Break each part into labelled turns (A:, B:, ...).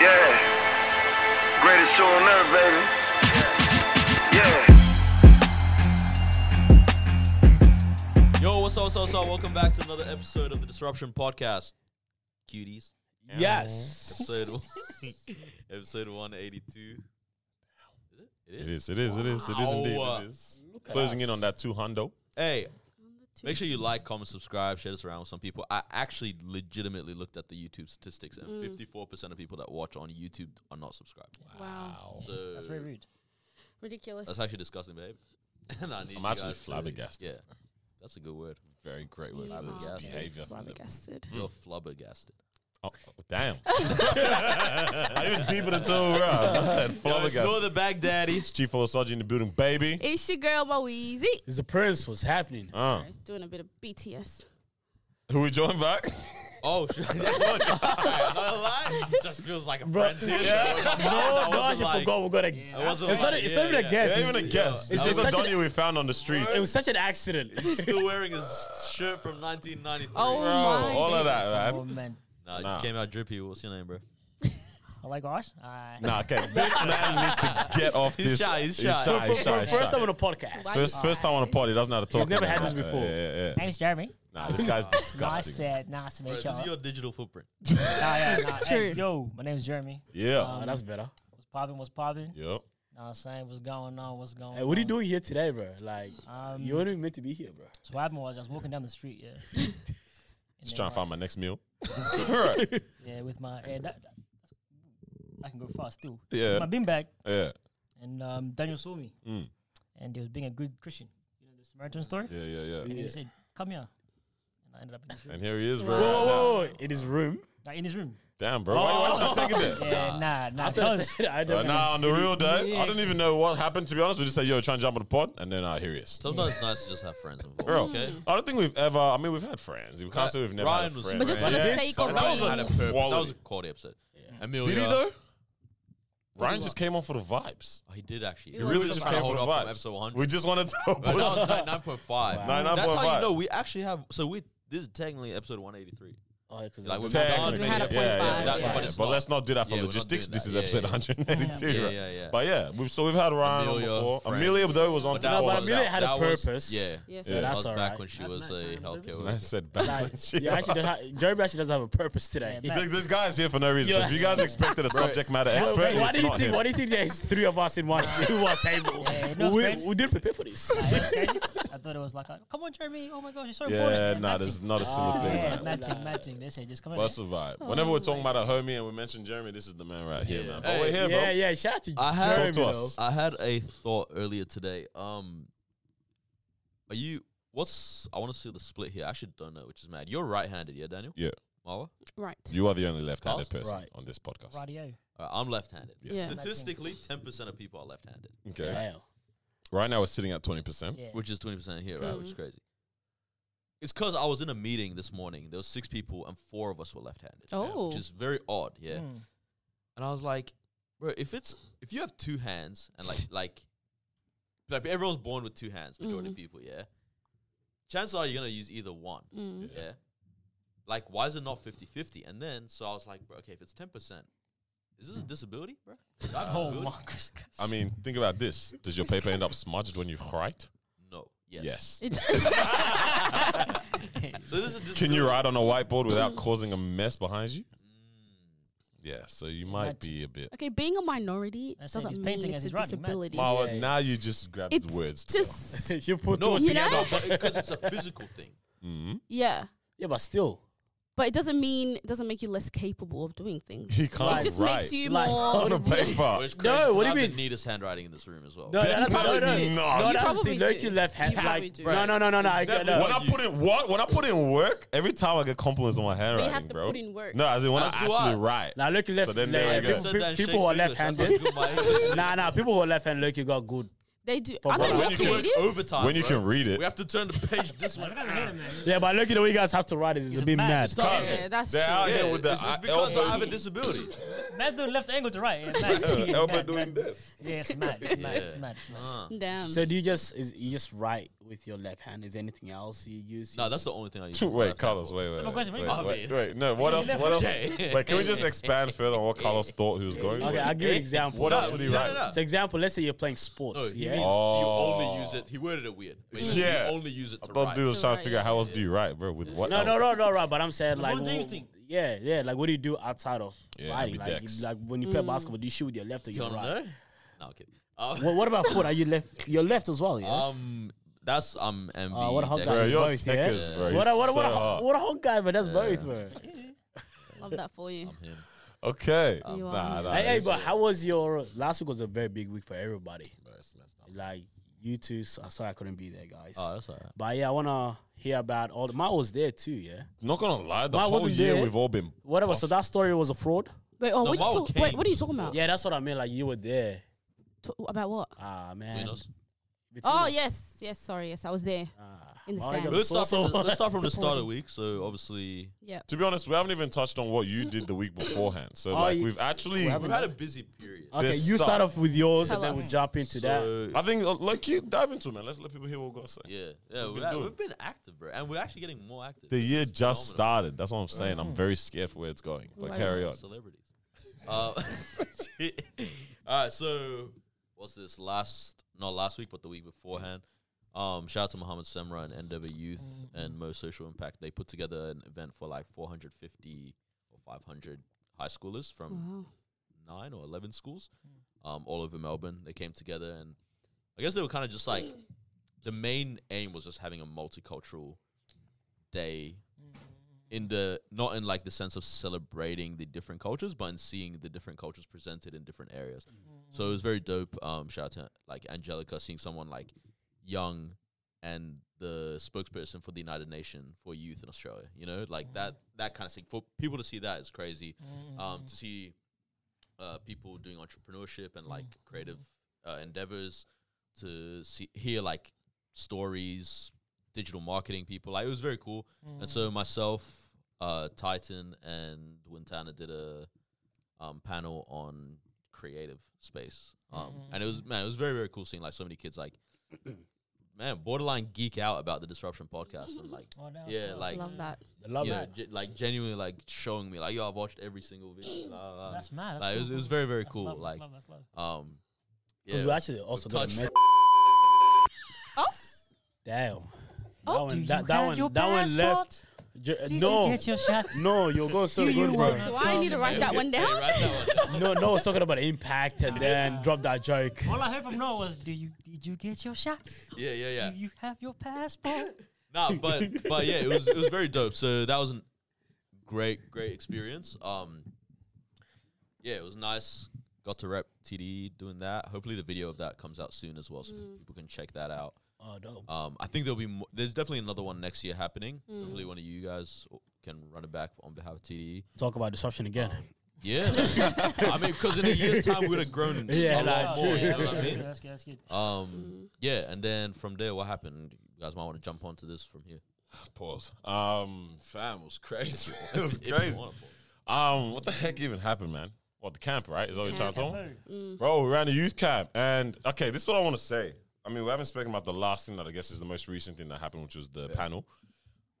A: Yeah. Greatest show on earth, baby. Yeah.
B: Yo, what's up, so so? Welcome back to another episode of the Disruption Podcast, cuties.
C: Yes.
B: Episode episode one eighty two. Is it?
D: It is, it is, it is, it is indeed.
B: Wow.
D: It is. Closing in on that two hundo.
B: Hey, make sure you like, comment, subscribe, share this around with some people. I actually legitimately looked at the YouTube statistics, and fifty four percent of people that watch on YouTube are not subscribed.
E: Wow.
B: So
C: That's very rude.
E: Ridiculous.
B: that's actually disgusting, babe. and I need
D: I'm
B: you
D: actually
B: guys to-
D: flabbergasted.
B: yeah, that's a good word.
D: Very great
E: You
D: word for this
E: are
D: behavior. from them.
E: flabbergasted.
B: You're flabbergasted.
D: Oh, oh, damn. I didn't deep it until we're out. I said flabbergasted.
B: the Baghdadi.
D: It's Chief Osage in the building, baby.
E: It's your girl Mo Easy
C: There's a prince. What's happening?
D: Uh,
E: doing a bit of BTS.
D: who we joined back?
B: Oh, shit. Just feels like a friend's here.
C: no, no, I should forgot we got a.
B: It wasn't
C: It's not-
B: like-
C: it's not
B: yeah,
C: even a
B: yeah.
C: guess.
D: Not even a guess.
C: It's
D: It's just
C: just
D: a
C: such an-
D: Donny we found on the streets.
C: It was such an accident.
B: Still wearing his shirt from 1993.
E: Oh
D: Bro,
E: my.
D: all of that,
F: Oh
D: man.
F: man.
B: Nah, you
D: Nah.
B: came out drippy. What's your name, bro?
F: Oh my gosh. Uh,
D: Nah, okay. This man needs to get off
B: He's
D: this.
B: shy, he's shy.
D: shy, he's shy, he's
C: First
D: shy.
C: time on a podcast.
E: Why-
D: First, first time on a party, doesn't know how to talk.
C: never
D: to
C: had
D: me.
C: this before.
D: Yeah, yeah, yeah.
F: name's Jeremy.
D: Nah, this guy's
F: Nice
D: disgusting.
F: to nice to
B: Bro,
F: meet
B: this
F: y'all.
B: is your digital footprint.
F: Nah, yeah, nah. Hey,
E: True.
F: yo, my name's Jeremy. Uh,
D: Yeah.
C: Oh, that's better.
F: What's poppin'? What's poppin'?
D: Yep.
F: Know what I'm saying? What's going on? What's going
C: Hey,
F: on?
C: what are you doing here today, bro? Like,
F: Um,
C: you weren't even meant to be here, bro.
F: So what happened was I was walking down the street, yeah.
D: Just trying to find my next meal.
F: Yeah, with my yeah, that, that- I can go fast still.
D: Yeah.
F: My bin bag
D: Yeah.
F: and um, Daniel saw me
D: Mm.
F: and he was being a good Christian. You know the Samaritan story?
D: Yeah, yeah, yeah.
F: And he said, Come here. And I ended up in this room.
D: And here he is, bro.
C: Whoa,
D: right
C: whoa,
D: now.
C: whoa, Oh. whoa. in his room.
F: Nah, in his room.
D: Damn, bro. Why, why you trying to take it there?
F: Yeah, nah, nah.
C: I
F: that
C: thought I
F: was-
C: said I
D: Right
C: don't.
D: now, Uh, on the real day, I
F: Yeah.
D: don't even know what happened, to be honest. We just said, yo, trying to jump on the pod, and then uh, I hear you.
B: Sometimes it's nice to just have friends involved.
D: Bro,
B: Okay.
D: I don't think we've ever, I mean, we've had friends. We can't say we've never
B: Ryan
D: had a
B: was
D: friend.
E: But just for
D: right?
E: the
D: Yeah.
E: sake of
B: That was,
E: being-
B: had a purpose. that was
D: Quality.
B: a quality episode. Amelia.
D: Did he, though? Ryan just came on for the vibes.
B: Oh, he did actually.
E: He really
B: was
E: just
B: trying to
D: came
B: hold
D: for
B: off
D: the
B: from
D: vibes.
B: episode 100.
D: We just wanted to
B: But that was
D: push.
B: nine nine point five.
D: Nine- nine
B: That's
D: point
B: how you
D: five.
B: know we actually have. So we this is technically episode one eighty three.
C: Oh,
B: Like, we're
D: Technically,
E: we had
D: yeah,
E: a point
D: yeah,
E: five,
D: yeah,
E: yeah.
D: yeah.
B: But it's
D: But
B: not-
D: let's not do that for
B: Yeah, we're not
D: logistics.
B: doing
D: This is
B: that.
D: episode
B: Yeah,
D: 182,
B: Yeah,
D: right?
B: yeah, yeah.
D: But yeah, we've, so we've had Ryan
B: Amelia,
D: on before.
B: friend.
D: Amelia, though, was on
C: No,
B: that
D: tour.
C: but
B: was-
C: Amelia had a
B: that was-
C: purpose.
B: Yeah,
E: Yes,
C: Yeah,
B: that
C: that's
B: was
C: all
B: back
C: right.
B: when she
F: That's
B: was
F: my
B: a
F: time,
B: healthcare
D: I
B: worker.
D: said balance.
C: You actually don't have, Jeremy actually doesn't have a purpose today.
F: Yeah,
D: Th- This guy's here for no reason. So if you guys expected a subject matter
C: Bro,
D: expert,
C: why
D: it's
C: do you
D: not
C: think?
D: him.
C: Why do you think there's three of us in one, in one table?
F: Yeah, no
C: we,
F: offense.
C: we didn't prepare for this.
F: I was crazy. I thought it was like, a, come on, Jeremy. Oh my gosh, you're so important.
D: Yeah, nah, there's
F: matching.
D: not a
C: Ah,
D: single thing.
F: Yeah,
D: man.
F: matching, matching. They said, just come
D: But
F: in.
D: that's the vibe. Whenever we're talking about a homie and we mention Jeremy, this is the man right here, man. But we're here,
C: yeah,
D: bro.
C: yeah. Shout out to
B: I had-
C: Jeremy.
D: Talk to us.
C: though.
B: I had a thought earlier today. Um, are you? What's? I want to see the split here. I actually don't know, which is mad. You're right-handed, yeah, Daniel.
D: Yeah.
B: Marwa?
E: Right.
D: You are the only left-handed
B: Carl?
D: person
C: Right.
D: on this podcast.
F: Radio.
B: All right, I'm left-handed.
D: Yes.
E: Yeah.
B: Statistically, ten percent of people are left-handed,
D: Okay.
C: Damn.
D: Right now we're sitting at twenty percent.
F: Yeah.
B: which is twenty percent here, right? Which is
E: Mhm.
B: crazy. It's because I was in a meeting this morning. There was six people, and four of us were left-handed,
E: Oh.
B: which is very odd. Yeah.
F: Mm.
B: And I was like, bro, if it's if you have two hands and like like like everyone's born with two hands, majority of
C: Mm-hmm.
E: Mhm.
B: people, yeah. Chances are you're gonna use either one.
C: Mm-hmm.
E: Mm.
B: Yeah. Like why is it not 50-50? And then so I was like, bro, okay, if it's ten percent, is this a disability, bro? Do I have a
F: Oh
B: disability?
F: my gosh.
D: I mean, think about this. Does your paper end up smudged when you write?
B: No. Yes.
E: It's-
B: So this is a disability.
D: Can you write on a whiteboard without causing a mess behind you? Yeah, so you might
F: Right.
D: be a bit.
E: okay, being a minority
F: That's it,
E: doesn't
F: he's
E: mean
F: painting as
E: it's a
F: he's writing, man.
E: disability.
D: Wow,
C: Yeah, yeah.
D: now you just grabbed
E: It's
D: words.
E: just
C: you put
B: Mm. No,
C: two
B: it's
E: You
C: together.
E: know?
B: because it's a physical thing.
D: hmm
E: yeah,
C: Yeah, but still,
E: but it doesn't mean it doesn't make you less capable of doing things.
D: He
E: It
D: can't
E: just
D: write
E: makes you
C: Like,
E: more.
D: on a paper.
B: Which no,
C: what do you
B: The
C: mean?
B: neatest handwriting in this room as well.
C: no, that's
D: Definitely
C: no, no,
D: Definitely not.
C: no,
D: Ah, You
C: that's the
E: probably
C: thing. Don't
E: do.
C: you left hand
E: You probably
C: like
E: do.
C: no, no, no, no, no. I get
B: definitely
C: no.
D: When I put in what? When I put in work, every time I get compliments on my handwriting,
E: have to
D: bro.
E: put in work.
D: No, as in when
B: As
D: I
B: do
D: actually
B: I.
D: write.
C: Now look, left.
D: So then there you
C: like,
D: go.
C: people- pe- People who are left-handed. Nah, nah. People who are left-handed, look, you got good.
E: They do.
C: For
E: Are
C: what?
E: they more
D: When you can-
E: creative?
B: Overtime.
D: when you
B: bro.
D: can read it.
B: We have to turn the page this way.
C: Yeah, but look at the way you guys have to write it. It's a bit
F: mad.
C: mad.
F: It's
E: Yeah, that's
D: They're out
E: true.
D: here with the
B: it's, it's
D: I-
B: because
D: elbow,
B: I have a disability.
F: Man's doing left angle to right. It's mad.
D: elbow
F: Mad,
D: doing
F: mad.
D: this.
F: Yeah, it's mad. It's mad. It's
B: Yeah.
F: mad. It's mad.
B: Uh,
E: Damn.
C: So do you just is you just write
G: with your left hand? Is there anything else you use?
B: No, that's the only thing I use.
D: Wait, Carlos, wait, wait.
F: my
D: wait,
F: question,
D: wait,
F: mate.
D: wait, wait, no, what else? What else?
B: Okay.
D: Wait, can we just expand further on what Carlos thought he was going
G: Okay,
D: with?
G: I'll give you an example.
D: What else would Oh, he
B: No,
D: write?
B: no, no.
G: So, example, let's say you're playing
B: No,
G: sports.
B: he
G: yeah.
B: means do you only use
D: Oh.
B: it? He worded it weird. But
D: Yeah.
B: Do you only use it to
D: I thought
B: write.
D: dude was
E: To
D: trying to
E: write,
D: figure out
E: yeah.
D: how else do you write, bro? With what
G: no,
D: else?
G: no, no, no, right. But I'm saying like,
F: won't do
G: wh-
F: anything.
G: yeah, yeah. Like, what do you do outside of
D: Yeah,
G: riding?
D: that'd be
G: Like,
D: decks.
G: like when you
E: Hmm.
G: play basketball, do you shoot with your left or
B: You
G: your
B: don't
G: right?
B: know? No, okay. Um,
G: What, what about foot? Are you left? You're left as well, yeah.
B: um, that's um MB.
G: what a hot
B: deck.
G: guy.
D: Bro,
G: That's
D: you're
G: both, yeah?
D: techers, bro.
G: what a
D: You're
G: what a what
D: so
G: a,
D: hard.
G: what a hot guy, man. That's both, man.
E: Love that for you.
B: I'm him. Um,
D: Okay.
E: You are
D: Nah,
E: him.
D: nah.
G: Hey, hey,
D: it's-
G: but how was your last week? Was a very big week for everybody.
B: Bro, it's messed up.
G: Like you two, so, sorry I couldn't be there, guys.
B: Oh, that's alright.
G: but yeah, I wanna hear about all. The, mine was there too. Yeah,
D: Not gonna lie, the
G: Mine
D: whole
G: wasn't
D: year
G: there.
D: we've all been.
G: whatever. So that story was a fraud.
E: Wait, oh,
B: No,
E: what, you
B: Wild
E: talk, wait, what are you
B: Kings.
E: talking about?
G: Yeah, that's what I mean. Like you were there.
E: T- about what?
G: Ah man.
B: Winners.
G: Between
E: Oh
G: us.
E: yes, yes. Sorry, yes, I was there
G: Ah.
E: in the
G: Well, I
E: stands.
G: got-
B: Let's start
G: So-
B: from
G: so-
B: the, let's start from the
E: Supporting.
B: start of the week. So obviously
E: Yep.
D: To be honest, we haven't even touched on what you did the week beforehand. So
G: Oh,
D: like
G: you-
D: we've actually,
G: we
B: we've
G: haven't-
B: had a busy period.
G: Okay,
D: This
G: you start
D: stuff.
G: off with yours,
E: Tell
G: and then
E: us.
G: we jump into that.
B: So,
D: I think, uh, like you dive into it, man. Let's let people hear what God said.
B: yeah, yeah, we've,
D: been
B: had-
D: doing.
B: we've been active, bro, and we're actually getting more active.
D: The year
B: It's
D: just
B: phenomenal.
D: started. That's what I'm saying.
G: Mm-hmm.
D: I'm very scared for where it's going. But
E: Wow.
D: carry on.
B: Celebrities. Uh, all right, so what's this last? Not last week, but the week beforehand. Um, shout out to Muhammad Semra and Endeavor Youth and Mo Social Impact. They put together an event for like 450 or 500 high schoolers from
E: Wow.
B: nine or eleven schools, um, all over Melbourne. They came together, and I guess they were kind of just like the main aim was just having a multicultural day in the not in like the sense of celebrating the different cultures, but in seeing the different cultures presented in different areas. So it was very dope. Um, shout out to like Angelica, seeing someone like young and the spokesperson for the United Nations for youth in Australia. You know, like that that kind of thing. For people to see that is crazy.
F: Mm,
G: Mm.
B: Um, to see uh, people doing entrepreneurship and like
G: Mm-hmm.
B: creative uh, endeavors to see hear like stories digital marketing people like it was very cool
F: mm.
B: and
G: Mm.
B: so myself uh, titan and wintana did a um, panel on creative space um,
G: Mm-hmm.
B: and it was man it was very very cool seeing like so many kids like man borderline geek out about the disruption podcast and like
F: Oh, no,
B: yeah
F: no.
B: like
E: Love that.
G: I love
B: you know,
G: that.
B: ge- like genuinely like showing me like yo i've watched every single video blah, blah, blah.
F: That's mad. That's
B: um, Like, it
F: cool,
B: was- it was
F: cool.
B: very, very
F: That's
B: cool,
F: love, that's
B: like-
F: love, that's love.
B: um
G: 'Cause
B: yeah
G: we actually also got a
B: touched-
G: message.
E: Oh.
G: Damn.
E: Oh.
G: that one, that, that one, that one left. Ju- no,
F: Get your shot.
G: no, you're going so
F: Do
G: good,
F: you
G: bro.
F: wanna-
E: Do I need to write that one
B: Hey,
E: down?
B: write that one down.
G: No, no, it's talking about impact and then drop that joke.
F: All I heard from Noah was, "Do you did you get your shot?
B: Yeah, yeah, yeah.
F: Do you have your passport?"
B: Nah, but but yeah, it was it was very dope. So that was a great great experience. Um, yeah, it was nice. Got to rep TDE doing that. Hopefully, the video of that comes out soon as well, so people can check that out.
G: Oh, dope.
B: Um, I think there'll be mo- there's definitely another one next year happening. Hopefully, one of you guys can run it back on behalf of TDE.
G: Talk about disruption again.
D: Oh.
B: Yeah, I mean, because in a year's time we would have grown.
G: Yeah,
B: a
G: nah,
B: lot more,
G: true.
B: you know
F: that's
B: what I
F: good,
B: mean?
F: that's good, that's good.
D: Oh.
B: Um, yeah, and then from there, what happened? You guys might want to jump onto this from here.
D: Pause. Um, fam, it was crazy. it was
B: If you
D: crazy.
B: wanna, Paul.
D: Um, what the heck even happened, man? What the camp, right? Is that what you're trying to tell me?
F: Hello.
D: Bro, we ran a youth camp, and okay, this is what I want to say. I mean, we haven't spoken about the last thing that I guess is the most recent thing that happened, which was the panel.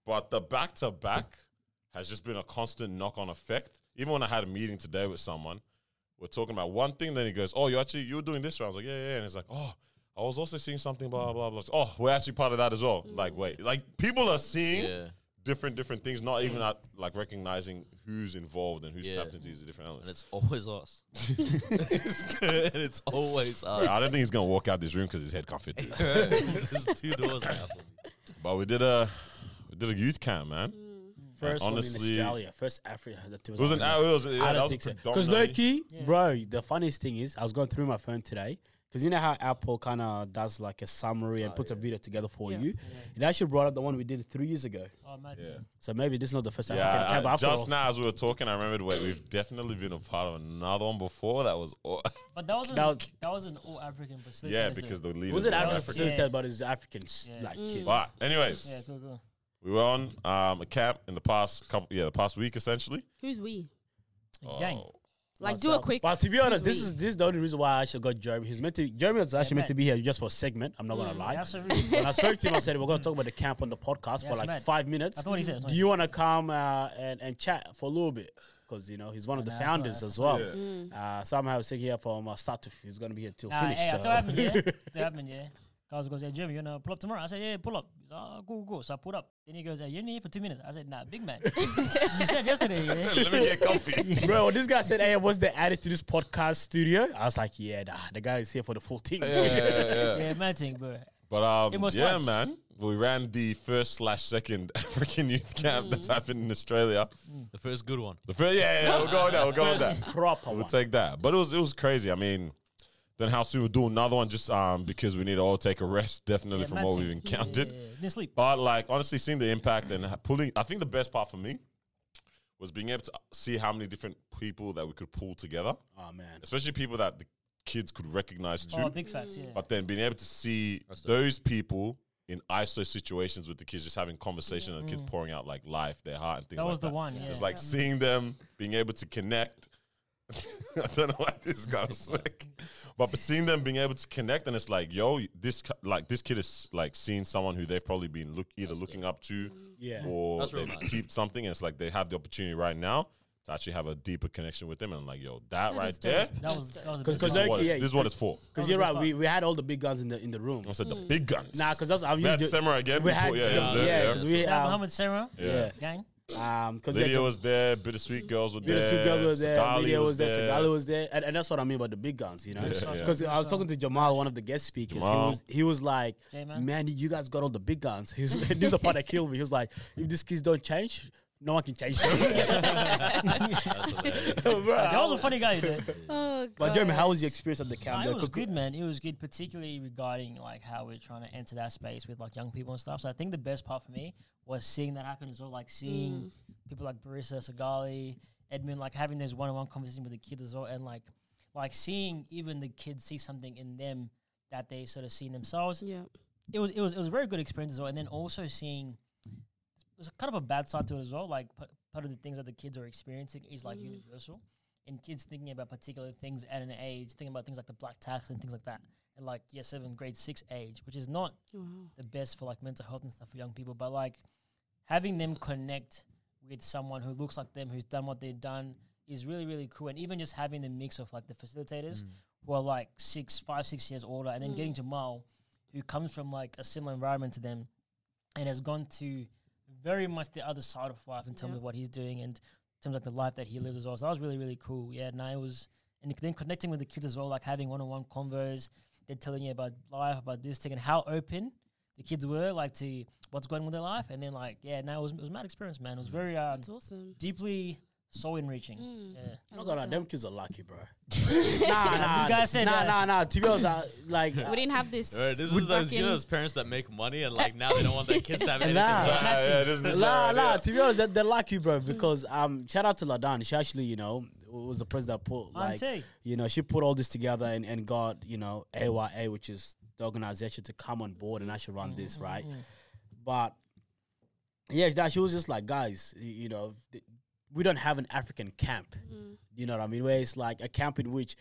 D: But the back to back has just been a constant knock on effect. Even when I had a meeting today with someone, we're talking about one thing, then he goes, "Oh, you actually you were doing this?" Right? I was like, "Yeah, yeah," yeah." and he's like, "Oh." I was also seeing something, blah blah blah. Oh, we're actually part of that as well. Like, wait, like people are seeing
B: Mm. Yeah.
D: different different things, not even at, like recognizing who's involved and who's
B: Yeah.
D: tapped into these different elements.
B: and it's always us. and it's always us.
D: I don't think he's gonna walk out this room because his head can't fit. through.
B: There's two doors now.
D: but we did a we did a youth camp, man.
G: First one
D: honestly-
G: in Australia, first Africa. That
D: It was an hour. It was, yeah,
G: Mm. I
D: that
G: don't
D: was
G: think so. Because
D: predominantly-
G: Loki, bro, the funniest thing is I was going through my phone today. Because you know how Apple kind of does like a summary
D: Oh,
G: and puts a video together for
E: Yeah.
G: you? It actually brought up the one we did three years ago.
F: Oh, mad
D: Yeah.
F: team.
G: So maybe this is not the first African
D: Yeah,
G: camp.
D: I-
G: After
D: just
G: all.
D: now as we were talking, I remembered. Wait, we've definitely been a part of another one before. That was all,
F: But that wasn't
G: That
F: that,
G: was-
F: was, an all African facility.
D: yeah, because the leaders
G: Was it
D: were
G: African
D: African.
G: facilitated,
F: Yeah.
G: but it's Africans
F: Yeah.
G: like
E: Mm.
G: kids.
D: But anyways,
F: yeah, cool, cool.
D: we were on um, a camp in the past couple, yeah, the past week essentially.
E: Who's we?
F: A gang.
D: Oh,
E: Like, do a
G: Myself.
E: quick.
G: But to be honest, this
E: sweep.
G: is this is the only reason why I actually got Jeremy. He's meant to. Jeremy was actually meant
F: mate.
G: to be here just for a segment. I'm not
E: Mm.
G: gonna lie.
F: That's a reason.
G: when I spoke to him, I said we're gonna talk about the camp on the podcast for
F: Yeah, it's
G: like
F: mad.
G: five minutes.
F: That's what he said, that's what
G: Do
F: he
G: you want to come uh, and and chat for a little bit? Because you know he's one of the
F: Nah, that's not-
G: founders
F: that's
G: as well. Uh, somehow he's sitting here from uh, start to f- he's gonna be here till
F: Nah,
G: finish.
F: hey,
G: so.
F: that's what happened, yeah. That's what happened, yeah. Guys goes, hey, Jim, you wanna pull up tomorrow? I said, yeah, pull up. He's like, oh, cool, cool. So I pulled up. Then he goes, hey, you're in here for two minutes. I said, nah, big man. you said yesterday, yeah.
D: Let me get comfy.
G: Bro, when this guy said, "Hey, what's the added to this podcast studio?" I was like, "Yeah, nah, the guy is here for the full thing."
F: Yeah, mad thing, bro.
D: But
F: It
D: um,
F: was
D: yeah,
F: nice.
D: man, we ran the first slash second African youth camp
G: Mm.
D: that's happened in Australia.
B: The first good one.
D: The first, yeah, yeah, yeah, we'll go with that. We'll go with that.
G: Proper
D: We'll
G: one.
D: take that. But it was it was crazy. I mean, then how soon we'll do another one just um because we need to all take a rest definitely
F: Yeah,
D: from
F: mad
D: what
F: thing.
D: we've encountered.
F: Yeah, yeah, yeah. Didn't sleep.
D: But like honestly, seeing the impact and ha- pulling, I think the best part for me was being able to see how many different people that we could pull together,
G: Oh man,
D: especially people that the kids could recognize too.
F: Oh, big facts, yeah.
D: But then being able to see
B: That's it.
D: those people in ISO situations with the kids, just having conversation and kids pouring out like life, their heart, and things
F: Mm-hmm. that
D: like
F: was
D: that.
F: the one, yeah.
D: It's like seeing them being able to connect. I don't know why this guy was like, but for seeing them being able to connect, and it's like, yo, this ki- like this kid is like seeing someone who they've probably been look either looking up
G: Mm-hmm.
D: to,
G: Yeah.
D: or
B: That's real
D: they've
B: nice.
D: peeped something, and it's like they have the opportunity right now to actually have a deeper connection with them, and I'm like, yo, that, right there,
F: That was, that was a big
G: Because
D: this,
F: one.
G: like,
D: is what it's-
G: yeah,
D: this is what it's for.
G: because you're right. We, we had all the big guns in the in the room.
D: I said the big guns.
G: Nah, because that's I'm
D: we had
G: used to-
D: Samurai again.
G: we
D: before-
G: had
D: yeah, he was
G: yeah,
D: there, yeah.
G: because we
F: Shout out
G: um,
F: Muhammad Sarah,
G: yeah.
F: gang.
G: Um, because
D: Lydia was there. Bittersweet girls were there.
G: Bittersweet girls was there,
D: Sagali
G: Lydia was there, Segala was there, and, and that's what I mean about the big guns, you know.
D: yeah.
G: Because I was talking to Jamal, one of the guest speakers.
D: Jamal.
G: He was he was like,
F: J-Man.
G: "Man, you guys got all the big guns." He was, this is the part that killed me. He was like, "If these kids don't change, no one can change." them." Bro,
F: That was a funny guy. There.
E: Oh, God.
G: but Jeremy, how was your experience at the camp?
F: Nah,
G: there?
F: it was
G: 'Cause-
F: good, man. It was good, particularly regarding like how we're trying to enter that space with like young people and stuff. So I think the best part for me was seeing that happen as well, like seeing
E: Mm.
F: people like Barista Sagali, Edmund, like having those one-on-one conversations with the kids as well, and like like seeing even the kids see something in them that they sort of see in themselves.
E: Yeah.
F: It was it was it was a very good experience as well, and then also seeing there's kind of a bad side to it as well. Like p- part of the things that the kids are experiencing is like universal, and kids thinking about particular things at an age, thinking about things like the black tax and things like that, and like year seven, grade six age, which is not
G: Um,
E: Wow.
F: the best for like mental health and stuff for young people. But like having them connect with someone who looks like them, who's done what they've done, is really really cool. And even just having the mix of like the facilitators who are like six, five, six years older, and then getting Jamal, who comes from like a similar environment to them, and has gone to very much the other side of life in terms
E: Yeah.
F: of what he's doing and in terms of the life that he lives as well. So that was really really cool. Yeah, and I was and then connecting with the kids as well, like having one on one convos. They're telling you about life, about this thing, and how open the kids were like to what's going on with their life, and then like yeah, no, it was it was a mad experience, man.
G: Mm.
F: It was very uh,
E: That's Mm. awesome.
F: deeply soul enriching. Yeah.
G: I'm not gonna lie, them kids are lucky, bro. nah, nah,
F: guy said
G: nah,
F: that.
G: nah, nah. To be honest, I, like,
E: We didn't have this.
B: Alright, this is those, you know, those parents that make money and like now they don't want their kids to have anything.
G: Nah.
B: but-
D: Yeah, yeah, this is this
G: Nah,
D: right
G: nah.
D: here.
G: To be honest, they're, they're lucky, bro. Because um, shout out to Ladan. She actually, you know, was the person that put like,
F: Auntie.
G: you know, she put all this together and, and got you know AYA, which is the organization, to come on board and actually run
E: Mm-hmm.
G: this, right?
F: Mm-hmm.
G: But yeah, that she was just like, guys, y- you know, th- we don't have an African camp.
E: Mm.
G: You know what I mean? Where it's like a camp in which.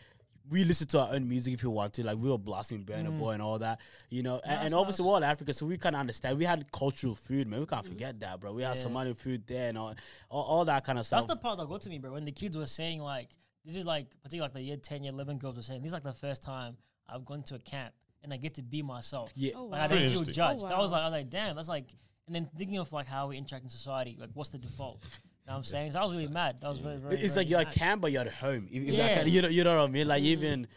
G: We listen to our own music if you want to, like we were blasting Burner
F: Mm.
G: Boy and all that, you know. And, and obviously, we're all African, so we can understand. We had cultural food, man. We can't
F: Mm.
G: forget that, bro. We had Somali food there and all, all, all that kind of stuff.
F: That's the part that got to me, bro. When the kids were saying like, this is like particularly like the year ten, year eleven girls were saying, this is like the first time I've gone to a camp and I get to be myself.
G: yeah,
E: Oh,
F: Like I
E: wow.
F: didn't feel
D: Interesting.
F: judged.
E: Oh,
F: That was
E: wow.
F: like I was like, damn, that's like. And then thinking of like how we interact in society, like what's the default? You know what I'm saying? So I was really mad. That was very, very.
G: it's
F: very
G: like you're
F: mad.
G: at camp, but you're at home. If, if
F: Yeah. Mm.
G: yeah. you, know, you know what I mean? Like even,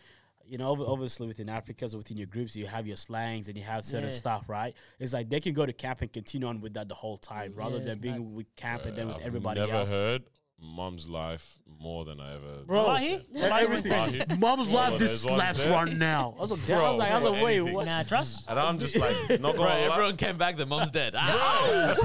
G: you know, ob- obviously within Africa, so within your groups, you have your slangs and you have certain
F: Yeah.
G: stuff, right? It's like they can go to camp and continue on with that the whole time, rather
F: Yeah,
G: than
F: it's
G: being
F: mad.
G: with camp and then with
D: I've
G: everybody
D: never
G: else.
D: heard mom's life more than I ever.
G: Bro,
F: Wallahi? Wallahi went
G: Oh, everything.
F: crazy.
D: Wallahi.
G: Mom's
D: Bro,
G: life, this
D: there's one
G: slaps
D: there.
G: right now. I was like, damn, I was like, I was
D: bro,
G: like, wait,
D: anything.
G: what?
F: Nah, trust.
D: And I'm just like, not
B: Bro,
D: gonna lie.
B: everyone came back. The mom's dead. Ah!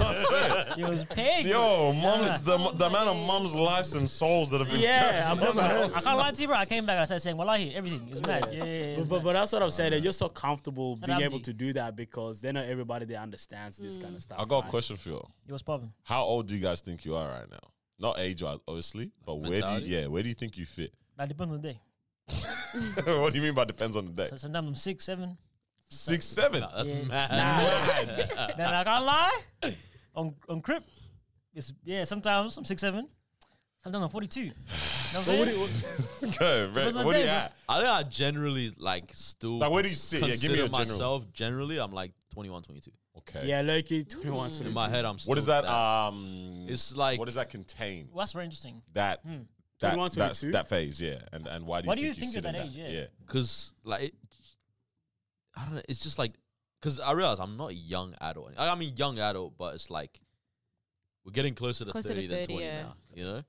F: It was pig.
D: Yo, mom's the, the amount of mom's lives and souls that have been
G: Yeah,
D: captured.
G: I've never heard.
F: I can't lie to you, bro. I came back. I started saying, "Well, I hear everything." It was mad. Yeah, yeah, yeah, it was
G: But, but,
F: mad.
G: but that's what I'm saying. They're just so comfortable being
F: up,
G: able
F: G.
G: to do that because they know everybody that understands this
F: Mm.
G: kind of stuff.
D: I got a
G: right?
D: question for you.
F: It was popping.
D: How old do you guys think you are right now? Not age wise, obviously, but where do
B: mentality?
D: you, yeah, where do you think you fit?
F: Now it depends on the day.
D: what do you mean by depends on the day?
F: So sometimes I'm six, seven.
D: Six, seven.
B: Nah, that's
F: Yeah.
B: mad.
F: Then I can't lie. On on crip, it's yeah. Sometimes I'm six, seven. Sometimes I'm forty two. You know what I'm saying?
D: Go, bro.
F: Depends on
D: What
F: the
D: do
F: day,
D: you
F: bro.
D: at?
B: I think I generally like still
D: Like, where do you sit? Yeah, give
B: consider
D: me a general.
B: myself generally. I'm like 21, 22.
D: Okay.
G: Yeah, Loki,
F: Mm.
G: 21,
B: In
G: 22.
B: my head, I'm. Still
D: What is that?
B: uh,
D: Um,
B: It's like-
D: what does that contain?
F: Well, that's very interesting. Hmm.
D: That that
G: 21,
D: that's,
G: 22?
D: that phase, yeah. And and why do you
F: Why
D: think, you
F: you're
D: sit in
F: that
D: that?
F: age? Yeah.
B: Because like, it, I don't know. It's just like because I realize I'm not a young adult. I I mean, young adult, but it's like we're getting closer to
E: Closer to
B: thirty than
E: 30,
B: twenty
E: yeah.
B: now. You know.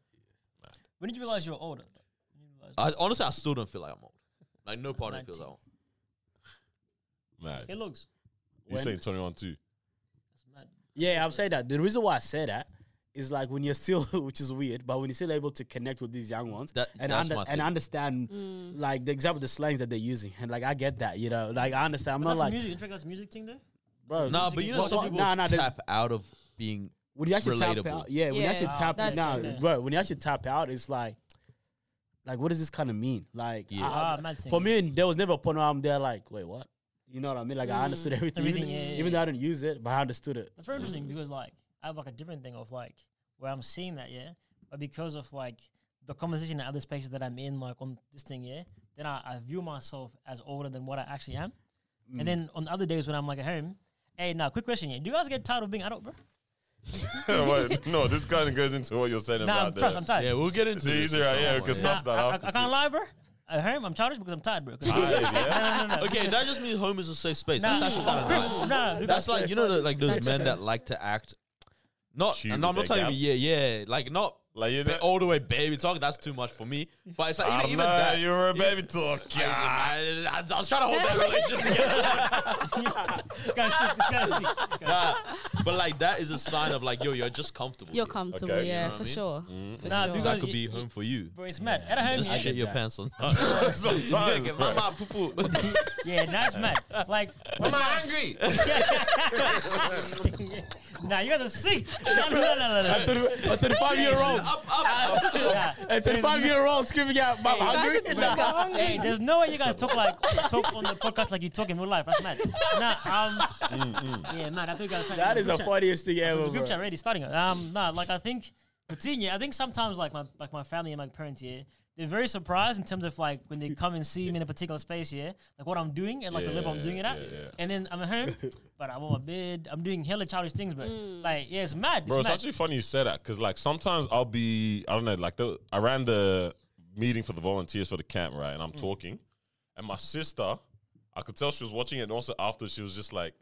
F: When did you realize you were older? When did you realize-
B: I honestly, I still don't feel like I'm old. Like no part of me feels
F: 19.
B: old.
D: Mad.
F: It looks.
D: You
G: When-
D: saying twenty one too?
F: That's mad.
G: Yeah, I've said that. The reason why I say that is like when you're still, which is weird, but when you're still able to connect with these young ones
B: That-
G: and
B: that's
G: under,
B: my
G: and
B: thing.
G: understand
E: Mm.
G: like the example the slangs that they're using, and like I get that, you know, like I understand. I'm not
F: But that's
G: like,
F: music. You think that's music thing though?
G: bro,
B: Nah, but you know
G: Well,
B: some
G: well,
B: people
G: nah, nah, there's-
B: tap out of being.
G: when you actually tap
B: relatable.
G: out, yeah, when you
E: Yeah,
G: actually tap,
E: that's
G: nah,
F: true.
G: bro, when you actually tap out, it's like, like what does this kind of mean? Like,
B: Yeah.
G: I-
F: Ah, mad thing.
G: for me, there was never a point where I'm there like, wait, what? You know what I mean?
E: Mm.
G: Like I understood everything,
F: Everything,
G: even,
F: yeah, yeah,
G: even though I didn't use it, but I understood it.
F: That's very interesting because like I have like a different thing of like where I'm seeing that, yeah. But because of like the conversation in other spaces that I'm in, like on this thing, yeah, then I, I view myself as older than what I actually am.
B: Mm.
F: And then on other days when I'm like at home, hey now quick question, yeah. Do you guys get tired of being adult, bro?
D: What? no, this kind of goes into what you're saying
F: Nah, I'm,
D: about
F: trust,
D: the.
F: I'm tired.
B: Yeah, we'll get into
D: the
B: this.
D: easier,
B: at some
D: yeah,
B: point,
D: because
B: yeah.
D: that's that
F: I, I, I
D: after
F: can't lie, bro. At home, I'm childish because I'm tired, bro. 'Cause-
D: Tired, yeah?
F: no, no, no.
B: Okay, that just means home is a safe space.
F: Nah,
B: That's actually
F: nah,
B: kind of
F: crip-
B: nice.
F: nah, because-
B: That's like you know, the, like those
E: That's
B: men
E: true.
B: that like to act. Not,
D: Cute
B: and I'm not
D: with
B: telling
D: their
B: you, yeah, yeah, like not
D: Like you
B: ba-
D: know,
B: all the way baby talk. That's too much for me. But it's like even,
D: I'm
B: even
D: not-
B: that.
D: you were a baby talk. Yeah.
B: I, I, I was trying to hold that relationship together.
F: This guy's sick, this guy's sick, this guy's-
B: Nah, but like that is a sign of like, yo, you're just comfortable.
E: You're
B: here.
E: comfortable,
D: Okay, you
E: yeah,
B: know what I
E: for
B: mean?
E: sure.
G: Mm.
E: For
F: Nah,
E: sure.
F: because-
B: That could be home for you.
F: Bro, it's mad. At home,
B: Just
F: yeah.
B: shit your
G: that.
B: pants on. Sometimes,
D: Sometimes, bro.
B: mama, poo poo.
F: Yeah, that's mad. Like,
B: Mama, hungry.
F: nah, you guys are sick. No, no, no, no, no.
G: A 25 year old,
B: Up, up.
F: Nah.
G: a 25 year old screaming out, "Mom,
E: Guys
G: hungry."
E: are disgusting.
F: Hey, there's no way you guys talk like talk on the podcast like you talk in real life. That's mad. Nah, um, yeah, man, I think I was
G: That is the
F: a
G: funniest thing ever.
F: The group
G: bro.
F: chat already starting. it. Um, nah, like I think routine. Yeah, I think sometimes like my like my family and my parents. Yeah, they're very surprised in terms of like when they come and see me in a particular space. Yeah, like what I'm doing and like the level I'm doing it at. And then I'm at home, but I'm on my bed. I'm doing hella childish things, bro. Like yeah, it's mad. It's
D: Bro, it's
F: mad.
D: actually funny you say that because like sometimes I'll be I don't know like the, I ran the meeting for the volunteers for the camp right, and I'm
G: Mm.
D: talking, and my sister, I could tell she was watching it, and also after she was just like.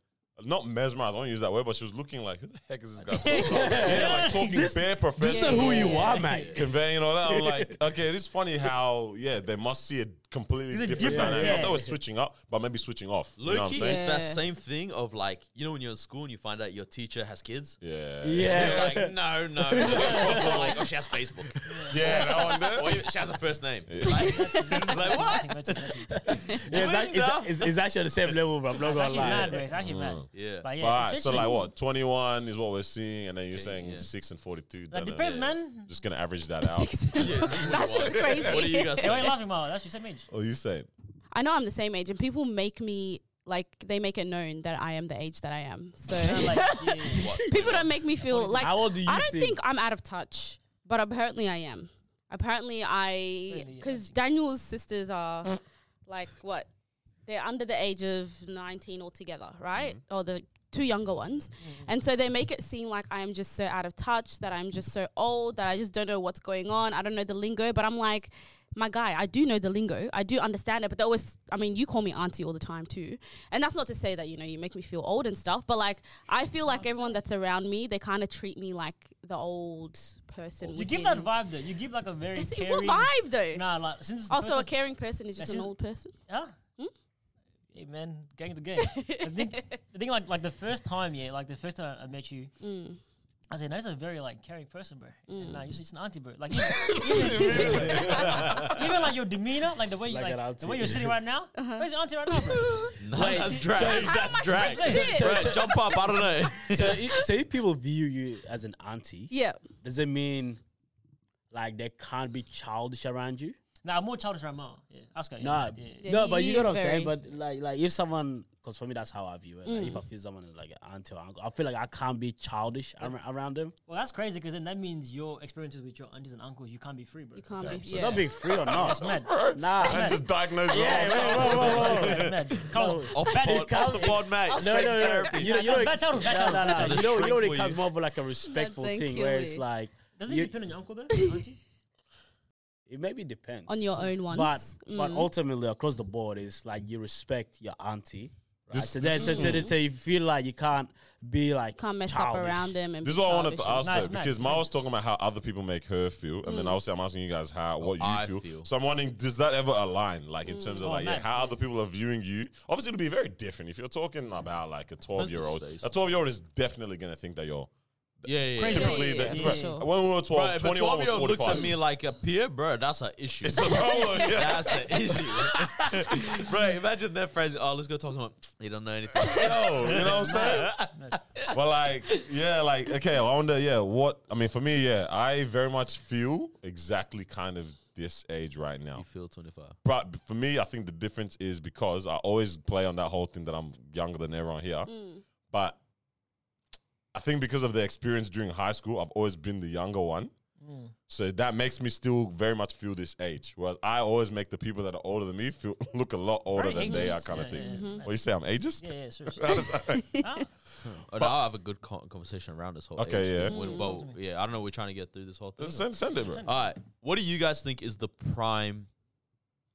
D: Not mesmerized, I won't use that word, but she was looking like, who the heck is this guy? yeah, like talking bare professional.
G: This is who you are, mate.
D: Conveying all that. I'm like, okay, it's funny how, yeah, they must see a completely
F: It's a
D: different
F: different-
D: dynamic.
F: yeah.
D: Not that we're switching up, but maybe switching off. You know
B: Low
D: what I'm
B: key,
D: saying?
B: it's that
E: Yeah.
B: same thing of like, you know, when you're in school and you find out your teacher has kids.
D: Yeah.
B: You're
G: Yeah.
B: like, no, no. no. Or like, oh, she has Facebook.
D: Yeah, that one there.
B: Or she has a first name. Like, like, what?
F: That's it, that's it, that's it.
G: Yeah, it's, act- it's-
B: Linda.
G: it's- it's actually on the same level, bro. I'm not
F: It's
G: gonna
F: actually mad,
G: lie.
F: bro. It's actually mad.
B: Yeah.
F: But yeah,
D: All right, mm. so
F: essentially-
D: like what? 21 is what we're seeing, and then you're saying
B: yeah.
D: 6 and 42.
F: That
D: da-da-da.
F: depends, man.
D: Just going to average that out.
E: That's just crazy.
B: What do you guys
F: Hey, why are you
B: say?
F: laughing, Marwa? That's your same age.
D: what are you saying?
E: I know I'm the same age, and people make me like they make it known that I am the age that I am. So
F: So, like, yeah.
E: people don't make me feel like
G: How old do you
E: I don't
G: think-
E: think? I'm out of touch, but apparently I am. Apparently I
F: Apparently, yeah.
E: because Daniel's sisters are like what they're under the age of 19 altogether, right?
F: Mm-hmm.
E: Or the two younger ones. And so they make it seem like I am just so out of touch, that I'm just so old, that I just don't know what's going on. I don't know the lingo, but I'm like, my guy, I do know the lingo. I do understand it, but they always, I mean, you call me auntie all the time too. And that's not to say that, you know, you make me feel old and stuff, but like, I feel like everyone that's around me, they kind of treat me like the old
D: Oh.
E: person.
F: You give that
E: within.
F: vibe though. You give like a very
E: It's- What
F: caring.
E: vibe though?
F: Nah, like since it's the
E: Also, a Hmm?
F: first time-
E: caring person is just an
F: since-
E: old person.
F: Huh? Hey man, gang to gang. I think I think like like the first time, yeah, like the first time I met you,
E: Mm.
F: I said, "That's a very like caring person, bro." And, Nah, you're just an auntie, bro. Like even, even, like your demeanor, like the way you
G: Like
F: like,
G: an auntie.
F: the way you're sitting right now.
E: Uh-huh.
F: Where's your auntie right now, bro?
B: No, that's drag. That's drag.
E: supposed to
G: do it?
B: Right, Jump up. I don't know.
G: So, if, so if people view you as an auntie,
E: Yeah.
G: does it mean like they can't be childish around you?
F: Nah, more childish Ramon. Yeah, ask her.
G: Nah,
F: yeah, yeah.
E: Yeah,
G: no,
E: he-
G: but
E: he
G: you know
E: is
G: what I'm saying.
E: very-
G: But like, like if someone, because for me that's how I view it. Like, if I feel someone is like an aunt or uncle, I feel like I can't be childish ar- around them.
F: Well, that's crazy because then that means your experiences with your aunties and uncles, you can't be free, bro.
E: You can't be.
G: It's
E: Yeah.
G: Not being free or not.
F: That's mad.
G: nah.
D: I just diagnosed it all.
G: Yeah, whoa, whoa, whoa, whoa.
F: That's mad. Carlos,
B: Off the
F: Bad-
B: pod, off the pod, mate.
G: No,
B: Sex
G: no, no.
B: therapy.
G: You know, you know,
F: Bad childhood, bad
G: Nah, nah,
F: childhood,
G: nah, you
F: bad
B: childhood.
G: know, you know,
B: Shrink
G: it
B: for
G: comes
B: you.
G: more of like a respectful
E: That's
G: thing where it's
E: actually-
G: like
F: Doesn't
G: You-
F: it depend on your uncle though? auntie?
G: it maybe depends
E: On your own ones.
G: But but
E: Mm.
G: ultimately across the board is like you respect your auntie. Right?
D: This-
G: so then so, so, so you feel like you can't be like
E: can't mess
G: childish.
E: up around them. And
D: This is
E: be
D: what I wanted to
E: childish
D: ask
F: Nice,
D: though,
F: nice,
D: because Ma
F: nice. Mm.
D: was talking about how other people make her feel, and then obviously I'm asking you guys how what you
B: I
D: feel.
B: feel.
D: So I'm wondering, does that ever align, like in terms of
F: Oh,
D: like yeah,
F: man.
D: how other people are viewing you? Obviously, it'll be very different if you're talking about like a 12 year old.
B: space.
D: A 12 year old is definitely gonna think that you're
B: Yeah, yeah, yeah.
F: Crazy.
E: Yeah,
D: typically
E: yeah,
D: that-
F: yeah,
D: bro,
F: for sure.
D: when we were 12,
B: Bro, if a
D: 21
B: 12
D: was
B: year old looks
D: 45.
B: at me like a peer, bro, that's an issue.
D: it's a problem. Oh, Yeah.
B: That's an issue. bro, imagine their friends. Oh, let's go talk to him. He don't know anything.
D: Yo, you know what I'm saying? but like, yeah, like okay, I wonder, yeah, what I mean for me, yeah, I very much feel exactly kind of this age right now.
B: You feel 25.
D: But for me, I think the difference is because I always play on that whole thing that I'm younger than everyone here. But I think because of the experience during high school, I've always been the younger one.
F: Mm.
D: So that makes me still very much feel this age. Whereas I always make the people that are older than me feel look a lot older
F: Very
D: than they
F: ageist.
D: are, kind of
F: Yeah,
D: thing.
F: yeah, yeah.
D: What you say? I'm ageist.
F: Yeah, yeah, seriously.
B: Oh, now I have a good con- conversation around this whole
D: Okay,
B: age
D: yeah.
B: thing. When- well, yeah, I don't know. We're trying to get through this whole thing.
D: Send, send it, bro.
B: All right. What do you guys think is the prime?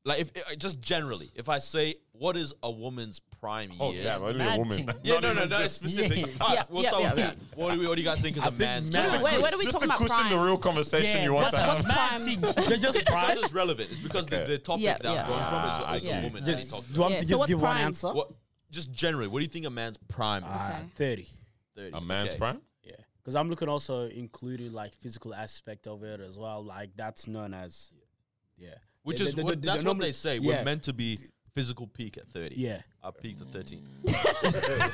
B: Like, if uh, just generally, if I say what is a woman's prime
D: Oh
B: years?
D: yeah, only a
F: Mad
D: woman.
F: thing.
B: Yeah,
D: Not
B: no, no,
D: even
B: no, it's
D: just-
B: specific.
F: Yeah.
B: All right,
E: Yeah,
B: we'll
E: yeah,
B: start with
E: yeah.
B: you. What do, we, what do you guys think is a man's
G: men-
B: prime?
E: Wait, wait, what are we
D: just
E: talking
D: to
E: about?
D: cushion the
E: prime?
D: real conversation
F: Yeah,
D: you want
F: what's-
D: to have.
E: What's prime?
G: They're just prime.
B: Because it's relevant. It's because
D: Okay.
B: the, the topic
E: Yeah,
B: that I'm
E: yeah.
B: going from
D: Ah,
B: is, is
E: I
B: a
E: see.
B: woman.
G: Just,
B: Talk.
G: do you want
E: Yeah,
G: me to
E: so
G: just
E: what's
G: give one
E: prime?
G: answer?
B: What? Just generally, what do you think a man's prime? is?
G: Ah,
E: Okay.
G: Thirty.
B: 30,
D: A man's
B: okay.
D: prime.
G: Yeah, because I'm looking also including like physical aspect of it as well. Like that's known as, yeah,
B: Which
G: They-
B: is
G: they- they-
B: what,
G: they-
B: that's
G: they're
B: what
G: normally-
B: they say.
G: yeah.
B: We're meant to be physical peak at 30.
G: Yeah.
B: I peaked at 13.
F: Hmm.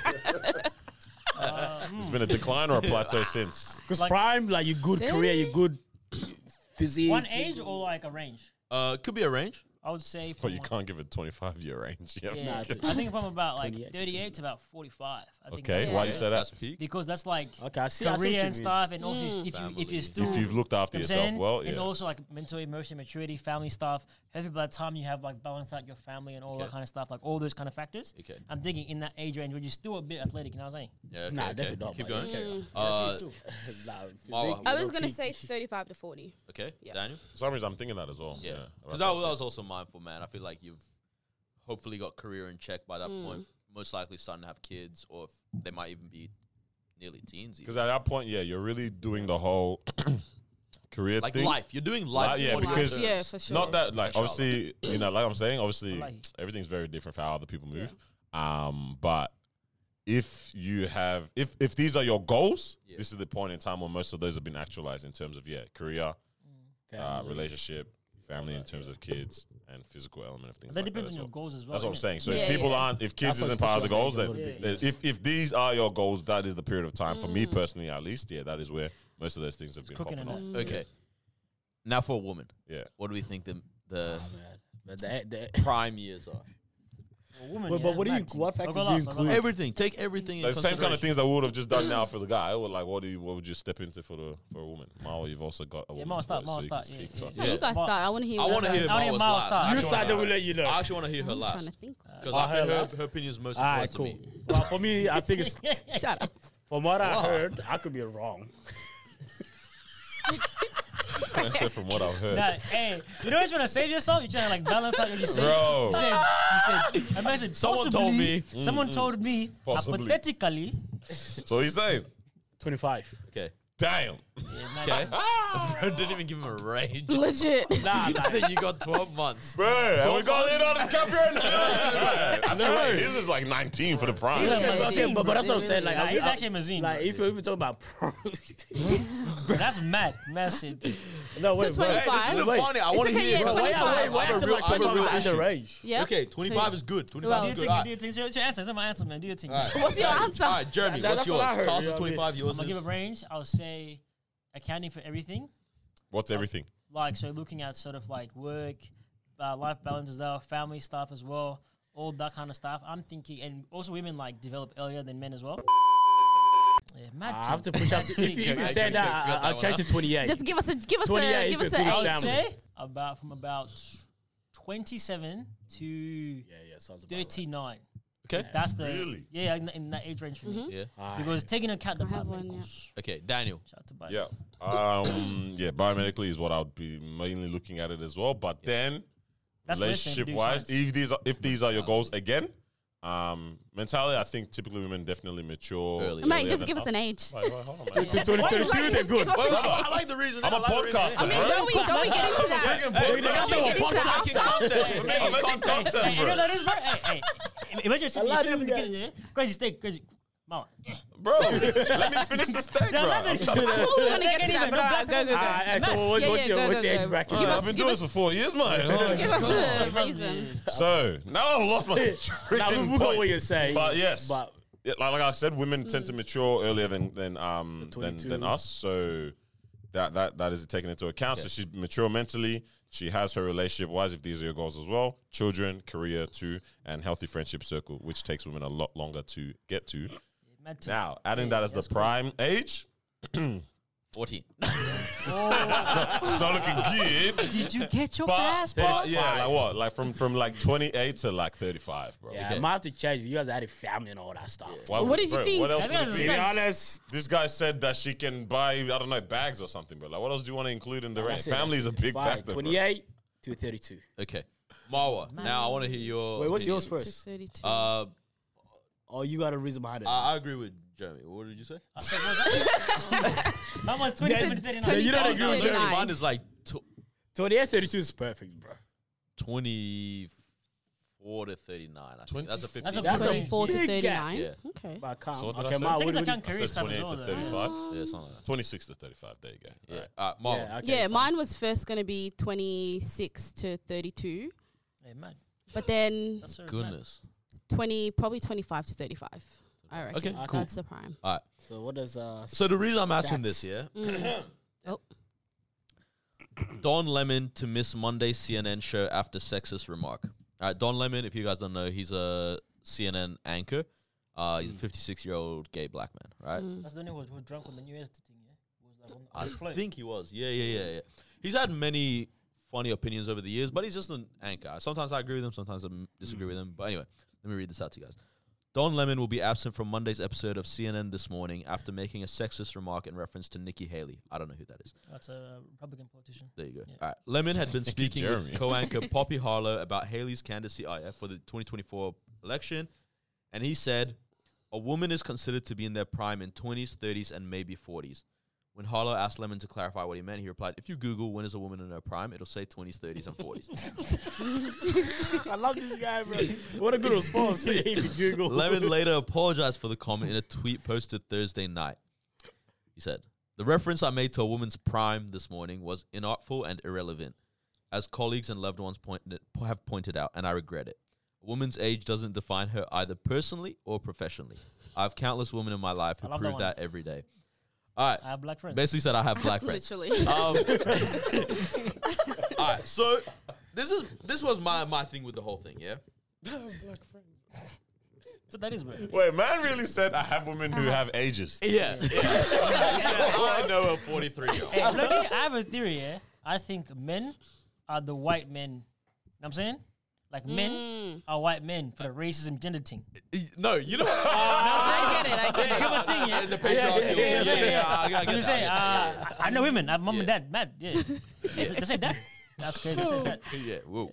F: Uh,
D: It's been a decline or a plateau since.
G: Because
F: Like-
G: prime, like you good career, you good physique.
F: One age or like a range?
B: Uh, could be a range.
F: I would say.
D: But
F: From
D: you
F: one-
D: can't give a 25 year range. Yeah.
F: Yeah,
G: Nah,
F: I think from about like
G: 28 to
F: 38 to about 45. I think
D: Okay,
F: that's
D: why
F: it.
D: do you say
B: That's
D: that?
B: peak.
F: Because that's like
G: Okay, I see. I see what you
F: career
G: mean.
F: and stuff, and also if you if
B: Family.
F: you're still
D: If you've looked after
F: you know what I'm
D: yourself
F: saying?
D: well,
F: and
D: yeah.
F: also like mental, emotional maturity, family stuff. Hopefully, by the time you have like balanced out your family and all that
B: Okay.
F: kind of stuff, like all those kind of factors.
B: Okay.
F: I'm thinking in that age range where you're still a bit athletic. You know what I'm saying?
B: Yeah, okay,
G: Nah,
B: okay.
G: definitely not.
B: Keep
G: mate.
B: going.
G: Okay.
B: Uh,
G: Nah,
B: Marwa.
G: physique,
E: Mm. I was
G: you
E: gonna
G: know,
E: say
G: peak.
E: thirty-five to forty.
B: okay,
E: Yeah.
B: Daniel.
D: For some reason, I'm thinking that as well.
B: Yeah, because
D: Right.
B: that, that was also mindful, man. I feel like you've hopefully got career in check by that
E: Mm.
B: point. Most likely starting to have kids, or if they might even be nearly teens.
D: Because
B: Even.
D: at that point, yeah, you're really doing the whole career
B: Like
D: thing.
B: life, you're doing life.
D: Li- yeah,
B: on your
D: because-
B: terms.
E: yeah, for sure.
D: Not that, like,
B: Inshallah.
D: obviously, you know, like I'm saying, obviously,
F: Wallahi.
D: everything's very different for how other people move. Um, but if you have, if if these are your goals,
B: Yeah.
D: this is the point in time where most of those have been actualized in terms of yeah, career, uh,
G: Family.
D: relationship, family, in terms of kids and physical element of things.
F: But that
D: like
F: depends
D: as
F: on your
D: well.
F: goals as well.
D: That's what I'm
F: innit?
D: saying. So
E: Yeah,
D: if people
E: yeah.
D: aren't, if kids
G: That's what
D: isn't part of the
G: special
D: goals,
G: danger
D: then
G: would
D: then if if these are your goals, that is the period of time for me personally, at least. Yeah, that is where most of those things have been
F: Mm. cooking
D: popping
F: in
D: off.
E: Mm.
F: that.
B: Okay. Now for a woman,
D: Yeah,
B: what do we think the the
G: Nah, man. But the- the-
B: prime years are?
F: Well, woman,
G: Well, but
F: yeah,
G: what do you-
F: mad team.
G: what
F: I'll go
G: factors do you
F: last, I'll go
G: include?
F: last.
B: Everything. Take everything.
D: like
B: in
D: the same kind of
B: consideration.
D: things that we would have just done now for the guy. Well, like, what do you, what would you step into for the for a woman? Mao, you've also got a
F: Yeah,
D: woman
F: Mao,
D: voice,
F: start, Mao,
D: so you can
F: start,
D: speak
F: yeah,
D: to
F: yeah,
D: us.
F: yeah.
E: You
B: Yeah.
E: guys
F: But-
E: start. I want to hear.
B: I
E: your
B: want to
E: guys.
B: hear
F: I wanna hear
B: Marwa's
F: Marwa
B: last.
F: start.
B: I
G: you
B: actually wanna
G: start, then
B: hear
G: we let you know.
B: I actually want to hear her
E: I'm trying
B: last
E: to think.
B: because
G: Oh,
B: I think
G: her
B: her,
G: last?
B: her opinion is most
G: All
B: important
G: right,
B: to
G: cool.
B: me.
G: Well, for me, I think it's
E: Shut up.
G: from what I heard. I could be wrong.
D: Except from what I've heard,
F: Nah, hey, you know what you're trying to save yourself? You're trying to like balance out what you said.
D: Bro.
F: You said, you said, I said
B: Someone told
F: possibly- Someone told me,
D: Possibly.
F: hypothetically.
D: so he's saying,
G: Twenty-five.
B: Okay.
D: "Damn,
F: Yeah, mad
B: Okay.
F: team.
B: Bro didn't even give him a range.
E: Legit.
G: Nah,
B: You
G: nah.
B: said you got 12 months.
D: bro, and we got Leonardo DiCaprio." Right. Actually, this is like 19 for the prime.
F: Yeah,
G: Okay,
F: machine,
G: but, but
F: bro.
G: that's what I'm saying. Like,
F: Nah,
G: I-
F: he's
G: I-
F: actually a machine,
G: Like,
F: bro.
G: if, you- if you talk about pro,
F: That's mad. Mad shit.
G: no, wait,
E: So
G: wait.
B: Hey, this isn't
G: Wait.
B: funny. I
E: It's
B: want to
E: okay,
B: hear
E: yeah,
B: it.
E: 25.
B: I have a
G: Why
B: real-
G: is it like
B: I have a real
G: 25 is
B: issue.
G: underage?
E: Yeah.
B: Okay, 25 is good. 25
E: Well,
F: Do
B: is
F: your
B: good.
F: thing,
B: All
F: do
B: right.
F: your thing. It's your- it's your answer. It's not my answer, man. Do your thing.
B: All right.
E: What's your answer?
B: All right, Jeremy,
G: That-
B: what's
G: that's what I
B: yours?
G: heard,
B: Carl's
G: you
B: is
G: know what I mean?
B: 25,
F: I'm
B: yours
F: gonna give
B: is...
F: a range. I'll say accounting for everything,
D: What's everything?
F: like so, looking at sort of like work, uh, life balance as well, family stuff as well, all that kind of stuff. I'm thinking, and also women like develop earlier than men as well. Yeah, mad
G: I
F: ting.
G: have to push up. If
F: Mad
G: you,
F: ting.
G: if you
B: Mad
G: say
B: ting.
G: that,
B: Got that
G: I, I'll
B: one
G: change
B: up.
G: to 28.
E: Just give us a give us a
G: 28
E: give us
G: for
E: an
G: the
E: age.
G: family.
F: say about from about 27 to
G: yeah, yeah, sounds about right.
F: 39.
B: Okay.
F: That's the
D: Really?
F: yeah in, in that age range for me
B: Yeah.
G: Ah,
F: because taking account the
E: I have one,
F: biomedicals.
B: Okay, Daniel.
F: Shout out to Bio.
D: Yeah. Um, yeah, biomedically is what I would be mainly looking at it as well. But then,
F: That's the best thing,
D: relationship
F: do
D: wise,
F: science.
D: if these are, if these are your goals again, um, mentally, I think typically women definitely mature.
B: Early.
D: earlier
E: Mate, just
D: than
E: give us an age.
D: Wait, wait, hold on, man.
G: To 2022, they're good.
E: Wait, wait,
B: I like the reason.
D: I'm a podcaster.
E: I mean,
D: Alright.
E: don't we don't we get into that? Don't we get into that after?
D: I'm making
F: Hey,
D: content,
F: you know
D: bro.
F: that is, bro. Hey, hey, imagine you sit
G: love
F: in the
G: this guy.
F: kitchen, yeah? Crazy steak, crazy. Mama.
D: Bro, let me finish the steak, bro.
F: I
D: I'm
F: love
D: trying to-
F: it.
E: I thought we were gonna get to that,
F: Even
E: but
F: the
E: alright,
F: black
E: go go go.
G: ah, ah, so what-
E: Yeah,
G: what's
E: yeah,
G: your
E: go,
G: what's
E: go,
G: your
E: go.
G: age bracket?
E: Give
D: I've
E: us-
D: been
E: give
D: doing
E: us-
D: this for four years, man.
E: Give us the reason.
D: So now I've lost my
G: Nah, we-
D: freaking
G: we got
D: point.
G: what you're saying,
D: But yes,
G: but-
D: Yeah, like, like I said, women tend to mature earlier than than um than,
G: 22.
D: than us. So that that that is taken into account. So she's mature mentally. She has her relationship wise, if these are your goals as well, children, career too, and healthy friendship circle, which takes women a lot longer to get to.
F: Mad ting.
D: Now, adding that as the prime age,
B: Forty.
D: it's not looking good.
F: Did you get your
D: But,
F: passport?
D: but yeah, like what? Like from from like twenty eight to like thirty five, bro.
G: Yeah,
B: Okay.
G: I might have to change. You guys had a family and all that stuff.
D: Why
E: What
D: would-
E: did you
D: bro,
E: think?
D: What else
F: Have
D: would
F: you
D: it be?
F: guys-
G: honest,
D: This guy said that she can buy, I don't know, bags or something, bro. Like, what else do you want to include in the range?
G: That's it,
D: Family is
G: that's
D: a
G: it.
D: big
G: Fine,
D: factor. bro.
G: 28 to 32.
B: Okay, Marwa. Now I want to hear your.
G: Wait, what's
B: opinion.
G: yours first?
E: Thirty-two.
B: Uh,
G: Oh, you got a reason behind it.
B: I I agree with Jeremy. What did you say?
F: Mama's 27 to 39.
E: Twenty-
G: you don't
E: Oh,
G: agree
E: no,
G: with
E: no,
G: Jeremy.
E: no. Nine.
B: Mine is like tw-
G: 28, 32 is perfect, bro.
B: twenty-four to thirty-nine. I think that's a fifteen.
F: That's a
G: That's a
E: Twenty-four to
G: big
E: thirty-nine.
B: gap.
E: Okay.
G: But I can't.
D: So what did I
G: okay,
D: say?
G: Ma, what do
D: Take
F: Taking
G: we
F: into
G: do?
F: account
D: I
F: career
D: said
F: stuff as
D: 28
F: well.
D: to
F: though.
D: 35.
B: yeah, something like that.
D: 26 to 35. There you go.
B: Yeah.
D: Alright.
B: All right, Marwa.
G: Yeah, okay,
E: Yeah,
G: fine.
E: mine was first gonna be twenty-six to thirty-two,
F: Hey, mad.
E: but then
F: That's so mad.
B: Goodness.
E: twenty, probably twenty-five to thirty-five. I reckon.
B: Okay,
G: cool.
E: That's the prime. Mm,
B: All right.
G: So what does uh?
B: So the reason I'm asking
G: Stats.
B: this, yeah,
E: Oh,
B: Don Lemon to Miss Monday CNN show after sexist remark. All right, Don Lemon, if you guys don't know, he's a CNN anchor. Uh, he's a 56 year old gay black man, right?
E: mm.
F: That's the only one who was drunk on the New Year's thing, yeah? Was that one?
B: I
F: Floyd.
B: think he was. Yeah, yeah, yeah, yeah. He's had many funny opinions over the years, but he's just an anchor. Sometimes I agree with him, sometimes I m- disagree with him. But anyway, let me read this out to you guys. Don Lemon will be absent from Monday's episode of CNN this morning after making a sexist remark in reference to Nikki Haley. I don't know who that is.
F: That's a Republican politician.
B: There you go.
F: Yeah.
B: All right. Lemon had been
D: Thank you,
B: speaking with
D: Jeremy.
B: co-anchor Poppy Harlow about Haley's candidacy IF for the 2024 election, and he said, "A woman is considered to be in their prime in 20s, 30s, and maybe 40s." When Harlow asked Lemon to clarify what he meant, he replied, "If you Google when is a woman in her prime, it'll say 20s, 30s, and 40s."
G: I love this guy, bro. What a good response. He be Google.
B: Lemon later apologized for the comment in a tweet posted Thursday night. He said, The reference I made to a woman's prime this morning was inartful and irrelevant, as colleagues and loved ones pointed, have pointed out, and I regret it. A woman's age doesn't define her either personally or professionally. I have countless women in my life who
F: I love that
B: prove
F: one.
B: that, every day. All right.
F: I have black friends.
B: Basically said I have black friends.
E: literally.
B: Um, all right, so this is this was my my thing with the whole thing, yeah.
F: That's what that is, bro.
D: Wait, man really said, I have women who have ages.
B: Yeah. I know a 43 year
F: Hey, bloody, I have a theory, yeah? I think men are the white men. You know what I'm saying? Like,
E: Mm,
F: men are white men for the racism gender thing.
B: old. No, you know what?
E: Oh, I get it. I get it.
F: Come on, sing, yeah?
B: the patriarchy.
F: yeah, yeah, yeah.
B: I- I get
F: You
B: that, I
F: say, uh,
B: get that, yeah,
F: I I know women. I have mom and
B: Yeah.
F: dad. Mad. Yeah. They said that. That's crazy. They said that.
E: uh,
B: yeah. Yeah, woo.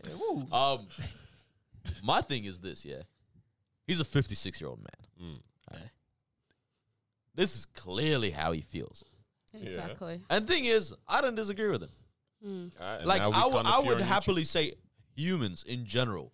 B: Um, my thing is this, yeah. He's a 56 year old man. Alright? This is clearly how he feels.
E: Exactly.
B: And thing is, I don't disagree with him. like I
D: I
B: would- I would happily say humans in general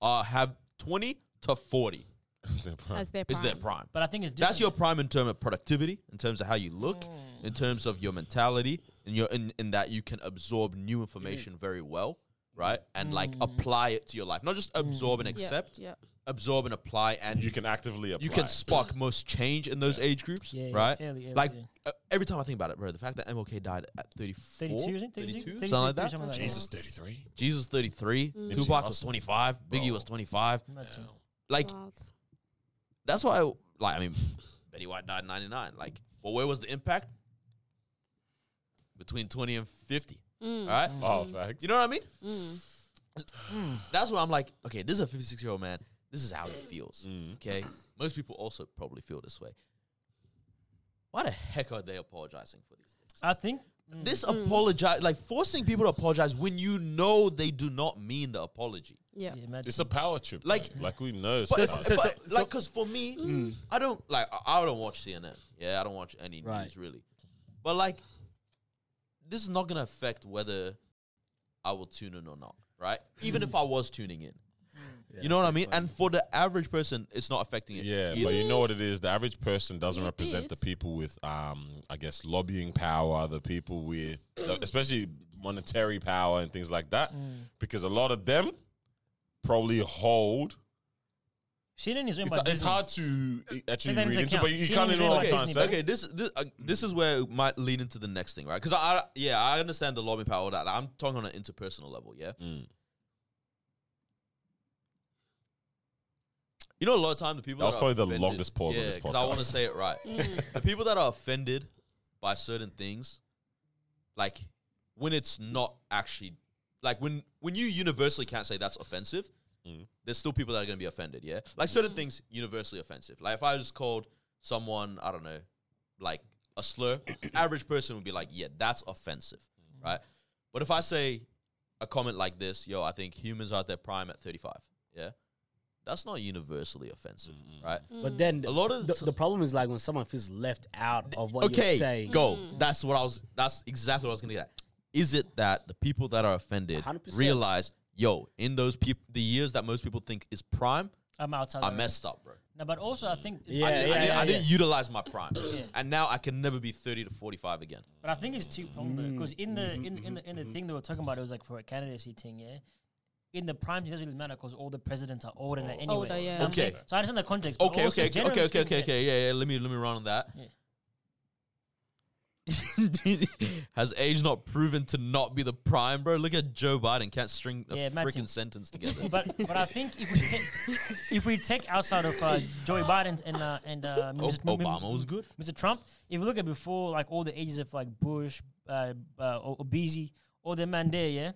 B: uh, have 20 to 40
E: As their prime.
B: is their prime.
F: But I think it's different. Mm.
B: That's your prime in terms of productivity, in terms of how you look, in terms of your mentality, and your in, in that you can absorb new information very well. right? And like
F: Mm.
B: apply it to your life, not just absorb and
E: Yeah,
B: accept,
E: Yeah.
B: absorb and apply, and
D: You can actively apply.
B: you can spark most change in those age groups,
F: Yeah, yeah,
B: right?
F: early, early,
B: like
F: yeah.
B: uh, every time I think about it, bro, the fact that MLK died at 34,
F: 32, isn't it? 32?
B: something like that.
F: Something like that.
D: Jesus, 33.
B: Jesus 33,
E: Mm.
B: Tupac
D: Nipsey
B: was
D: Hussle.
B: 25, Biggie
D: Bro.
B: was 25.
F: Not too-
B: Like
E: Wild.
B: that's why, I, like I mean, Betty White died in 99. Like, well, where was the impact? Between 20 and 50,
E: Mm.
B: all right?
D: Oh, facts.
B: You know what I mean?
E: Mm.
B: That's why I'm like, okay, this is a 56 year old man. This is how he feels. Okay, most people also probably feel this way. Why the heck are they apologizing for these things?
F: I think mm,
B: This apologize, like forcing people to apologize when you know they do not mean the apology.
E: Yeah.
F: yeah, man.
D: It's a power trip.
B: Like-
D: Like, like we know.
B: But,
D: son.
B: but, like, because for me, I don't like. I- I don't watch CNN. Yeah, I don't watch any
G: Right.
B: news really. But like, this is not gonna affect whether I will tune in or not, right? Even if I was tuning in, you know what I mean. And for the average person, it's not affecting it.
D: Yeah,
B: either.
D: but you know what it is. The average person doesn't
E: It
D: represent the
E: is.
D: people with, um, I guess, lobbying power, the people with, the- especially monetary power and things like that,
F: Mm.
D: because a lot of them probably hold.
F: Shannon is owned
D: It's,
F: by
D: it's
F: Disney.
D: hard to i- actually
F: Take that
D: read
F: into
D: into, but
F: account.
D: you, you
F: She
D: kind of
F: didn't
D: know
F: even
D: what I'm
F: like
D: trying to
F: Disney,
D: say.
B: Okay, this this, uh, this is where it might lead into the next thing, right? Because I, I- yeah, I understand the lobbying power. That I'm talking on an interpersonal level. Yeah,
D: Mm.
B: you know, a lot of time the people
D: That was
B: are
D: probably the
B: offended-
D: longest pause on
B: Yeah,
D: this
B: 'cause I want to
D: podcast.
B: say it right.
E: Mm.
B: the people that are offended by certain things, like when it's not actually like when when you universally can't say that's offensive,
D: Mm.
B: there's still people that are gonna be offended. Yeah, like certain things universally offensive. Like if I just called someone, I don't know, like a slur, average person would be like, yeah, that's offensive, right? But if I say a comment like this, yo, I think humans are at their prime at 35. Yeah, that's not universally offensive, right?
G: But then
B: A lot of
G: the,
B: the t-
G: the problem is like when someone feels left out of what
B: okay,
G: you're saying.
B: go. That's what I was. That's exactly what I was gonna get. At. Is it that the people that are offended
G: 100%.
B: realize, yo, in those people, the years that most people think is prime,
F: I'm outside.
B: I
F: the
B: messed up, bro.
F: No, but also I think.
G: Yeah,
B: I,
F: I,
B: didn't- I,
G: yeah,
B: didn't,
G: yeah,
B: I
G: yeah.
B: didn't utilize my prime, and now I can never be thirty to forty-five again.
F: But I think it's two pronged though, because in the in, in the in the thing they were talking about, it was like for a candidacy thing, yeah. In the prime, it doesn't really matter because all the presidents are older now anyway.
E: Older, yeah.
F: You know what I'm
B: Oh. Okay.
F: saying? So I understand the context.
G: Oh,
F: but
B: Okay,
F: also
B: okay, okay,
F: generally
B: okay, okay, okay,
F: speaking,
B: okay. Yeah, yeah. Let me let me run on that.
F: Yeah.
B: Has age not proven to not be the prime, bro? Look at Joe Biden can't string a
F: Yeah, imagine.
B: freaking sentence together.
F: yeah. But but I think if we take if we take outside of uh, Joe Biden and uh, and uh,
B: Ob-
F: Mr.
B: Obama was good.
F: Mr. Trump, if you look at before, like all the ages of like Bush, uh, uh, O- Obese, all the man there, yeah,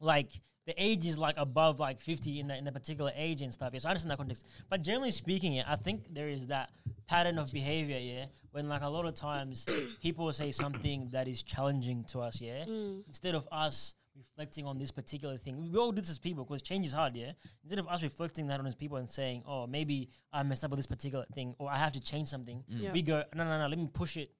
F: like the age is like above like 50 in the, in the particular age and stuff. Yeah, so I understand that context. But generally speaking, yeah, I think there is that pattern of behavior, yeah, when like a lot of times people will say something that is challenging to us, yeah,
E: Mm,
F: instead of us reflecting on this particular thing. We all do this as people because change is hard, yeah? Instead of us reflecting that on as people and saying, oh, maybe I messed up with this particular thing or I have to change something,
B: Mm.
E: Yeah.
F: we go, no, no, no, let me push it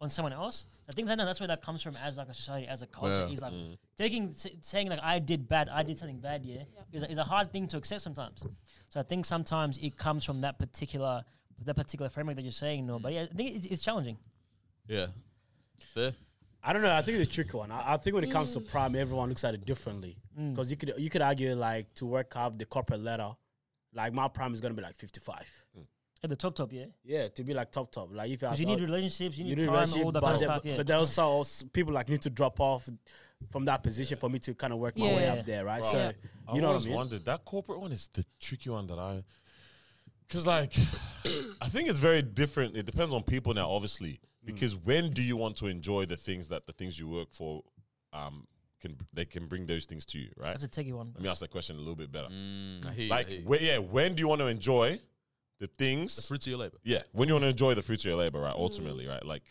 F: on someone else. I think that, that's where that comes from as like a society, as a culture.
B: Yeah.
F: Is like
G: Mm.
D: Mm.
F: taking s- saying like I did bad, I did something bad, yeah, is, a, is a hard thing to accept sometimes. So I think sometimes it comes from that particular that particular framework that you're saying, no. But yeah, I think it, it's challenging.
B: Yeah. Fair.
G: I don't know. I think it's a tricky one. I, I think when it comes to
E: Mm.
G: prime, everyone looks at it differently
F: Mm.
G: because you could you could argue like to work up the corporate ladder, like my prime is gonna be like fifty five.
F: At the top, top, yeah,
G: Yeah, to be like top top. Like if
F: because you
G: ask,
F: need
G: oh,
F: relationships, you
G: you
F: need
G: need
F: time,
G: relationship,
F: all that
G: but,
F: kind of
G: there-
F: stuff. Yeah,
G: but there also also people like need to drop off from that position for me to kind of work my way
E: Yeah.
G: up there, right?
D: Bro,
G: so
E: Yeah.
G: you
D: I
G: know what I
D: always
G: mean.
D: wondered that corporate one is the tricky one that I, because like, I think it's very different. It depends on people now, obviously.
G: Mm.
D: Because when do you want to enjoy the things that the things you work for, um, can they can bring those things to you, right?
F: that's a techie one.
D: Let me ask that question a little bit better.
B: Mm, I hear you, I
D: Like,
B: hear you.
D: whe- yeah, when do you want to enjoy the
B: the
D: things?
B: fruits of your labor.
D: yeah, when you want to enjoy the fruits of your labor, right? Ultimately,
G: Mm.
D: right? Like,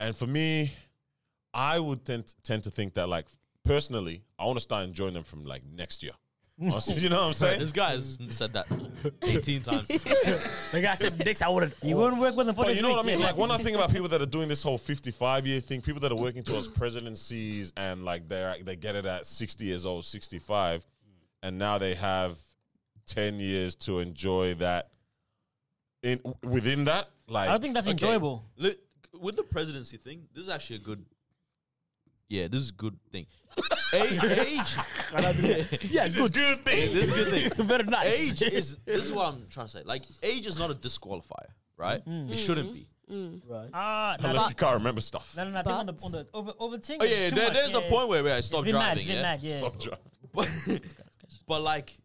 D: and for me, I would tend tend to think that like personally, I want to start enjoying them from like next year. Honestly, you know what I'm saying?
B: This guy has
F: Mm.
B: said that 18 times.
G: Like I said, next I wouldn't.
F: You won't work with them for
D: But
F: this
D: you know
F: week,
D: what I mean?
F: yeah.
D: Like when I think about people that are doing this whole 55 year thing, people that are working towards presidencies and like they're they get it at 60 years old, 65, and now they have 10 years to enjoy that. In within that, like
F: I don't think that's
D: okay,
F: enjoyable.
B: Look, with the presidency thing, this is actually a good yeah, this is a good thing. A- age,
G: Yeah, good.
D: Good thing.
B: this is a good thing.
G: Very nice.
B: Age is this is what I'm trying to say. Like age is not a disqualifier, right? It
F: Mm.
B: shouldn't be.
E: Mm,
G: Right.
F: Hmm. Ah, no,
D: Hmm. Unless you can't remember stuff.
F: no, no, no, I think on the,
E: But-
F: on the over, overthinking.
B: Oh yeah,
F: too
B: there,
F: much,
B: there's
F: yeah.
B: a point where, where I stop
F: It's been mad,
B: driving.
F: it's been
B: yeah?
F: mad, yeah.
D: Stop driving.
B: But, but like,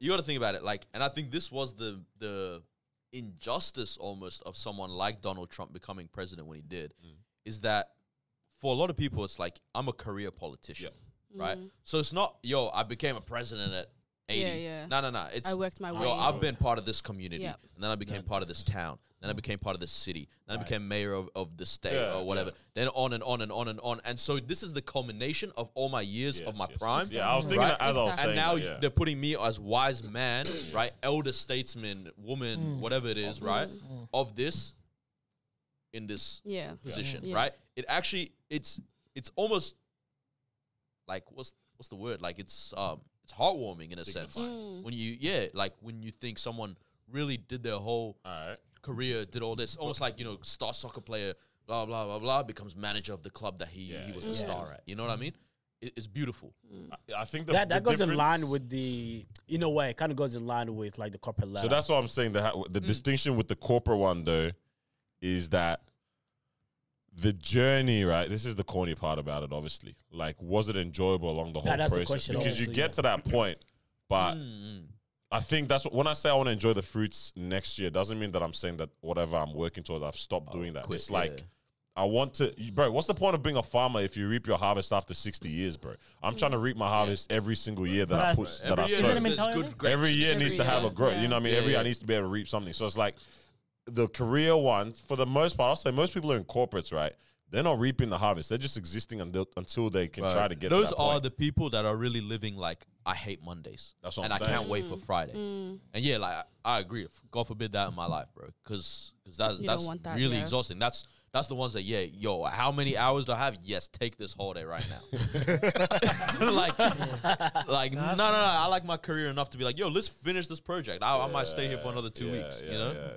B: you got to think about it. Like, and I think this was the the injustice almost of someone like Donald Trump becoming president when he did,
D: Mm.
B: is that for a lot of people, it's like I'm a career politician, right? So it's not yo, I became a president at. 80.
E: Yeah, yeah.
B: No, no, no. It's
E: I worked my way
B: Yo, I've
E: in."
B: been part of this community,
E: Yep.
B: and then I became part of this town,
E: Mm.
B: then I became part of this city, then I became mayor of, of the state
D: Yeah,
B: or whatever. Then on and on and on and on. And so this is the culmination of all my years
D: Yes,
B: of my
D: yes, yes.
B: prime.
D: Yeah, I was thinking
B: right?
D: that as I was
E: Exactly.
D: saying.
B: and now
D: that, yeah.
B: they're putting me as wise man, right? Elder statesman, woman, whatever it
E: Mm.
B: is, right? Of this, in this
E: Yeah.
B: position,
E: Yeah.
B: right? It actually, it's it's almost like what's what's the word? Like it's um it's heartwarming in a sense
E: Dignifying.
B: when you yeah like when you think someone really did their whole
D: All right.
B: career, did all this, almost like you know star soccer player, blah blah blah blah, becomes manager of the club that he
D: Yeah,
B: he was a
D: yeah.
B: star at. You know what I mean? It, it's beautiful.
E: mm.
D: I think the,
G: That that
D: the
G: goes in line
D: difference-
G: with the in a way, it kind of goes in line with like the corporate ladder.
D: So that's what I'm saying. The, ha- the distinction with the corporate one, though, is that the journey, right? This is the corny part about it, obviously. Like, was it enjoyable along the whole
G: that's the
D: process?
G: question,
D: because you
G: obviously,
D: get
G: yeah.
D: to that point, but
B: Mm. Mm-hmm.
D: I think that's what, when I say I want to enjoy the fruits next year, doesn't mean that I'm saying that whatever I'm working towards, I've stopped doing that.
B: Oh, quit,
D: it's like,
B: yeah.
D: I want to, you- bro. What's the point of being a farmer if you reap your harvest after sixty years, bro? I'm trying to reap my harvest every single year that
F: But
D: I
F: I-
D: put that
B: Every
D: I
B: year
D: sow.
F: Isn't it a
B: there's
F: mentality?
B: good grapes
D: Every
B: in
D: year
B: this-
D: needs to
E: Every
D: have a
E: year,
D: growth. You
E: yeah.
D: know what I mean?
B: Yeah,
D: Every year
B: yeah.
D: needs to be able to reap something. So it's like the career ones, for the most part, I'll say most people are in corporates, right? They're not reaping the harvest. They're just existing until, until they can try to get
B: Those
D: to that
B: are
D: point.
B: the people that are really living like I hate Mondays.
D: That's what
B: and
D: I'm
B: I
D: saying.
B: can't wait for
E: Mm.
B: Friday. And yeah, like I I agree. F- God forbid that in my life, bro, because that's
E: You don't
B: that's
E: want that,
B: really
E: yeah.
B: exhausting. That's that's the ones that yeah, yo, how many hours do I have? Yes, take this whole day right now. like, like no, no, no. I like my career enough to be like, yo, let's finish this project. I, I might stay here for another two
D: Yeah,
B: weeks.
D: yeah,
B: you know,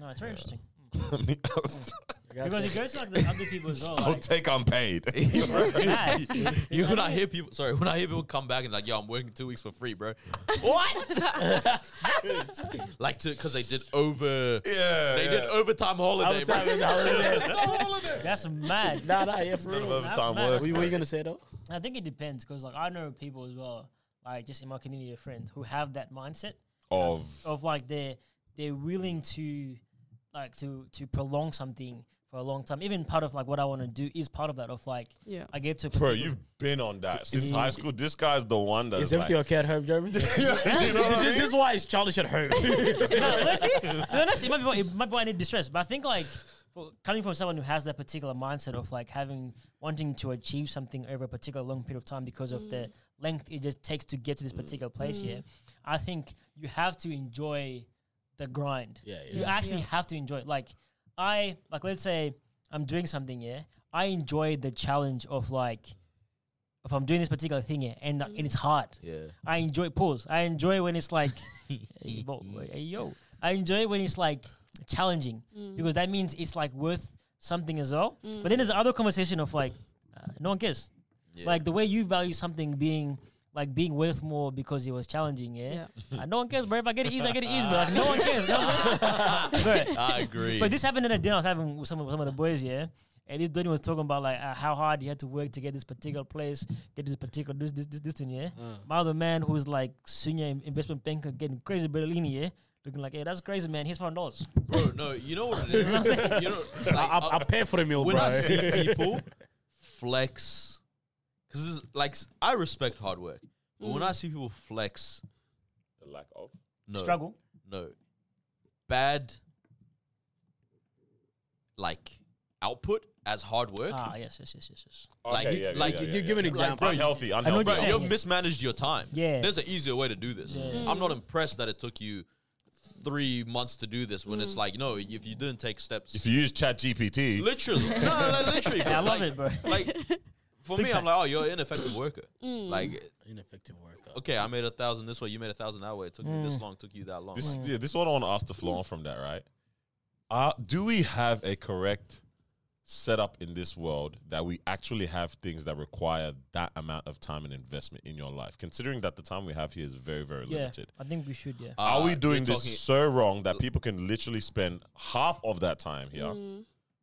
F: No, it's very interesting.
D: yeah, yeah.
F: Because it goes to like the other people as well.
D: I'll
F: Like,
D: take unpaid.
F: mad.
B: you when I hear people, sorry, when I hear people come back and like, yo, I'm working two weeks for free, bro.
E: What?
B: Like to because they did over.
D: yeah,
B: They did overtime holiday, bro.
F: That's mad.
G: Nah, nah, yeah, for real.
F: That's
D: overtime
F: mad.
D: work.
G: What were you gonna say though?
F: I think it depends because like I know people as well, like just in my community of friends who have that mindset
D: Of
F: of like they're they're willing to like to to prolong something for a long time. Even part of like what I want to do is part of that of like
E: Yeah.
F: I get to a
D: bro,
F: particular-
D: you've been on that since high school. This guy's the one that's
G: Is everything okay at home, Jeremy?
D: okay? you know what I mean?
G: This is why it's childish at home.
F: to be honest, it might be what- it might be what I need distress, but I think like for, coming from someone who has that particular mindset of like having wanting to achieve something over a particular long period of time because
E: Mm,
F: of
G: Mm.
F: the length it just takes to get to this particular place here, I think you have to enjoy the grind.
G: Yeah,
F: You
G: yeah.
F: actually have to enjoy it. Like I like let's say I'm doing something here. I enjoy the challenge of like if I'm doing this particular thing here and, and
G: Mm.
F: it's hard.
B: Yeah.
F: I enjoy pause. I enjoy when it's like, hey, bo- hey, yo. I enjoy when it's like challenging because that means it's like worth something as well. But then there's the other conversation of like, uh, no one cares. Like the way you value something being like being worth more because it was challenging. Yeah, Uh, no one cares, bro. If I get it easy, I get it easy. But like no one cares. No one- Bro,
B: I agree.
F: but this happened in a dinner I was having with some of, some of the boys, yeah. And this dude was talking about like uh, how hard you had to work to get this particular place, get this particular this this this, this thing, yeah.
B: Mm.
F: My other man who's like senior in- investment banker getting crazy Bertolini, yeah, looking like, hey, that's crazy, man. Here's five dollars.
B: bro, no, you know what it is. you know, like,
G: I,
B: uh,
G: I pay for the meal,
B: when
G: bro.
B: I see people flex, because like s- I respect hard work, but when I see people flex,
D: The lack of.
B: no
F: Struggle.
B: no bad, like output as hard work.
F: Ah, yes, yes, yes, yes, yes.
B: Like,
D: Okay,
B: you-
D: yeah, yeah,
B: like,
D: yeah,
B: you
D: yeah,
G: give, give an
D: yeah.
G: example.
D: Unhealthy,
F: know
D: unhealthy.
F: what you're
B: Bro,
F: saying.
B: you've mismanaged your time.
F: Yeah.
B: There's an easier way to do this. I'm not impressed that it took you three months to do this when it's like, no, if you didn't take steps.
D: If you use Chat GPT,
B: Literally, no, no, no, literally. bro.
F: I love
B: Like-
F: it, bro.
B: Like, for me, I'm like, oh, you're an ineffective worker.
E: Mm.
B: Like,
G: Ineffective worker.
B: okay, I made a thousand this way, you made a thousand that way. It took me
F: Mm.
B: this long, took you that long.
D: This,
F: Oh.
B: Like,
D: yeah, this is what I want to ask the floor from that, right? Uh, do we have a correct set up in this world that we actually have things that require that amount of time and investment in your life, considering that the time we have here is very, very
F: Yeah,
D: limited.
F: I think we should. Yeah,
D: Are
B: Uh,
D: we
B: you're
D: doing this
B: talking-
D: so wrong that people can literally spend half of that time here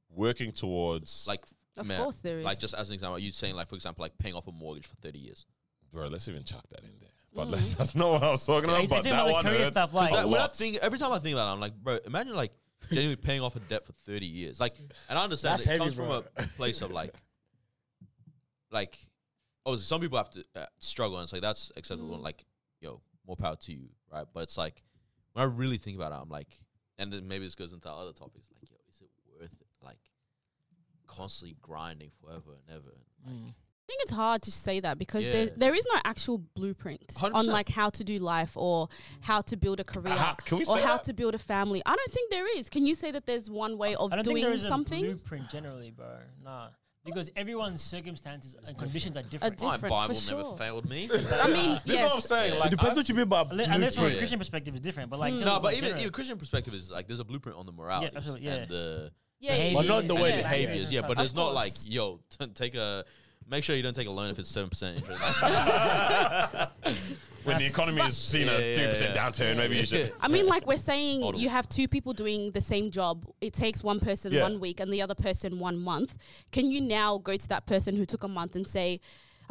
D: working towards
B: Mm. like
E: Mm. Of
B: man,
E: course there
B: Like
E: is.
B: just as an example, you saying like for example like paying off a mortgage for thirty years.
D: bro, let's even chuck that in there.
B: Mm.
D: But let's, that's not what I was talking about.
F: you
D: But
F: think
D: that
F: about the
D: one
F: career
D: hurts
F: stuff, like-
D: a
B: Like, when I
D: lot.
B: think every time I think about it, I'm like, bro, imagine like genuinely paying off a debt for thirty years. Like, and I understand
G: That's
B: that it comes
G: heavy, bro.
B: from a place of like, like, obviously some people have to uh, struggle, and it's like that's
E: Mm.
B: acceptable. Like, yo, more power to you, right? But it's like when I really think about it, I'm like, and then maybe this goes into other topics. Like, yo, is it worth it? Like, constantly grinding forever and ever. Like,
F: Mm.
E: I think it's hard to say that because
B: Yeah.
E: there there is no actual blueprint
B: 100%.
E: on like how to do life or how to build a career
D: Ah, can we
E: or
F: Oh,
D: say
E: how
D: that?
E: to build a family. I don't think there is. Can you say that there's one way of
F: I don't
E: doing
F: think there is
E: something?
F: a blueprint generally, bro. Nah, because everyone's circumstances and conditions are different.
E: different.
B: my
E: for
B: Bible never
E: sure.
B: failed me.
E: I mean,
D: This is what I'm
E: yes.
D: saying. Like,
G: it depends
D: I-
G: what you mean by
F: Unle- Unless from a
B: Yeah.
F: Christian perspective, it's different. But like,
E: Mm.
B: no,
F: general-
B: but even,
F: general-
B: even Christian perspective is like there's a blueprint on the morality
F: absolutely, yeah.
B: and the
E: Yeah, yeah,
F: Well,
E: yeah,
F: not the
E: yeah,
F: way
E: yeah.
F: that hate-
B: behaviors. Yeah,
F: Of
B: but it's not like
E: course.
B: yo, t- take a make sure you don't take a loan if it's seven percent interest.
D: when the economy has seen
B: Yeah,
D: a
B: yeah,
D: three percent
B: yeah.
D: downturn, maybe you should.
E: I mean, like we're saying,
B: Totally.
E: you have two people doing the same job. It takes one person
D: Yeah.
E: one week and the other person one month. Can you now go to that person who took a month and say,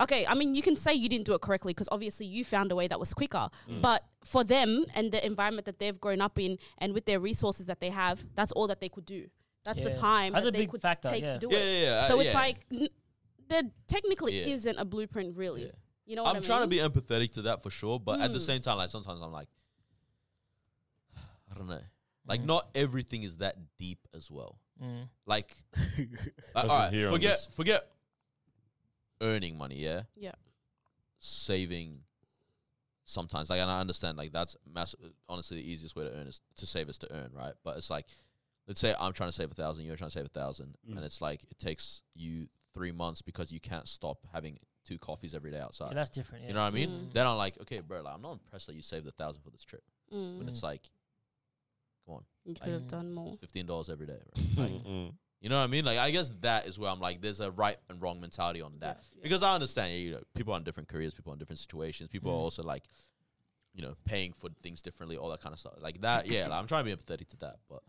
E: okay, I mean, you can say you didn't do it correctly because obviously you found a way that was quicker.
B: Mm.
E: But for them and the environment that they've grown up in and with their resources that they have, that's all that they could do. That's the
F: Yeah.
E: time
F: That's
E: that
F: a
E: they
F: big
E: could
F: factor,
E: take
F: yeah.
E: to do
B: Yeah,
E: it.
B: yeah, yeah, uh,
E: So it's
B: yeah.
E: like n- there technically
B: Yeah.
E: isn't a blueprint, really.
B: Yeah.
E: You know what
B: I'm
E: I mean? Hmm.
B: trying to be empathetic to that for sure, but at the same time, like sometimes I'm like, I don't know, like
F: Mm. Hmm.
B: not everything is that deep as well. Like, like
D: Wasn't
B: all right,
D: here on
B: forget
D: this.
B: forget earning money, yeah,
E: Yeah.
B: saving. Sometimes, like, and I understand, like, that's massive. Honestly, the easiest way to earn is to save is to earn, right? But it's like, let's say I'm trying to save a thousand, you're trying to save a thousand, and it's like it takes you three months because you can't stop having two coffees every day outside.
F: Yeah, that's different. Yeah.
B: You know what I mean? Then I'm like, okay, bro, like, I'm not impressed that you saved a thousand for this trip.
E: Mm.
B: But it's like, come on,
E: You could have done more.
B: fifteen dollars every day. Bro. Like,
D: Mm,
B: you know what I mean? Like, I guess that is where I'm like, there's a right and wrong mentality on that because I understand, you know, people are in different careers, people are in different situations, people
F: Mm.
B: are also like, you know, paying for things differently, all that kind of stuff. Like that, yeah. like, I'm trying to be empathetic to that, but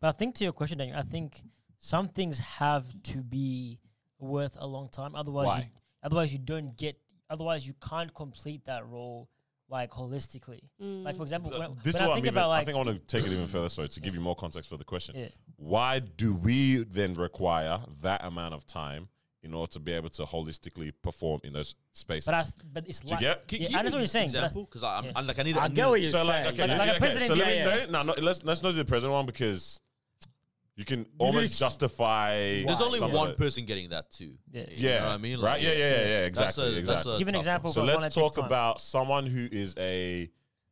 F: But I think to your question, Daniel, I think some things have to be worth a long time. Otherwise, You,
D: Why?
F: otherwise you don't get. Otherwise, you can't complete that role like holistically.
E: Mm.
F: Like for example, when,
D: This
F: when
D: is
F: I
D: what I'm
F: think
D: even,
F: about
D: I
F: like
D: think I want to take it even further. So to give you more context for the question,
F: Yeah.
D: why do we then require that amount of time in order to be able to holistically perform in those spaces?
F: but I, but it's
D: you
F: like
D: get-
B: can,
F: yeah,
B: can
F: I understand
B: you
F: what you're
B: give me an
F: saying. but I-
B: example because I'm,
F: yeah.
B: I'm like, I need,
G: I
B: need
G: get what you're
D: so like,
G: saying.
D: okay,
F: Like-
D: let
F: like
D: me-
F: a
D: okay,
F: president,
D: so let me
F: yeah,
D: say
F: yeah.
D: it. No, no, let's let's not do the president one because you can
G: ex-
D: almost justify.
B: there's only
D: some of
B: one
D: it.
B: person getting that too.
F: Yeah.
B: you
D: Yeah,
B: know what I mean,
D: right? Yeah, yeah, yeah,
B: That's a-
D: exactly,
B: that's
D: exactly.
B: a
F: Give an
B: tough one.
F: example.
D: So
F: but one
D: let's
F: that takes
D: talk
F: time.
D: about someone who is a,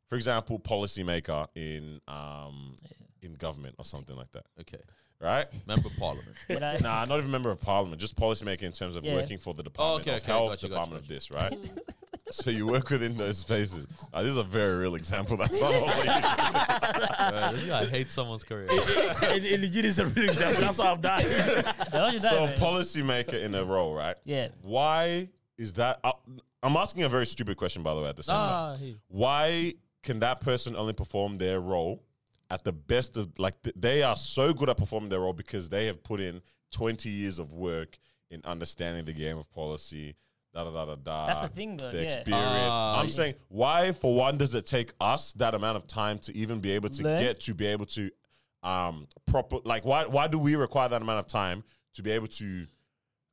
D: for example, policymaker in um in government or something like that,
B: Okay,
D: right?
B: member of parliament.
F: You know?
D: Nah, not even member of parliament, just policymaker in terms of
F: Yeah.
D: working for the Department
B: okay,
D: of
B: okay,
D: Health,
B: gotcha, gotcha,
D: Department of this, right? so you work within those spaces. Uh, this is a very real example. That's not what
B: Bro, this guy hates someone's career.
G: it, it legit is a real example. That's why I'm dying.
F: That was your
D: So a
F: dad, man.
D: policymaker in a role, right?
F: Yeah.
D: Why is that? I, I'm asking a very stupid question, by the way. At the same time,
B: Ah, he-
D: why can that person only perform their role at the best of like th- they are so good at performing their role because they have put in 20 years of work in understanding the game of policy da da da da da
F: That's the thing, though,
D: the
F: yeah.
D: experience
B: Ah,
D: i'm
B: yeah.
D: saying why for one does it take us that amount of time to even be able to
F: Learn?
D: get to be able to um proper like why why do we require that amount of time to be able to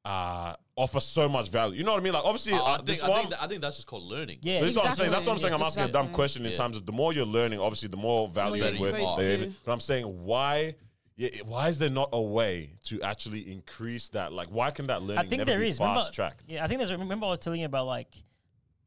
D: uh offer so much value you know what i mean like obviously
B: I- I,
D: uh,
B: think,
D: this
B: I, think
D: one-
B: that- I think that's just called learning.
F: Yeah.
D: so this is what I'm saying. That's what I'm saying. I'm asking a dumb
E: Exactly.
D: question in
B: Yeah.
D: terms of the more you're learning, obviously, the more value
B: you're
D: and worth
B: exposed
D: there
E: to.
D: is. But I'm saying why. Yeah, it- why is there not a way to actually increase that? Like, why can that learning
F: I think
D: never
F: there
D: be
F: is. Remember-
D: fast tracked?
F: Yeah, I think there's. Remember, I was telling you about like,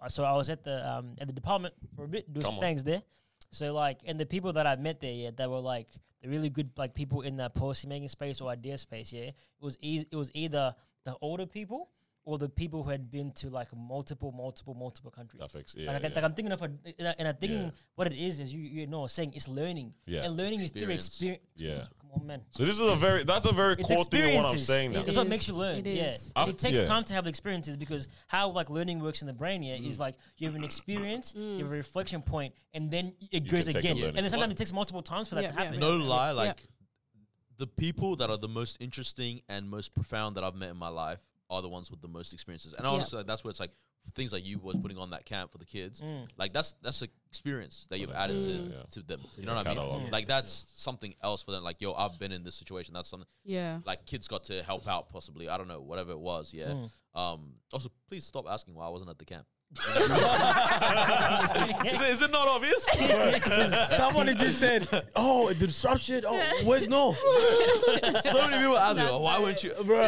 F: uh, so I was at the um at the department for a bit, doing
D: Come
F: some
D: on.
F: things there. So like, and the people that I met there, yeah, that were like the really good like people in that policy making space or idea space. Yeah, it was easy. It was either the older people or the people who had been to like multiple, multiple, multiple countries.
D: That fix.
F: like,
D: Yeah,
F: I can-
D: yeah.
F: like I'm thinking of, a, and I- and I'm thinking
D: Yeah.
F: what it is is you you know saying it's learning,
D: Yeah.
F: and learning is through
B: Experience.
F: experience.
D: Yeah.
F: Come on, man.
D: So this is a very that's a very
F: It's
D: core thing in what I'm
F: experiences.
D: saying now.
E: It
F: That's what
E: is.
F: makes you learn.
E: It
F: yeah,
E: is.
D: I've-
F: it takes
D: yeah.
F: time to have the experiences because how like learning works in the brain. Yeah,
D: Mm.
F: is like you have an experience, you have a reflection point, and then it
D: You
F: grows
D: can take a
F: again.
D: learning
F: And then sometimes
B: point.
F: it takes multiple times for that
E: Yeah,
F: to
E: yeah.
F: happen.
B: No lie, like the people that are the most interesting and most profound that I've met in my life are the ones with the most experiences. And honestly, like, that's where it's like things like you was putting on that camp for the kids.
E: Mm.
B: Like that's that's an experience that you've added to,
D: Yeah.
B: to them. You know what I mean?
D: Catalog.
B: Like that's something else for them. Like yo, I've been in this situation. That's something
E: Yeah.
B: like kids got to help out possibly. I don't know, whatever it was. Yeah.
E: Mm.
B: Um. Also, please stop asking why I wasn't at the camp. is, it, is it not obvious?
G: Someone had just said, "Oh, the disruption. Oh, where's no,
B: so many people ask me,
E: That's
B: why
E: it.
B: weren't you?
G: bro?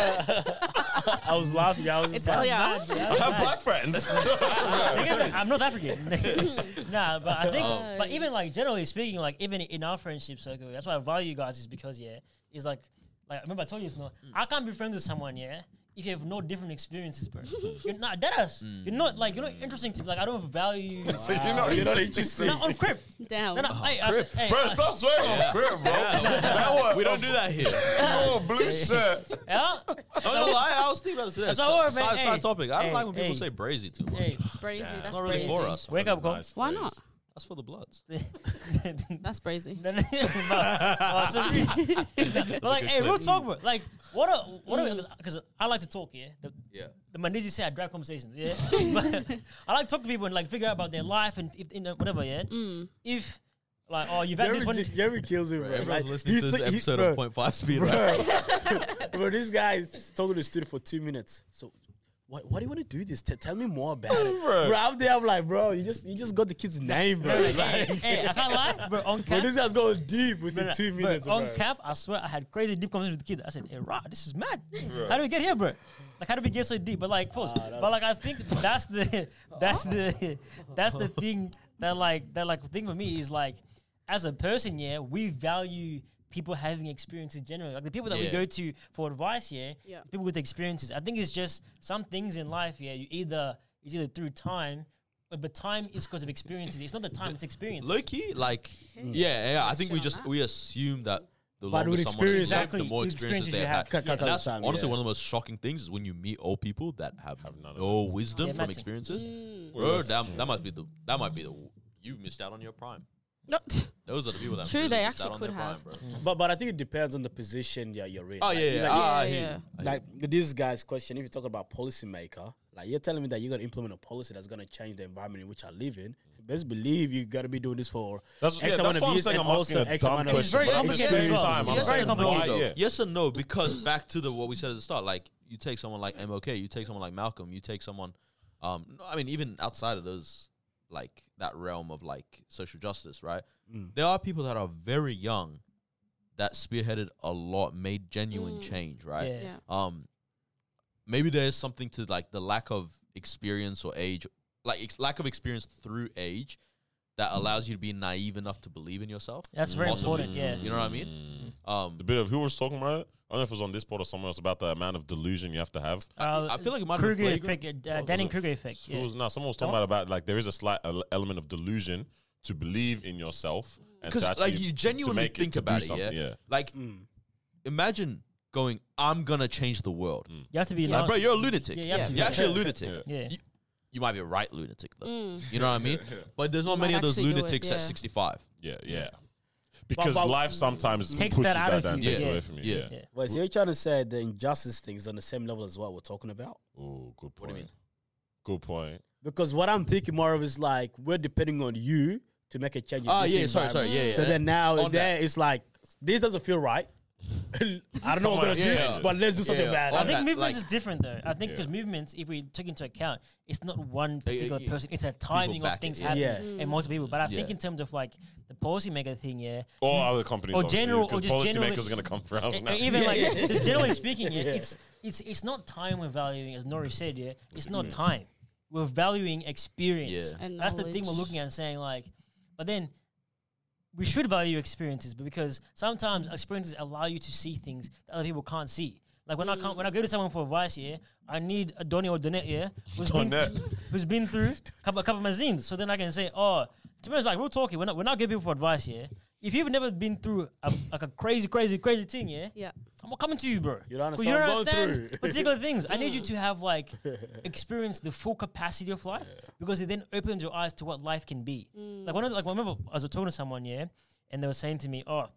F: I was laughing. I was
E: It's
F: just like,
E: clear.
D: I have black friends.
F: Nigga, I'm North African. nah, but I think, but even
E: Nice.
F: like generally speaking, like even in our friendship circle, that's why I value you guys is because yeah, is like, like remember I told you this, no, I can't be friends with someone yeah if you have no different experiences, bro. you're not that ass. You're not like you're not interesting to me. Like I don't value you.
D: so you're not, you're not interesting.
F: No, I'm crip.
E: Damn.
F: No, no, hey, I, said- hey,
D: Bro,
F: I-
D: stop swearing on crib, bro. That one,
B: We don't do that here.
D: oh, blue shirt.
F: yeah?
B: I'm not gonna lie, I was thinking about this today.
F: Don't worry,
B: Side,
F: man.
B: side,
F: Hey,
B: topic. I don't
F: hey,
B: like when people
F: hey.
B: say brazy too much.
F: Hey,
E: Brazy. That's
B: not really
E: brazy.
B: for us.
F: wake up, call.
E: Why not?
B: That's for the bloods.
E: That's brazy.
F: No, no, no, oh, sorry. but like, hey, real talk, bro. Like, what a what a because I like to talk, yeah. The,
B: Yeah.
F: the Manizzi say I drag conversations, yeah. but I like to talk to people and like figure out about their life and if you know, whatever, yeah. If like, oh, you've had this one.
G: Jerry, Jerry kills me, bro.
B: Everyone's
G: Like,
B: listening
G: he's
B: to this
G: t- he-
B: episode
G: bro.
B: of Point Five Speed. Right?
G: bro. bro, this guy is talking to the student for two minutes. So, what, what do you want to do this? T- tell me more about it, bro. I'm there. I'm like, bro, you just you just got the kid's name, bro.
F: Like,
G: Like,
F: hey, hey, I can't lie, bro. On
G: bro,
F: cap,
G: this guy's going deep within
F: bro,
G: two
F: bro,
G: minutes, bro.
F: on cap, I swear I had crazy deep conversations with kids. I said, hey, rah, this is mad. How do we get here, bro? Like, how do we get so deep? But like, pause. but like, I think that's the that's the that's the thing that like that like thing for me is like, as a person, yeah, we value people having experiences generally. Like the people that we
B: Yeah.
F: go to for advice, yeah,
E: Yeah.
F: people with experiences. I think it's just some things in life, yeah. You either it's either through time. But but time is because of experiences. It's not the time; it's experience.
B: Low key, like, yeah, yeah. I think we
E: Question on
B: just
E: that.
B: we assume that the
G: But
B: longer
G: with
B: someone is lived,
G: experience-
F: Exactly,
B: the more
F: with
B: experiences
F: experiences
B: they
F: you
B: have.
F: have.
G: Yeah.
B: And that's
G: Time,
B: honestly
G: yeah.
B: one of the most shocking things is when you meet old people that have,
D: none of
B: no wisdom
F: Yeah,
B: from
F: that's-
B: experiences. Bro, that, that might be the that might be the you missed out on your prime.
E: No.
B: Those are the people that
E: True,
B: really
E: they
B: missed out
E: actually
B: on
E: could
B: their
E: have.
B: Prime, bro.
G: But but I think it depends on the position that you're in.
B: Oh
G: Mm. Like,
B: yeah, yeah,
G: like,
B: Ah, I
E: Yeah,
B: hear you.
E: yeah.
B: I hear
G: like this guy's question, if you talk about policymaker, like you're telling me that you're gonna implement a policy that's gonna change the environment in which I live in. Best believe you gotta be doing this for
D: That's- yeah, that's why I'm saying I'm asking a dumb
G: of
D: question,
F: but at the
G: experiences.
F: same time, I'm
B: Yes
F: Very
B: and
F: complicated.
B: no, though.
D: Yeah.
B: Yes and no, because back to the what we said at the start, like you take someone like MLK, you take someone like Malcolm, you take someone um no, I mean even outside of those like that realm of like social justice, right? There are people that are very young that spearheaded a lot, made genuine
E: Mm.
B: change, right?
F: Yeah.
E: Yeah.
B: Um maybe there's something to like the lack of experience or age like ex- lack of experience through age that allows you to be naive enough to believe in yourself.
F: That's very
B: Possibly.
F: important, yeah.
B: You know what I mean? Um,
D: Mm. The bit of who was talking about it, I don't know if it was on this pod or somewhere else about the amount of delusion you have to have.
F: Uh,
B: I feel like it might
F: Kruger
B: be
F: effect, uh, uh, Danny Kruger effect.
D: It
F: Yeah.
D: was no, someone was talking
F: Don't-
D: about about like there is a slight ele- element of delusion to believe in yourself and
B: because
D: to actually
B: like
D: to-
B: you
D: to
B: genuinely
D: make
B: think
D: to do
B: about it. Yeah?
D: something, yeah.
B: like
G: mm.
B: imagine going, "I'm gonna change the world,"
F: You have to be
B: like,
F: like,
B: bro, you're a lunatic.
F: Yeah, you
B: you're
F: have to be
B: actually a
F: like-
B: lunatic.
F: Yeah.
B: You, you might be a right lunatic though. You know what I mean? But there's not
E: Mm. might
B: many of those
E: actually do it,
B: lunatics at
E: yeah.
B: 65.
D: Yeah, yeah. Because
G: but-
D: life sometimes
F: Takes
D: pushes
F: that out of
D: down,
F: you,
D: takes
F: yeah.
D: away from you.
B: Yeah.
D: Yeah.
F: Yeah.
G: Wait, so you're trying to say the injustice thing is on the same level as what we're talking about?
D: Oh, good point.
B: What do you mean?
D: Good point.
G: Because what I'm thinking more of is like we're depending on you to make a change. in
B: Ah,
G: this
B: yeah, sorry,
G: environment.
B: sorry, yeah, yeah.
G: So then now
B: On
G: there it's like this doesn't feel right. I don't know what
D: Someone
G: we're gonna
D: else
G: do,
B: change it.
G: but let's do something
B: Yeah,
G: about it.
B: on
F: I think
B: that, like-
F: movements is different though. I think
D: Yeah.
F: because movements, if we took into account, it's not one
B: yeah,
F: particular
B: yeah.
F: person; it's a timing
B: back
F: of
B: it,
F: things
B: yeah.
F: happening
G: Yeah.
F: and multiple people. But I think
B: Yeah.
F: in terms of like the policymaker thing, yeah,
D: Or other companies,
F: Or
D: or
F: general-
D: general,
F: or
D: because
F: just generally-
D: policymakers are going to come for us
F: E-
D: now.
F: even like just generally speaking, yeah, it's it's it's not time we're valuing, as Nori said, yeah, it's not time. We're valuing experience.
B: Mm. Yeah.
E: And
F: That's the thing we're
E: knowledge.
F: looking at and saying like, but then we should value experiences, but because sometimes experiences allow you to see things that other people can't see. Like when I come, when I go to someone for advice, yeah, I need a Donny or Donette, yeah, who's been
D: Donette.
F: who's been through a couple, a couple of mazines. So then I can say, oh, to be honest, like real talking, when I, when I give people for advice, yeah, if you've never been through a, like a crazy, crazy, crazy thing, yeah,
E: Yeah.
F: I'm not coming to you, bro.
G: You don't
F: 'Cause
G: understand what I'm going through.
F: particular things. I need you to have like experienced the full capacity of life because it then opens your eyes to what life can be.
E: Mm.
F: Like one of the, like I remember I was talking to someone, yeah, and they were saying to me, oh,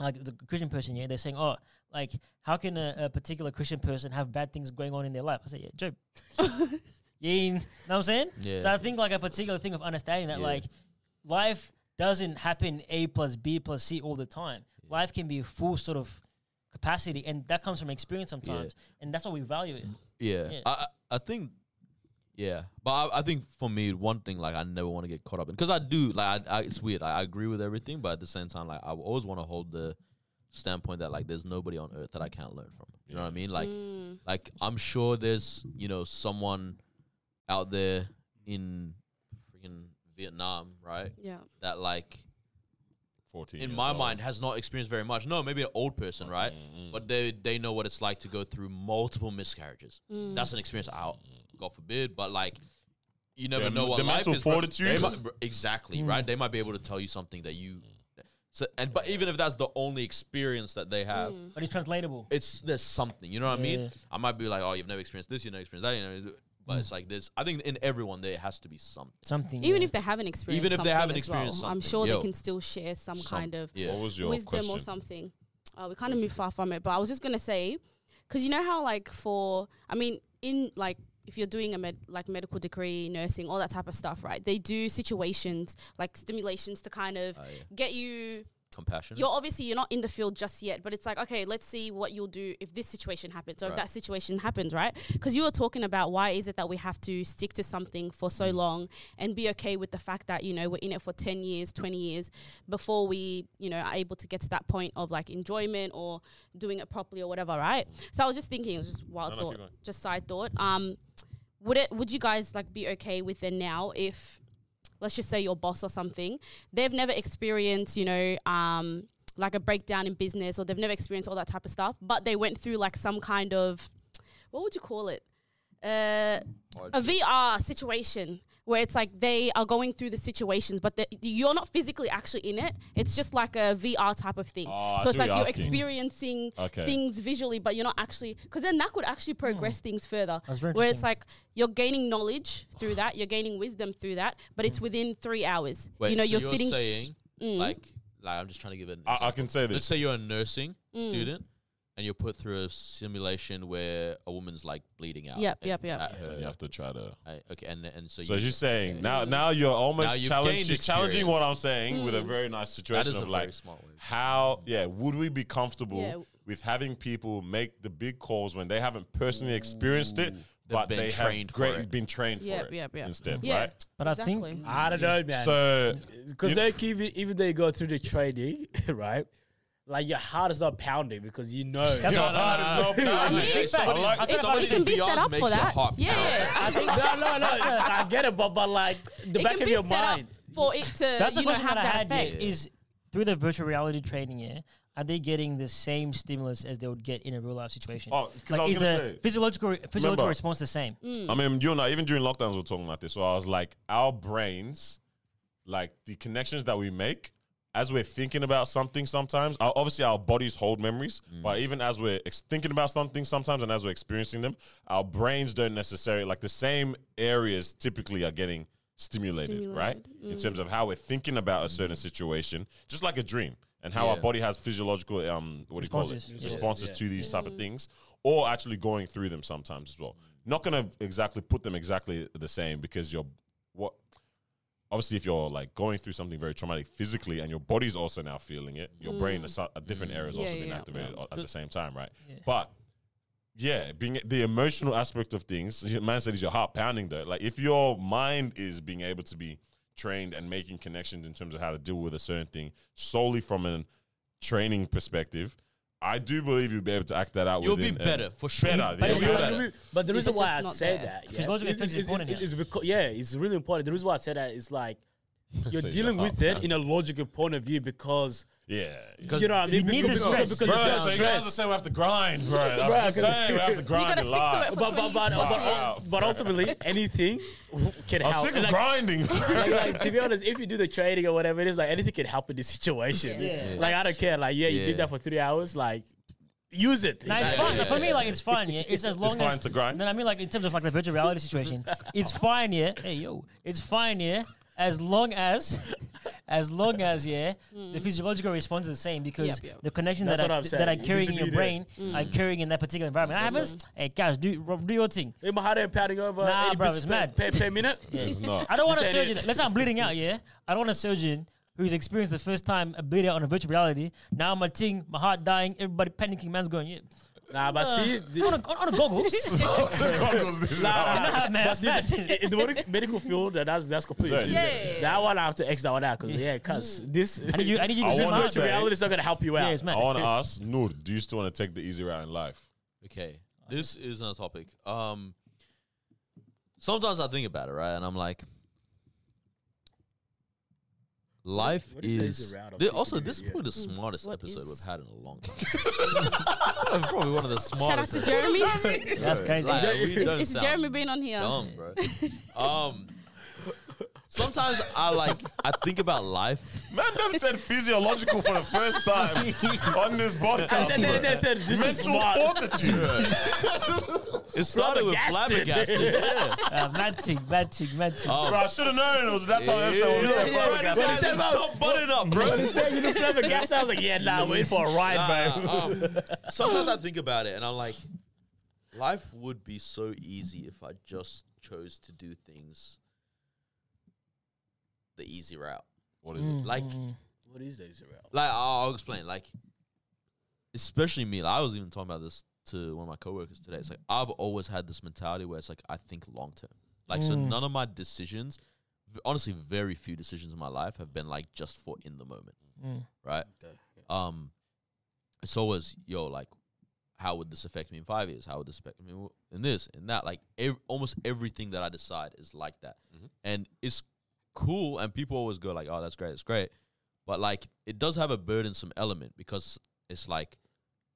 F: like the Christian person, yeah, they're saying, oh, like how can a, a particular Christian person have bad things going on in their life? I said, yeah, Job. yeah, you know what I'm saying?
B: Yeah.
F: So I think like a particular thing of understanding that
B: Yeah.
F: like life doesn't happen A plus B plus C all the time. Life can be a full sort of capacity, and that comes from experience sometimes, and that's what we value it.
B: Yeah,
F: Yeah.
B: I I I think, yeah, but I, I think for me one thing like I never want to get caught up in because I do like I, I, it's weird. I, I agree with everything, but at the same time, like I always want to hold the standpoint that like there's nobody on earth that I can't learn from. You know what I mean? Like
E: Mm.
B: like I'm sure there's you know someone out there in freaking Vietnam, right?
E: Yeah.
B: That like
D: 14.
B: in
D: years
B: my
D: old.
B: mind has not experienced very much. No, maybe an old person, right?
D: Mm-hmm.
B: But they they know what it's like to go through multiple miscarriages. That's an experience. Out, God forbid, but like you never
D: Yeah,
B: know what
D: the
B: life
D: Mm. mental
B: is. bro.
D: fortitude. Mm.
B: They might- bro, exactly right. They might be able to tell you something that you. So and but even if that's the only experience that they have.
F: But it's translatable.
B: It's there's something, you know what I mean.
F: Yeah.
B: I might be like, oh, you've never experienced this, you've never experienced that, you know.
D: Hmm.
B: But it's like there's, I think in everyone there has to be something.
F: Something.
E: Even
F: yeah.
E: if they haven't experienced,
B: if they
E: something
B: haven't
E: as
B: experienced
E: well, I'm
B: something,
E: sure
B: yo.
E: they can still share some, kind of
B: yeah.
D: What was your
E: wisdom
D: question?
E: or something. Uh, we kind of moved far from it, but I was just gonna say, because you know how like for, I mean, in like if you're doing a med like medical degree, nursing, all that type of stuff, right? They do situations like stimulations to kind of get you
B: Compassion.
E: you're obviously you're not in the field just yet but it's like okay let's see what you'll do if this situation happens or if that situation happens right because you were talking about why is it that we have to stick to something for so long and be okay with the fact that you know we're in it for 10 years 20 years before we you know are able to get to that point of like enjoyment or doing it properly or whatever right so i was just thinking it was just wild
D: No, no,
E: thought
D: keep going.
E: just side thought um would it would you guys like be okay with it now if let's just say your boss or something they've never experienced you know um like a breakdown in business or they've never experienced all that type of stuff but they went through like some kind of what would you call it uh, a vr situation where it's like they are going through the situations but that you're not physically actually in it it's just like a vr type of thing
D: Oh, I
E: so
D: see what
E: it's like
D: you're
E: you're
D: asking.
E: experiencing
D: Okay.
E: things visually but you're not actually because then that could actually progress things further
F: That's very
E: where it's
F: interesting.
E: like you're gaining knowledge through that you're gaining wisdom through that but it's within three hours
B: Wait,
E: you know
B: so
E: you're,
B: you're
E: sitting mm.
B: saying like like I'm just trying to give it. An
D: I, I
B: example.
D: can say
B: Let's
D: this.
B: say you're a nursing
E: Mm.
B: student and you're put through a simulation where a woman's like bleeding out.
E: Yep,
B: and
E: yep, yep.
B: at
D: You
B: her-
D: have to try to.
B: I- okay, and and so,
D: So
B: you,
D: she's saying now, now you're
B: Now
D: almost
B: you've
D: challenging.
B: gained
D: She's challenging
B: experience.
D: what I'm saying with a very nice
B: that
D: situation
B: is a
D: of
B: very
D: like
B: smart way.
D: how, yeah, would we be comfortable
E: Yeah.
D: with having people make the big calls when they haven't personally experienced it, but
B: been
D: they
B: trained
D: have
B: for
D: great,
B: it.
D: been trained for
E: Yep,
D: it
E: yep, yep.
D: instead,
E: Yeah.
D: right?
F: but I
E: Exactly.
F: think
G: I don't know, man.
D: So
G: Because they keep it, even they go through the training, right? Like your heart is not pounding because you know.
D: your heart is not pounding.
E: I mean,
D: I like
E: it, it can be set up for that yeah, yeah.
G: I think, no, no, no. I get it, but, but like the
E: it
G: back
E: can
G: of
E: be
G: your
E: set
G: mind.
E: up for it to
F: that's the
E: you know
F: question
E: have
F: that I
E: that
F: had. yeah,
E: effect
F: Is through the virtual reality training, yeah, are they getting the same stimulus as they would get in a real life situation?
D: Oh, 'cause I
F: like
D: was
F: is
D: gonna
F: the
D: say-
F: physiological physiological
D: Remember-
F: response the same?
E: Mm.
D: I mean, you and I, even during lockdowns, we were talking about this. So I was like, our brains, like the connections that we make as we're thinking about something sometimes, our, obviously our bodies hold memories, but even as we're ex- thinking about something sometimes and as we're experiencing them, our brains don't necessarily, like the same areas typically are getting stimulated, right? In terms of how we're thinking about a certain situation, just like a dream. And how our
B: Yeah.
D: body has physiological, um, what do you call it?
F: Responses.
D: responses to these type
E: Mm.
D: of things or actually going through them sometimes as well not gonna exactly put them exactly the same because you're what obviously if you're like going through something very traumatic physically and your body's also now feeling it your brain is a different areas
E: Mm. Yeah,
D: also being
E: yeah, yeah.
D: activated a- at the same time right but yeah, being the emotional aspect of things, your man said is your heart pounding though. Like if your mind is being able to be trained and making connections in terms of how to deal with a certain thing solely from a training perspective, I do believe you'll be able to act that out.
B: You'll be
D: within, uh,
B: better for sure.
D: Better,
G: But,
D: yeah,
G: it-
D: you'll be
G: but
D: better.
G: the re- but the
E: It's
G: reason why
E: just
G: I
E: not
G: say
E: there.
G: that, yeah,
F: Physiological
G: is-
F: effect is
G: is-
F: important
G: is-
F: here.
G: is because- yeah, it's really important. The reason why I say that is like you're
D: Say
G: dealing
D: that.
G: with it in a logical point of view because
D: Yeah.
G: you know what I mean.
F: need the
G: because,
F: stress.
G: because
D: Bro,
G: it's
D: so you guys are
G: stress.
D: saying we have to grind, bro. That's what I'm
G: Bro,
D: saying. We have to grind
E: gotta
D: a
E: stick to
D: lot.
E: it for
G: But but but,
E: Wow.
G: but, but ultimately, anything can
D: I'm
G: help.
D: sick of
G: Like,
D: grinding.
G: like, like, to be honest, if you do the trading or whatever it is, like anything can help in this situation.
F: Yeah.
G: Like I don't care. Like yeah, you
B: Yeah.
G: did that for three hours. Like use it.
F: No, it's
G: Like,
F: fine. For me, like it's fine. Yeah, it's as long as
D: fine to grind.
F: No, I mean like in terms of like the virtual reality situation, it's fine. Yeah, hey yo, it's fine. Yeah, as long as, as long as yeah, the physiological response is the same because
E: Yep, yep. Mm.
F: the connection
G: That's what
F: that are,
G: I'm
F: that are
G: saying. It
F: carrying in
G: needs to
F: your
G: be there.
F: brain are carrying in that particular environment. That happens. Hey guys, do do your thing.
G: Remember how they're pounding over
F: Nah,
G: 80
F: bro,
G: bits
F: it's
G: per,
F: mad.
G: per, per minute?
D: It's not.
F: I don't want a
G: Just saying
F: surgeon.
G: it.
F: Let's say I'm bleeding out, yeah. I don't want a surgeon who's experienced the first time a bleed out on a virtual reality. Now my thing, my heart dying, everybody panicking, man's going, yeah.
G: Nah, but see, the,
F: On a, on a goggles.
D: the goggles, this is
G: nah,
D: how-
F: Nah, man,
G: but see,
F: that's
G: the- in the medic- medical field, that- that's that's completely.
D: Exactly.
G: different.
E: Yeah.
G: That one I have to X that one out because yeah, cause this
F: Mm. I need you. I need you
D: I
F: to zoom
D: wanna
F: out.
D: say-
G: virtual reality is not gonna help you out.
F: Yeah, it's
D: I
F: mad.
D: want to ask, Noor, do you still want to take the easy route in life?
B: Okay, this is another topic. Um, sometimes I think about it, right, and I'm like, life
G: what is
B: is.
G: the route of
B: Thi-
G: people
B: also,
G: doing
B: this
G: it?
B: is
G: Yeah.
B: probably the smartest
E: Mm. What
B: episode
E: is-
B: we've had in a long time. probably one of the
E: Shout out
B: smartest.
E: to Jeremy.
F: That's crazy.
B: Like, we don't
E: Is
B: sound
E: Jeremy been on here?
B: dumb, bro. um, sometimes I like I think about life.
D: Man, them said physiological for the first time on this podcast.
G: And then
D: bro.
G: they said this is
D: Mental
G: smart.
D: fortitude.
B: It started with flabbergasted. yeah.
F: Uh, mad thing, mad thing, mad thing.
D: Bro, I should have known it was that time episode. was
B: Yeah,
D: so
B: yeah, bro,
D: flabbergasted.
B: this guy's top button up, bro.
G: They said you don't have a gas. I was like, yeah, nah, wait for a ride, bro.
B: Nah, um, sometimes I think about it and I'm like, life would be so easy if I just chose to do things the easy route.
D: What is it?
B: Like,
G: Mm. What is this route?
B: like I'll, I'll explain. Like, especially me. Like, I was even talking about this to one of my coworkers today. It's like I've always had this mentality where it's like I think long term. Like, so none of my decisions, v- honestly, very few decisions in my life have been like just for in the moment, right? Um, it's always yo like, how would this affect me in five years? How would this affect me w- in this and that? Like, ev- almost everything that I decide is like that, and it's cool. And people always go like, oh, that's great, that's great, but like it does have a burdensome element because it's like,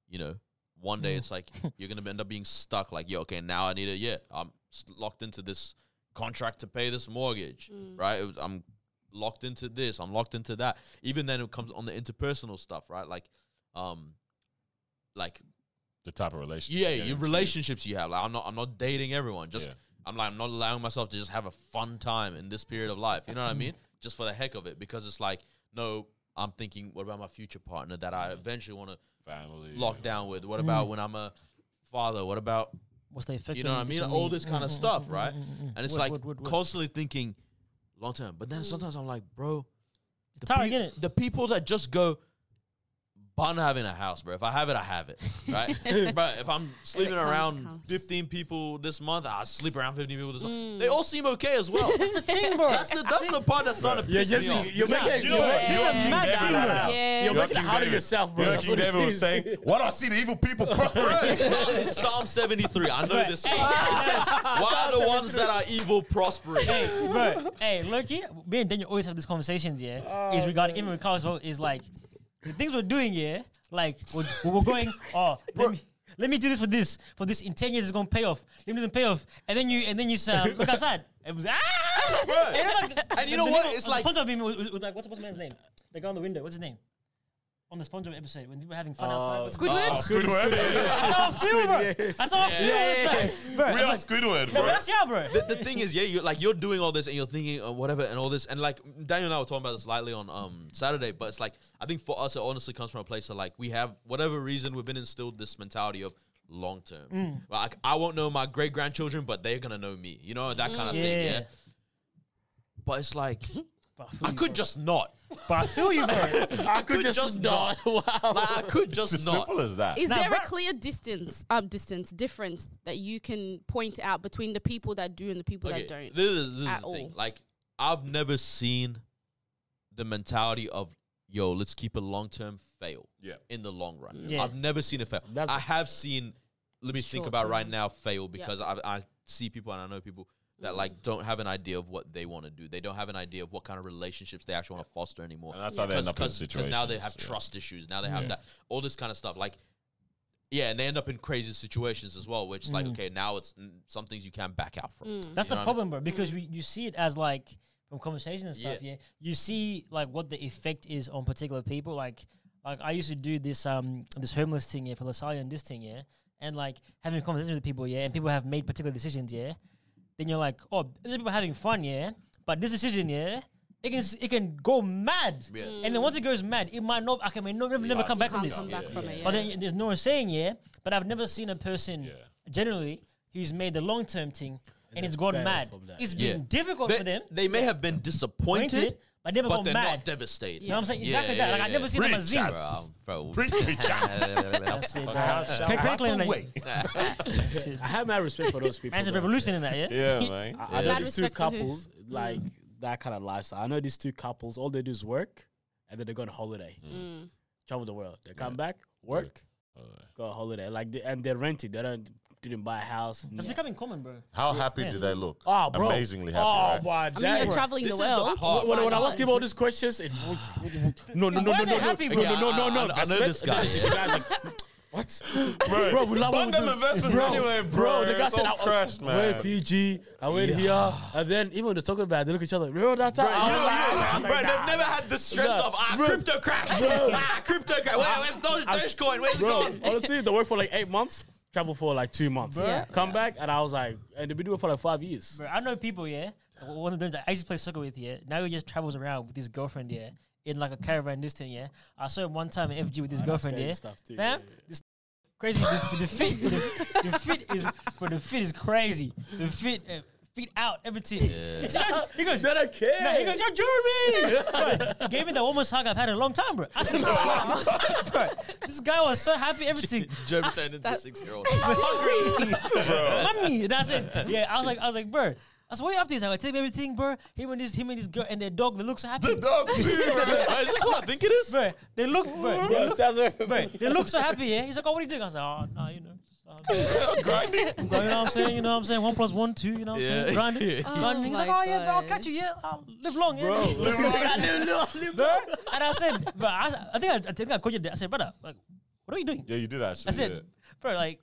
B: you know. One day it's like you're gonna end up being stuck. Like, yo, okay, now I need a yeah. I'm s- locked into this contract to pay this mortgage, right? It was, I'm locked into this, I'm locked into that. Even then, it comes on the interpersonal stuff, right? Like, um, like
D: The type of relationship.
B: yeah,
D: you get
B: your
D: into.
B: relationships you have. Like, I'm not, I'm not dating everyone. Just
D: Yeah.
B: I'm like, I'm not allowing myself to just have a fun time in this period of life. You know what I
D: Mm-hmm.
B: mean? Just for the heck of it, because it's like, no, I'm thinking, what about my future partner that
D: Mm-hmm.
B: I eventually want to
D: Family.
B: lock down with?
D: Mm-hmm.
B: What about when I'm a father? What about
F: What's the effect?
B: you know what I
F: on
B: mean?
F: on
B: All
F: me?
B: this kind of stuff,
F: mm-hmm,
B: right? And it's
F: Wood,
B: like
F: wood, wood, wood.
B: constantly thinking long term. But then sometimes I'm like, bro, the,
F: tiring,
B: peo-
F: innit?
B: the people that just go, bun having a house, bro. If I have it, I have it, right? but if I'm sleeping
E: comes, it
B: around
E: comes.
B: 15
E: Mm.
B: people this month, I sleep around 15 people this month. They all seem okay as well. that's the
F: thing, bro.
B: that's the, part that's starting to
G: You're
B: piss
G: just
B: me off.
G: you're making
D: You know what?
E: Yeah.
D: You
E: Yeah.
D: and King
F: Max
D: David
F: Zimmer.
D: right now.
G: You're
E: Yeah.
D: You and
G: making
D: King
G: it harder
D: David.
G: yourself, bro.
D: You and
G: That's
D: King
G: what it
D: David was
G: is.
D: saying, "Why do I see the evil people prospering?"
B: Psalm, Psalm 73. I know this. one. It says, Why are the ones that are evil prospering?
F: Bro, hey, Loki, me and Daniel always have these conversations, yeah? is regarding, even with Carlos, is like, the things we're doing, yeah? Like, we're, we're going, oh, let me, let me do this for this. For this, in 10 years, it's going to pay off. Let me do it pay off. And then you, and then you sound, look outside. It was, ah!
B: Bro.
F: And, like,
B: And you
F: the-
B: know
F: the
B: what?
F: people
B: It's
F: on the
B: like-
F: SpongeBob meme was, was, was like, what's, what's the man's name? The guy on the window, what's his name? On the SpongeBob episode, when we were having fun
G: Oh.
B: Oh,
F: outside.
E: Squidward?
D: Squidward.
F: That's how I feel, bro.
G: Yes.
F: That's how I feel. It's like, bro,
D: We
F: I'm
D: are
F: like,
D: Squidward,
F: no,
D: bro.
F: that's yeah, bro.
B: the, the thing is, yeah, you're like you're doing all this and you're thinking uh, whatever and all this, and like Daniel and I were talking about this lightly on um Saturday, but it's like I think for us it honestly comes from a place of like we have whatever reason we've been instilled this mentality of long term.
D: Mm.
B: Like I won't know my great grandchildren, but they're gonna know me, you know, that kind of thing. Yeah.
F: Yeah.
B: But it's like
F: But
B: I
F: you,
B: could just not.
F: But I feel you, bro.
B: I could just, not. Like, I could
D: It's as
B: just not.
D: simple as that.
E: Is
F: Nah,
E: there a
F: bro-
E: clear distance, um, distance difference that you can point out between the people that do and the people that don't?
B: This is, this is
E: at
B: the thing.
E: all.
B: Like I've never seen the mentality of yo, let's keep it long term fail.
D: Yeah.
B: In the long run.
F: Yeah.
B: I've never seen it fail.
G: That's-
B: I have seen let me think
E: Short
B: about right
E: term.
B: now fail because I I see people and I know people
E: Mm.
B: that like don't have an idea of what they want to do. They don't have an idea of what kind of relationships they actually want to foster anymore.
D: And that's how they end up in
B: Because now they
D: situations,
B: have
D: yeah.
B: trust issues. Now they have that all this kind of stuff. Like, yeah, and they end up in crazy situations as well. Which like, okay, now it's mm, some things you can't back out from. You know
E: Mm.
F: That's the
B: what I mean?
F: problem, bro. Because we, you see it as like from conversation and stuff.
B: Yeah.
F: Yeah. you see like what the effect is on particular people. Like, like I used to do this um this homeless thing yeah for Lasalle and this thing yeah, and like having conversations with people yeah, and people have made particular decisions yeah. Then you're like, oh, these people are having fun yeah, but this decision yeah. It can s- it can go mad,
B: Yeah.
F: and then once it goes mad, it might not. I can may not, never, never come back from
E: Can't
F: this.
E: come back from it. Yeah.
F: But then there's no one saying yeah. But I've never seen a person
D: Yeah.
F: generally who's made the long term thing and, it's gone
G: failed
F: mad.
G: from that.
F: It's
B: Yeah.
F: been difficult
B: they,
F: for them.
B: They may have been disappointed,
F: Pointed, but never
B: but
F: gone
B: they're
F: mad.
B: not devastated.
F: You know what I'm saying? Exactly that. Like, I never seen them as
D: Preach,
F: zines.
B: Bro,
F: That's
G: uh,
F: it, bro. Craig Franklin, like, that's it.
G: I have my respect for those people.
F: Man's a
G: though.
F: revolution in that, yeah?
D: Yeah, man.
G: I, I
B: Yeah.
G: know
E: Mad
G: these two
E: respect for who?
G: couples like that kind of lifestyle. I know these two couples. All they do is work, and then they go on holiday,
B: Mm.
E: Mm.
G: travel the world. They come back, work, go on holiday. Like they, and they're renting. They don't didn't buy a house.
F: That's becoming common, bro.
D: How happy did they look?
G: Oh, bro.
D: Amazingly happy.
G: oh
D: right?
G: my
E: I mean,
G: god.
E: you're traveling
B: This
E: the
B: is the
E: world.
B: part-
G: when, when I
E: Why
G: ask him all these questions, it, no, no, no,
F: Why
G: no, no,
F: are they
G: no,
F: happy,
G: no,
F: bro?
G: no, no, no,
B: I-
G: no.
B: I- I know this guy.
G: The guy's like, what? Bro, we love what we
D: Fund them
G: do.
D: investments anyway, bro.
G: The guy
D: It's
G: said, oh,
D: all
G: I-
D: crashed,
G: I
D: man.
G: went PG, I went here, and then even when they're talking about, it, they look at each other. Remember that time? I
B: You
G: was
B: know,
G: like,
B: you know,
G: I was like,
B: bro, they've
G: nah.
B: never had the stress
G: Nah.
B: of ah,
G: Bro.
B: crypto crash,
G: Bro.
B: ah, crypto crash. Where, where's Doge,
G: I'm-
B: Dogecoin? Where's it
G: "Ah." Bro,
B: gone?
G: honestly, they worked for like eight months, traveled for like two months,
E: Yeah.
G: come back, and I was like, and they've been doing it for like five years.
F: Bro, I know people, yeah. One of them that I used to play soccer with, yeah. Now he just travels around with his girlfriend, yeah. In like a caravan, this thing, yeah. I saw him one time in FG with his girlfriend,
G: crazy
F: yeah.
G: stuff too,
F: Fam,
G: yeah, yeah.
F: this crazy. The, the fit, the, the fit is, bro. The fit is crazy. The fit, uh, fit out everything. He goes,
G: They don't care.
F: no, he goes, you're jewelry. Bro, he gave me the warmest hug I've had in a long time, bro. I said, "Bro, bro, this guy was so happy, everything.
B: Joe turned into six year old.
F: hungry, Mommy, and I said, yeah. I was like, I was like, bro. I said, what are you up to? He's like, I take everything, bro. Him and this, him and this girl, and their dog. They look so happy.
B: Is this what I think it is?
F: bro, they look, bro, they
G: Bro,
F: look,
G: sounds very
F: bro, they look so happy. Yeah, he's like, oh, what are you doing? I was like, oh, no, you know. just, uh, you know what I'm saying? You know what I'm saying? One plus one, two. You know what I'm
B: Yeah.
F: saying? Grinding. grinding. He's
E: my
F: like, oh yeah, bro, I'll
E: gosh.
F: catch you. Yeah, I'll live long. Yeah. Bro,
G: Bro,
F: and I said, bro, I, I think I, I think I called you. I said, brother, like, what are you doing?
D: Yeah, you did actually.
F: I said, bro, like,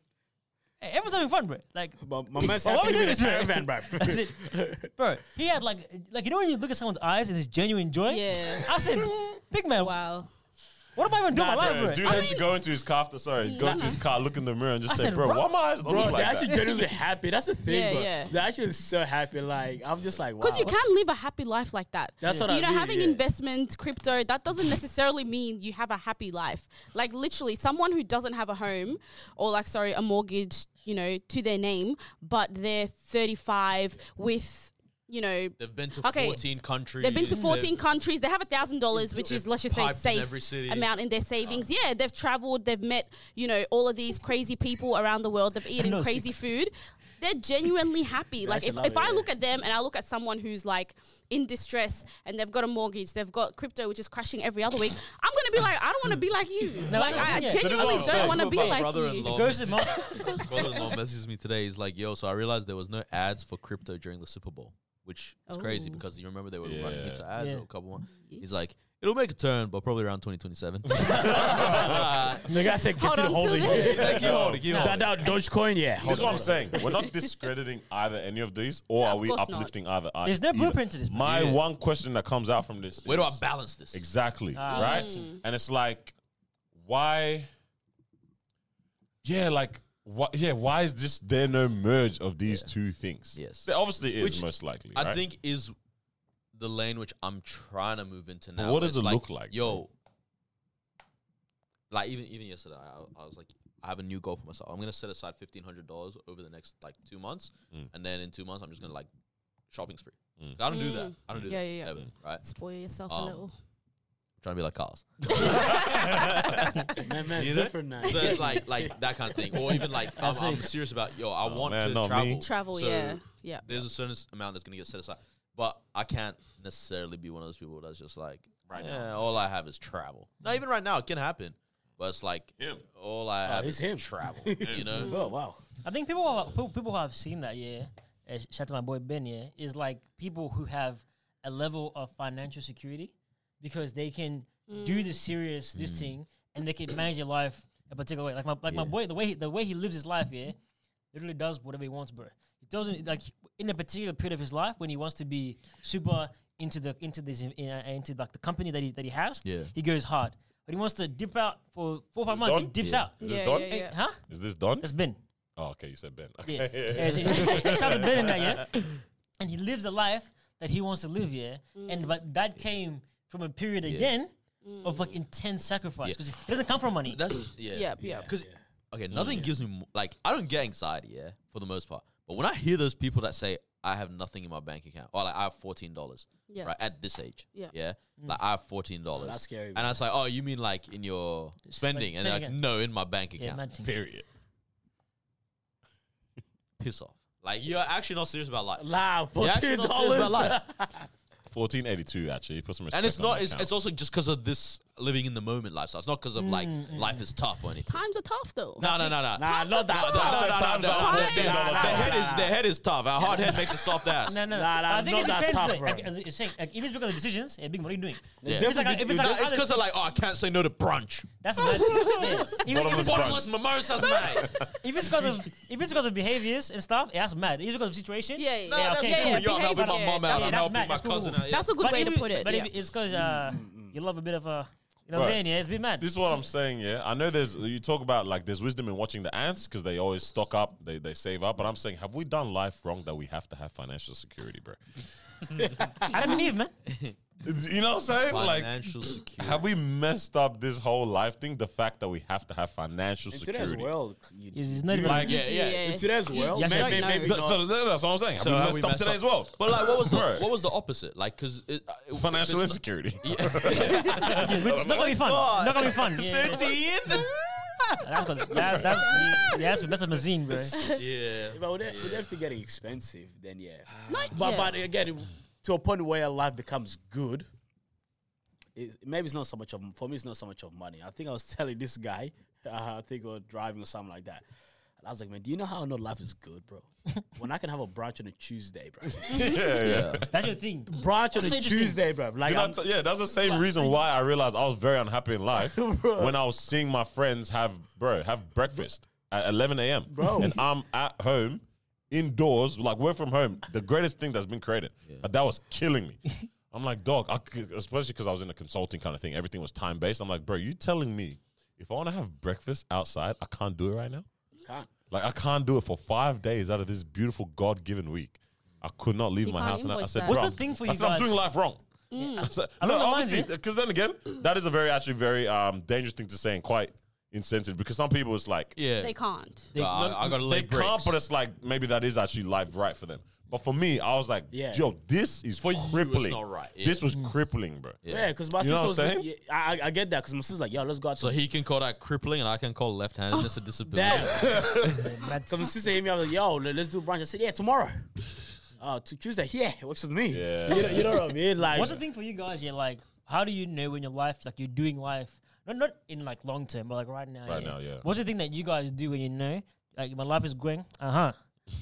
F: hey, everyone's having fun, bro. Like,
G: My, my man's
F: Well, why
G: happy
F: we
G: to be
F: do
G: in a
F: this,
G: caravan,
F: man?
G: bro.
F: I said, bro, he had like, like you know when you look at someone's eyes and it's genuine joy.
E: Yeah.
F: I said, big man,
E: Wow.
F: what am I even doing
G: Nah,
F: in my
D: yeah,
F: life,
D: dude
F: bro? I
D: had
F: mean,
D: to go into his car after, sorry, go into his car, look in the mirror, and just
F: I
D: say,
F: said,
D: bro,
F: bro.
D: why my eyes look
G: Bro,
D: like
G: they're actually
D: that?
G: genuinely happy. That's the thing,
E: Yeah,
G: bro.
E: yeah.
G: They're actually so happy. Like, I'm just like, wow.
E: Because you can live a happy life like that.
G: That's what
E: you
G: I
E: know,
G: mean,
E: having
G: yeah.
E: investment, crypto, that doesn't necessarily mean you have a happy life. Like literally, someone who doesn't have a home or like sorry, a mortgage, you know, to their name, but they're 35 with, you know,
B: They've been to
E: Okay.
B: 14 countries.
E: They've been to 14
B: They've-
E: countries. They have a thousand dollars, which
B: They've
E: is let's just say
B: piped in
E: safe
B: every city.
E: amount in their savings. Yeah, they've traveled. They've met you know all of these crazy people around the world. They've eaten
F: know a
E: crazy food. They're genuinely happy. like
G: should
E: if,
G: love
E: if
G: it,
E: I
G: yeah.
E: look at them and I look at someone who's like in distress and they've got a mortgage, they've got crypto which is crashing every other week. I'm gonna be like, I don't want to be like you. like I
F: yeah. So this is
E: genuinely
B: what I'm
E: don't
B: saying.
E: want to
B: My
E: be like you.
B: brother-in-law
F: Goes to the
B: messages- brother-in-law messages me today. He's like, "Yo, so I realized there was no ads for crypto during the Super Bowl, which is crazy
E: Oh.
B: because you remember they were running
D: Yeah.
B: into ads
F: Yeah.
B: or a couple one." He's
E: Yeesh.
B: like, "It'll make a turn, but probably around 2027."
G: The guy said, continue
E: Hold on to
G: holding.
E: this.
G: Yeah.
B: Like, you hold it, you hold
G: That,
B: it.
G: that Dogecoin, yeah.
D: This
G: Hold
D: is what
G: on.
D: I'm saying. We're not discrediting either any of these, or
E: No,
D: are
E: of
D: we
E: course not.
D: uplifting either? ei-
F: There's no
D: either.
F: blueprint to this, bro.
D: My
B: Yeah.
D: one question that comes out from this
B: Where do I
D: is-
B: balance this?
D: Exactly.
F: Ah.
D: right? And it's like, why? Yeah, like, why? Yeah, why is this there no merge of these two things?
B: Yes.
D: There obviously is
B: Which
D: most likely.
B: I
D: right?
B: think is the lane which I'm trying to move into now.
D: what
B: where
D: does
B: it's
D: it look like,
B: Yo, like even even yesterday, I, I was like, I have a new goal for myself. I'm gonna set aside fifteen hundred dollars over the next like two months,
D: Mm.
B: and then in two months, I'm just gonna like shopping spree. I don't do that. I don't do
E: Mm. Yeah,
B: that.
E: yeah, yeah.
B: ever, right?
E: Spoil yourself a
B: Um,
E: little.
B: trying to be like Carlos.
G: Man, man's
B: You know?
G: different now.
B: So it's like like that kind of thing, or even like I'm,
F: I
B: I'm
F: see.
B: serious about yo. I want
D: Oh, man,
B: to
D: not me.
B: travel.
E: Travel,
B: So
E: yeah, yeah.
B: There's a certain s- amount that's gonna get set aside, but I can't necessarily be one of those people that's just like,
D: Right
B: yeah, all I have is travel. Not even right now, it can happen, but it's like
D: Him.
B: all I have
G: it's
B: is
G: him.
B: travel. you know,
G: Oh, wow.
F: I think people, are, people, people who have seen that, yeah, uh, shout out to my boy Ben here, is like people who have a level of financial security because they can
E: Mm.
F: do the serious this thing and they can manage their life a particular way. Like my like my boy, the way he, the way he lives his life, yeah, literally does whatever he wants, bro. He doesn't like in a particular period of his life when he wants to be super into the into this in, uh, into like the company that he that he has.
B: Yeah.
F: he goes hard. But he wants to dip out for four or five
D: He's
F: months. He
D: done?
F: dips
B: Yeah.
F: out.
D: Is
E: Yeah,
D: this done?
E: yeah, yeah.
F: Huh?
D: Is this done?
F: That's Ben.
D: Oh, okay. You said Ben. Okay.
F: Yeah. yeah. so- Shout out to Ben in that, yeah? And he lives a life that he wants to live, yeah? And but that came from a period again of like intense sacrifice.
B: Yeah.
F: Because it doesn't come from money.
B: That's yeah.
E: Mm. Yep, yep.
B: Because okay, nothing gives me mo- like I don't get anxiety, yeah, for the most part. But when I hear those people that say I have nothing in my bank account, or like I have fourteen dollars,
E: Yeah.
B: right, at this age,
E: Yeah.
B: yeah, like I have fourteen dollars,
G: That's scary,
B: And
G: man.
B: I was like, oh, you mean like in your spending? and they're like,
F: spending
B: no, in my bank
F: yeah,
B: account.
F: mad thing.
D: Period.
B: Piss off. Like you're actually not serious about life.
G: Wow,
B: You're actually
G: fourteen
B: not serious about
G: dollars.
B: life.
D: Fourteen eighty two. Actually, put some respect.
B: and it's
D: on
B: not.
D: that
B: It's,
D: count.
B: it's also just because of this living in the moment lifestyle. It's not because of like life is tough or anything.
E: Times are tough though.
B: No, no, no, no.
G: Nah, not that.
B: No, no, no, no, no,
D: Sometimes
B: no.
E: I'm
B: Their
E: $14
B: head is their head is tough. Our hard head makes a soft ass.
F: No, no, no.
G: Nah, nah,
F: I think
G: not
F: it
G: that
F: depends.
G: tough,
F: though.
G: bro.
F: Like, as you're saying, like, if it's because of decisions, yeah, big, what are you doing?
B: Yeah.
F: If it's like, a- if it's like, a
B: It's
F: other-
B: because like, oh, I can't say no to brunch.
F: that's a bad thing. Yeah. Even if
D: Bottomless
F: it's-
B: Bottomless mimosas, mate.
F: If it's because of if it's because of behaviors and stuff, yeah, that's mad. If it's because of situation,
E: Yeah, yeah,
B: No,
E: yeah.
B: that's
F: okay,
E: yeah,
F: cool.
E: yeah,
B: You're helping my
E: behavior.
B: mom out.
F: That's-
B: I'm
F: that's
B: helping
F: mad.
B: my
F: That's cool.
B: cousin out. yeah.
E: That's a good
F: But
E: way
F: if
E: to
F: it-
E: put it.
F: But
E: yeah.
F: if it's because uh, you love a bit of a, you know what I'm
D: Right.
F: saying? Yeah, it's a bit mad.
D: This is what I'm saying, yeah. I know there's you talk about like there's wisdom in watching the ants because they always stock up, they they save up. But I'm saying, have we done life wrong that we have to have financial security, bro?
F: Adam and Eve, man.
D: It's- you know what I'm saying? Like,
B: Financial security.
D: have we messed up this whole life thing? The fact that we have to have financial
G: In today's
D: security.
G: world, you-
F: It's, it's not even
D: Like,
B: Yeah, yeah.
G: in today's world,
F: just
G: maybe-
F: don't
G: maybe,
F: know.
D: Th-
G: not.
D: so th- that's what I'm saying. Have
B: So
D: we
B: how
D: messed
B: we
D: up
B: messed
D: today's
B: up?
D: world?
B: But like, what was the
D: Bro.
B: what was the opposite? Like, because it, uh, it-
D: Financial
B: it's not-
D: insecurity.
F: It's not gonna be fun. It's not gonna be fun. Yeah, yeah. That's gonna, that, that's yeah, that's that's a machine, bro.
B: Yeah.
G: But with, with everything getting expensive, then yeah.
E: Not
G: But
E: yet.
G: but again, to a point where life becomes good, it's, maybe it's not so much of for me. It's not so much of money. I think I was telling this guy, uh, I think we we're driving or something like that. And I was like, man, do you know how I know life is good, bro? when I can have a brunch on a Tuesday, bro.
B: Yeah.
F: That's your thing.
G: brunch on
F: That's
G: a
F: interesting.
G: Tuesday, bro. Like,
D: You know,
G: I'm,
D: t- yeah, that's the same reason why I realized I was very unhappy in life when I was seeing my friends have bro have breakfast at 11 a.m.
G: Bro.
D: and I'm at home indoors, like work from home. The greatest thing that's been created, but that was killing me. I'm like, dog, I could, especially because I was in a consulting kind of thing. Everything was time based. I'm like, bro, you telling me if I want to have breakfast outside, I can't do it right now.
G: can't.
D: Like I can't do it for five days out of this beautiful God given week. I could not leave
E: You
D: my
E: can't
D: house. And I, I
E: invoice
D: said,
E: that.
F: What's
D: "Bro,
F: the thing for
D: I
F: you
D: said, I'm
F: guys?
D: doing life wrong. I said, no,
F: Along the lines,
D: obviously, because then again, that is a very actually very um, dangerous thing to say and quite insensitive because some people it's like
B: Yeah.
E: They can't.
B: Nah, I, I gotta
D: they
B: leg
D: can't,
B: breaks.
D: but it's like maybe that is actually life right for them. But for me, I was like,
G: Yeah.
D: yo, this is for crippling.
B: not right, yeah.
D: This was crippling, bro.
B: Yeah.
G: Yeah, because my
D: You know
G: sister
D: what
G: was.
D: I'm
G: Like, yeah, I, I- I get that because my sister's like, yo, let's go out.
B: So
G: to
B: he can call that crippling, and I can call left-handedness a disability.
G: that.
F: Mad.
G: so my sister hit me. I was like, yo, let- let's do brunch. I said, yeah, tomorrow. Uh, to Tuesday, yeah, it works with me.
D: Yeah.
G: You know, you know what I mean? Like,
F: What's the thing for you guys? Yeah, like how do you know when your life, like you're doing life, not not in like long term, but like right now.
D: Right now, yeah.
F: What's the thing that you guys do when you know, like my life is going, uh huh.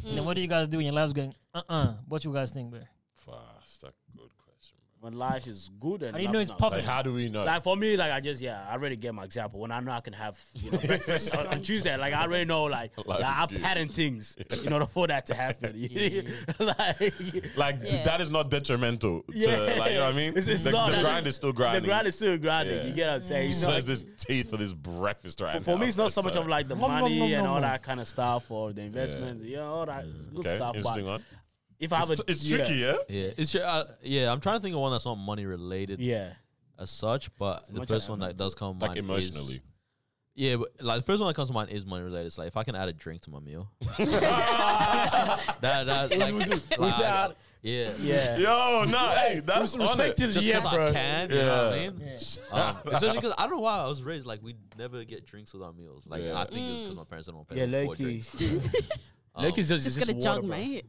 F: And then what do you guys do when your life's going, uh uh What you guys think, bro?
D: Fuck, that's a good question.
G: when life is good and
F: How do you
G: life
F: know
G: is
F: it's
G: not
F: popping?
D: Like, how do we know?
G: Like for me, like I just yeah, I already gave my example. When I know I can have you know breakfast on, on Tuesday, like I already know like, like
D: is
G: I
D: good.
G: pattern things in order for that to happen. like
D: Like th-
E: Yeah.
D: that is not detrimental.
G: Yeah.
D: To, like you know what I mean?
G: It's- it's
D: the,
G: not.
D: the grind is still grinding.
G: the grind is still grinding.
D: Yeah.
G: You get what I'm saying? It's
D: so
G: not-
D: is this teeth for this breakfast right
G: for, for
D: now.
G: me, it's not so much
D: uh,
G: of like the
F: Nom, nom,
G: money
F: nom,
G: and
F: nom,
G: all
F: nom.
G: that kind of stuff or the investments. Yeah, all that it's good
D: okay,
G: stuff.
D: interesting
G: But
D: one.
G: if I have
D: It's,
G: a,
D: it's
G: yeah,
D: tricky, yeah.
B: Yeah, it's ju- uh, yeah. I'm trying to think of one that's not money related
G: Yeah,
B: as such, but the
G: much
B: first
G: I
B: one that does come to
D: Like
B: mind
D: emotionally.
B: Is, yeah, but like the first one that comes to mind is money related. It's like if I can add a drink to my meal, that that like, like,
G: Without-
B: yeah,
G: yeah.
D: Yo, no, hey, that's on it.
G: Respected,
B: Just
G: yeah,
B: because I
G: bro.
B: can, you know what I
D: Yeah.
B: mean? Um, especially because I don't know why I was raised like we never get drinks with our meals. Like
D: Yeah.
B: I think it was because my parents didn't want to pay
G: Yeah,
B: for
G: Loki.
B: drinks. Um,
G: Loki's just,
E: Just
G: just
E: gonna
G: water,
E: jug,
G: bro.
E: mate.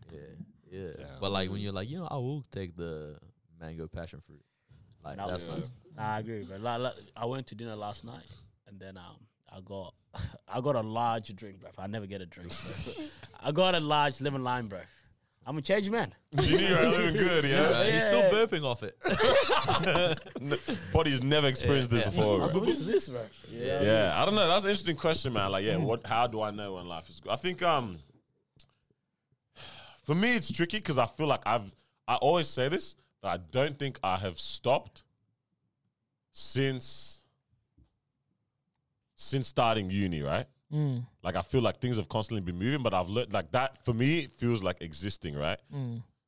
B: Yeah, yeah. But like when you're like, you know, I will take the mango passion fruit. Like
G: That
B: that's
G: was
B: nice.
G: nice. Nah, I agree, bro. Like, like, I went to dinner last night, and then um, I got, I got a large drink, bro. I never get a drink. Bro. I got a large lemon lime, bro. I'm a changed man.
D: You knew you were living good, yeah?
B: Uh, He's still burping off it.
D: Body's never experienced this before. bro.
G: what is this, bro? Yeah.
D: Yeah, I don't know. That's an interesting question, man. Like, yeah, what? How do I know when life is good? I think, um, for me, it's tricky because I feel like I've. I always say this that I don't think I have stopped since since starting uni, right?
F: Hmm.
D: Like, I feel like things have constantly been moving, but I've learned like that. For me, it feels like existing, right?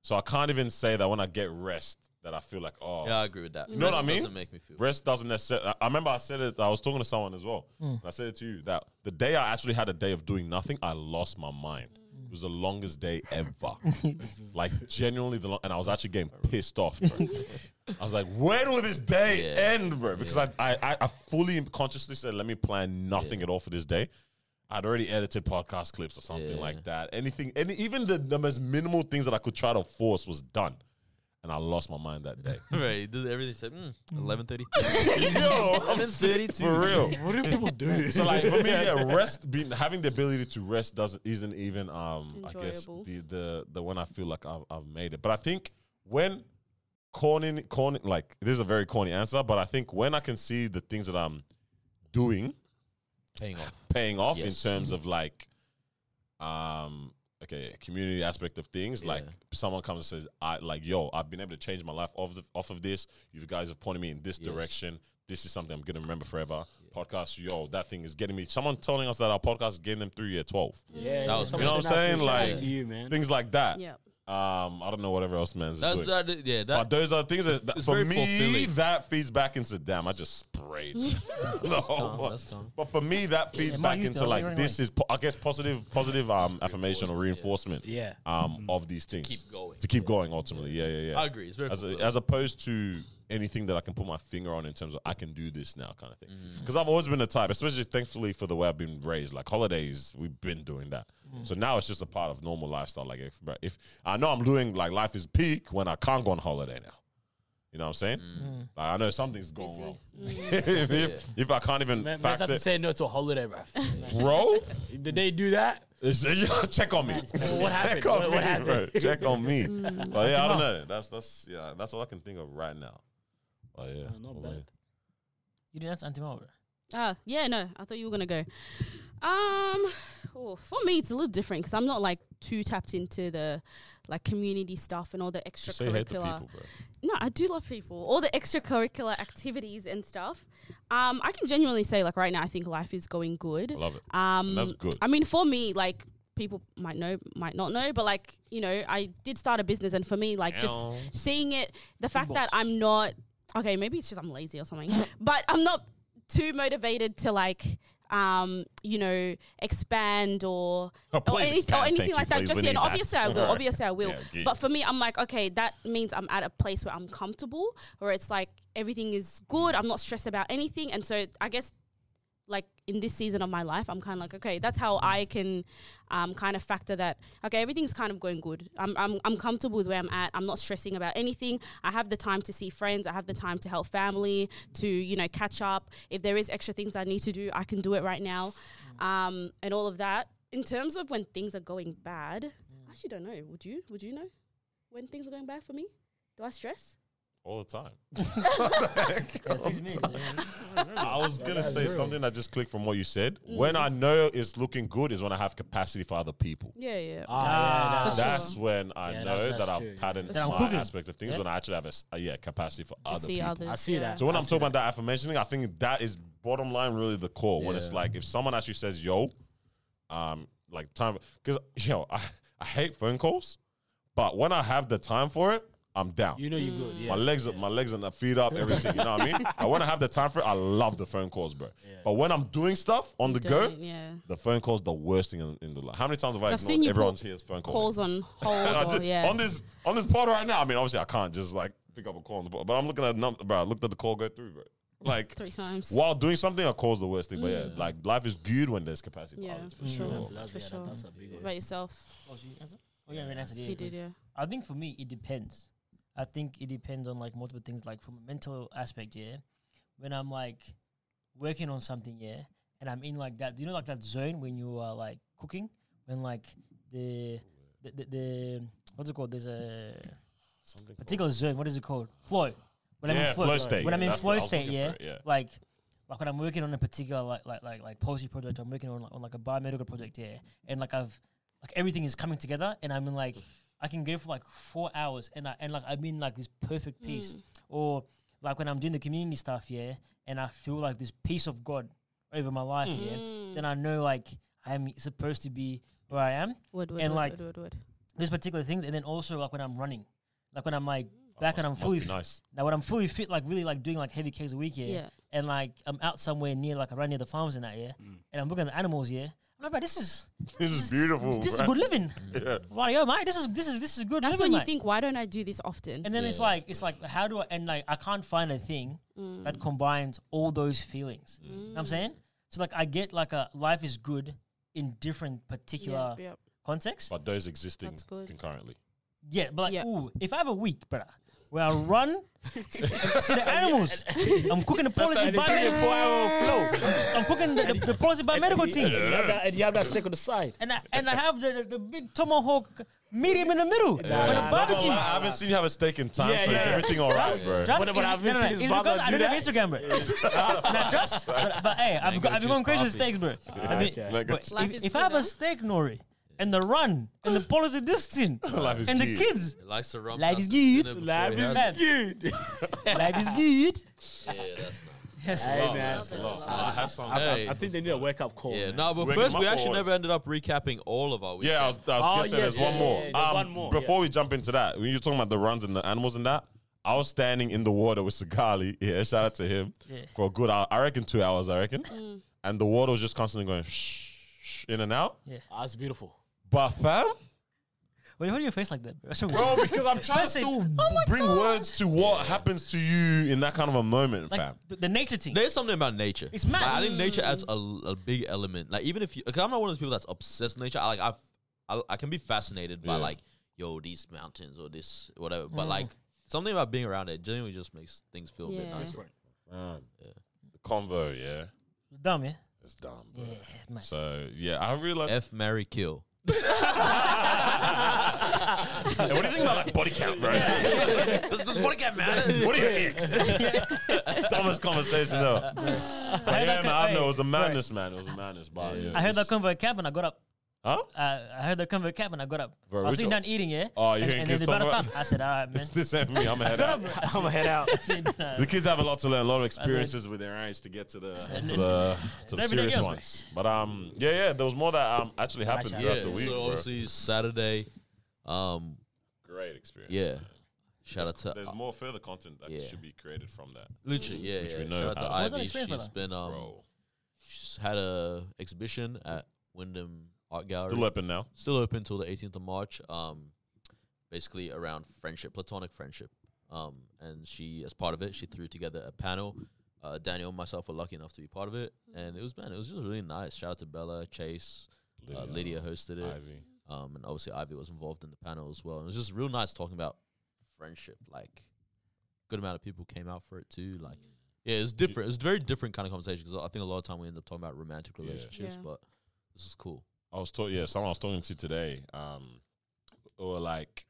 D: So I can't even say that when I get rest that I feel like, oh,
B: yeah, I agree with that. You
D: know what I mean?
B: Doesn't make me feel.
D: rest doesn't necessarily. I remember I said it. I was talking to someone as well. And I said it to you that the day I actually had a day of doing nothing, I lost my mind. It was the longest day ever. like genuinely the long, and I was actually getting pissed off. Bro. I was like, when will this day
B: Yeah.
D: end, bro? Because I, I, I, I fully consciously said, let me plan nothing at all for this day. I'd already edited podcast clips or something
B: Yeah.
D: like that. Anything, and even the, the most minimal things that I could try to force was done. And I lost my mind that day.
B: Right, he did everything. Said mm, eleven thirty.
D: Yo,
B: Eleven thirty two.
D: for real.
G: What do people do?
D: So like for me, yeah, rest being having the ability to rest doesn't isn't even um I guess
E: Enjoyable.
D: the the the one I feel like I've I've made it. But I think when corny corny like this is a very corny answer, but I think when I can see the things that I'm doing
B: Paying off.
D: paying off
B: Yes.
D: in terms of like um okay community aspect of things like
B: Yeah.
D: someone comes and says i like yo i've been able to change my life off, the, off of this you guys have pointed me in this
B: Yes.
D: direction this is something i'm gonna remember forever podcast yo that thing is getting me someone telling us that our podcast is getting them through year 12
G: Yeah,
B: That was-
G: someone
B: You know
D: what
G: said, "I
D: I'm saying?
G: appreciate it
D: Like-
G: to you, man.
D: things like that
E: Yep.
D: um i don't know whatever else man's
B: That's
D: doing.
B: that. Yeah, that.
D: but those are things that, that
B: It's
D: for
B: very
D: me
B: fulfilling.
D: that feeds back into damn i just sprayed the whole
B: calm,
D: one.
B: that's calm.
D: but for me that feeds
F: am I
D: back
F: used
D: into
F: to
D: like
F: hearing
D: this is po- i guess positive positive um affirmation or reinforcement
G: Yeah.
D: um of these things
B: Mm-hmm. keep going.
D: to keep going ultimately yeah yeah yeah
B: I agree. It's very
D: as, a,
B: fulfilling.
D: as opposed to anything that I can put my finger on in terms of I can do this now kind of thing.
G: Mm.
D: Because I've always been the type, especially thankfully for the way I've been raised, like holidays, we've been doing that.
G: Mm.
D: So now it's just a part of normal lifestyle. Like if bruh, if I know I'm doing like life is peak when I can't go on holiday now. You know what I'm saying?
F: Hmm.
B: Mm.
G: Mm.
D: Like I know something's going
E: Busy.
D: wrong. if, if, if I can't even
G: Man, man's
D: factor,
G: have to say no to a holiday, bro.
E: Mm.
D: bro,
G: Did they do that?
D: it's- check on me.
G: What happened?
D: Check on
G: What,
D: me,
G: what happened?
D: bro. Check on me.
E: Mm.
D: but yeah, I don't know. That's that's yeah. That's all I can think of right now. Oh yeah,
G: not
D: Well,
G: bad.
D: yeah.
F: You didn't answer Antimel, bro.
E: Ah, yeah, no, I thought you were gonna go. Um, oh, for me, it's a little different because I'm not like too tapped into the like community stuff and all the
D: Just say hey to
E: extracurricular.
D: people, bro.
E: No, I do love people. All the extracurricular activities and stuff. Um, I can genuinely say like right now, I think life is going good.
D: I love it.
E: Um,
D: And that's good.
E: I mean, for me, like people might know, might not know, but like you know, I did start a business, and for me, like
D: Ow.
E: just seeing it, the fact that I'm not okay, maybe it's just I'm lazy or something, but I'm not too motivated to like. Um, you know, expand or
D: Oh,
E: or,
D: please
E: any-
D: expand.
E: or anything
D: Thank you,
E: like that.
D: please.
E: Just
D: We
E: yeah,
D: need
E: no,
D: that.
E: obviously I will.
D: Alright.
E: Obviously I will.
D: Yeah, okay.
E: But for me, I'm like, okay, that means I'm at a place where I'm comfortable, where it's like everything is good. I'm not stressed about anything, and so I guess like in this season of my life, I'm kind of like, okay, that's how I can um, kind of factor that. Okay, everything's kind of going good. I'm, I'm, I'm comfortable with where I'm at. I'm not stressing about anything. I have the time to see friends. I have the time to help family, to, you know, catch up. If there is extra things I need to do, I can do it right now. Um, and all of that. In terms of when things are going bad, I actually don't know. Would you? Would you know when things are going bad for me? Do I stress?
D: All the time.
F: Yeah, fix me.
D: I was gonna say something that just clicked from what you said.
E: Mm.
D: When I know it's looking good is when I have capacity for other people.
E: Yeah, yeah.
G: Ah,
E: For
G: yeah,
E: sure.
D: That's when I
G: Yeah,
D: know
G: that's-
D: that
G: that's
D: I've
G: true.
D: patterned
F: I'm
D: my
F: cooking.
D: aspect of things when I actually have a s- a, yeah capacity for
E: to
D: other
E: see
D: people.
E: others.
G: I see
E: yeah.
G: that.
D: So when I'm talking about that affirmation thing, I think that is bottom line really the core. When it's
B: Yeah.
D: like if someone actually says yo, um, like time because yo I I hate phone calls, but when I have the time for it, I'm down.
G: you know you're good. Yeah.
D: My legs up, my legs and the feet up, everything. You know what I mean? I want to have the time for it. I love the phone calls, bro. But when I'm doing stuff on the go,
E: Don't- Yeah.
D: the phone call's the worst thing in, in the life. How many times have I
E: I've
D: ignored
E: seen you
D: everyone's
E: put
D: here's phone call?
E: Calls on
D: And I
E: hold. or,
D: just-
E: yeah.
D: On this on this pod right now, I mean, obviously I can't just like pick up a call on the pod, but I'm looking at number, bro. I looked at the call go through, bro. Like
E: three times.
D: while doing something, a call's the worst thing. But yeah, like life is good when there's capacity. For
E: Mm. Yeah,
D: others, for
F: Mm.
E: for sure.
D: sure.
G: Mm. That's,
E: For
G: yeah,
E: sure.
G: that's a big
E: What
G: one.
E: about yourself?
F: Oh, did you answer? Oh, yeah, I already answered. Yeah,
E: You
F: yeah,
E: did, yeah.
F: I think for me, it depends. I think it depends on like multiple things, like from a mental aspect. Yeah, when I'm like working on something, yeah, and I'm in like that, you know, like that zone when you are like cooking, when like the the the, the what's it called? There's a
D: Something
F: particular zone. What is it called? Flow. When I'm
D: Yeah,
F: in
D: flow state,
F: When
D: yeah,
F: I'm in
D: that's
F: flow
D: what I was
F: state,
D: looking
F: yeah,
D: for, yeah.
F: Like, like when I'm working on a particular like like like like policy project, I'm working on like, on like a biomedical project, yeah, and like I've like everything is coming together, and I'm in like I can go for like four hours, and I and like I'm in like this
E: Hmm.
F: perfect peace,
E: Mm.
F: or like when I'm doing the community stuff, yeah, and I feel like this peace of God over my life,
E: Hmm. Mm.
F: yeah. Then I know like I'm supposed to be where I am,
E: Wood, wood,
F: And
E: wood,
F: like-
E: wood, wood, wood.
F: these particular things, and then also like when I'm running, like when I'm like back and I'm
D: must,
F: fully
D: must be nice.
F: now when I'm fully fit, like really like doing like heavy Ks a week, yeah,
E: Yeah.
F: and like I'm out somewhere near like around near the farms and that, yeah,
G: Mm.
F: and I'm looking at the animals, yeah. I'm like, bro, this is
D: This is beautiful.
F: this is
D: bruh.
F: good living.
D: Yeah.
F: Right, yo, mate, this is this is this is good
E: That's
F: living.
E: when you
F: mate.
E: think, why don't I do this often?
F: And then it's like it's like how do I and like I can't find a thing
E: Mm.
F: that combines all those feelings. You
B: Mm.
F: know what I'm saying? So like I get like a life is good in different particular
E: Yep, yep.
F: contexts.
D: But those existing
E: That's good.
D: concurrently.
F: Yeah, but like,
E: Yeah.
F: ooh, if I have a week, brother, where I run, see the animals, I'm cooking the policy by medical, I'm cooking the, the, the policy by medical team,
G: You have that- and you have that stick on the side.
F: and I and I have the, the, the big tomahawk medium in the middle with a
G: nah,
D: Not gonna
F: barbecue.
D: lie, I haven't seen you have a steak in time,
G: Yeah,
D: so is
G: yeah.
D: everything all right, bro?
F: Just
G: But- but
F: is-
G: I've
F: no, no,
G: seen his
F: it's
G: brother
F: because I
G: do
F: don't have Instagram, bro. Nah, just, but, but, hey, I've, got, I've been
B: juice
F: going crazy with
B: coffee.
F: steaks, bro. I mean,
G: Okay.
D: Like,
F: but
E: Life
F: if,
E: is
F: if
E: good,
F: I have
E: huh?
F: a steak, Nori, and the run, and the policy distance,
D: Life is
F: and the
D: good.
F: kids,
B: It likes to run.
F: Life
B: past
F: is
B: the
F: good.
B: dinner before
G: Life
B: he
G: is
B: has it.
F: Life.
G: good.
F: life is good.
B: Yeah, that's nice.
F: Yes.
G: Hey, man.
D: I had some-
G: I-
B: Hey.
G: I think they need a wake up call.
B: Yeah,
G: man.
B: no, but
D: Wake
B: first
D: him
B: we
D: up
B: actually
D: or
B: never
D: what?
B: ended up recapping all of our weekend.
D: Yeah, I was, I was
G: Oh,
D: gonna say
G: yes,
D: there's
G: yeah,
D: one
G: yeah,
D: more.
G: yeah, there's
D: um,
G: one more,
D: Before we jump into that, when you're talking about the runs and the animals and that, I was standing in the water with Sagali. Yeah, shout out to him
F: Yeah.
D: for a good hour. I reckon two hours. I reckon, and the water was just constantly going shh, shh, in and out.
G: That's Ah, beautiful.
D: But fam,
F: Wait, why do your face like that, bro? That's so
D: bro,
F: weird.
D: because I'm trying
F: Listen,
D: to
G: oh
D: bring words to what happens to you in that kind of a moment,
F: like
D: fam.
F: the, the nature team.
B: There's something about nature.
F: It's mad.
B: Like, I think nature adds a, a big element. Like even if you, cause I'm not one of those people that's obsessed with nature. I like I've, I I can be fascinated by
D: Yeah.
B: like yo these mountains or this whatever. But
F: Mm.
B: like something about being around it genuinely just makes things feel a bit
E: Yeah.
B: nicer.
D: Fam. The convo, yeah,
F: Dumb, yeah.
D: it's dumb. Bro.
F: Yeah, man.
D: So yeah, I realized.
B: F Mary kill.
D: Hey, what do you think about like body count, bro?
B: does, does body get mad?
D: What are your icks? Dumbest conversation ever. But
F: heard
D: yeah, man,
F: that co-
D: I know
F: hey,
D: it was a madness, man. It was a madness, but yeah.
F: I heard that
D: it's-
F: convo at camp and I got up.
D: Huh?
F: Uh, I heard that convo at camp and I got up.
D: Bro,
F: I
D: we
F: was sitting
D: jo-
F: down eating, yeah.
D: Oh, you
F: and,
D: ain't
F: and then
D: kissed
F: they brought
D: on
F: us
D: what?
F: up. I said, all right, man.
D: It's this ain't me. I'm a head out.
F: I'm gonna head out. I said, nah.
D: The kids have a lot to learn, a lot of
F: right.
D: experiences with their eyes to get to the to
F: then-
D: the, to the
F: everything
D: serious
F: else,
D: ones. But um, yeah, yeah, there was more that um actually happened
F: Actually
D: throughout
B: Yeah.
D: the week.
B: so
D: bro.
B: obviously Saturday, um,
D: Great experience.
B: yeah.
D: man.
B: Shout out to
D: There's more further content that
B: yeah.
D: should be created from that,
B: literally, yeah,
D: Which
B: yeah.
D: we know
B: Shout out to
D: how- What
F: was that
B: Ivy. She's
F: experience like?
B: been um,
D: bro.
B: she's had a exhibition at Wyndham Art Gallery.
D: Still open now.
B: still open till the 18th of March. Um, basically around friendship, platonic friendship. Um, and she, as part of it, she threw together a panel. Uh, Daniel and myself were lucky enough to be part of it, and it was man, it was just really nice. Shout out to Bella, Chase, Lydia, uh, Lydia hosted it,
D: Ivy.
B: um, and obviously Ivy was involved in the panel as well. And it was just real nice talking about friendship. Like, good amount of people came out for it too. Like,
D: Mm.
B: yeah, it was different. It was a very different kind of conversation because I think a lot of time we end up talking about romantic
D: Yeah.
B: relationships,
E: Yeah.
B: but this is cool.
D: I was talking, yeah, someone I was talking to today, um, or like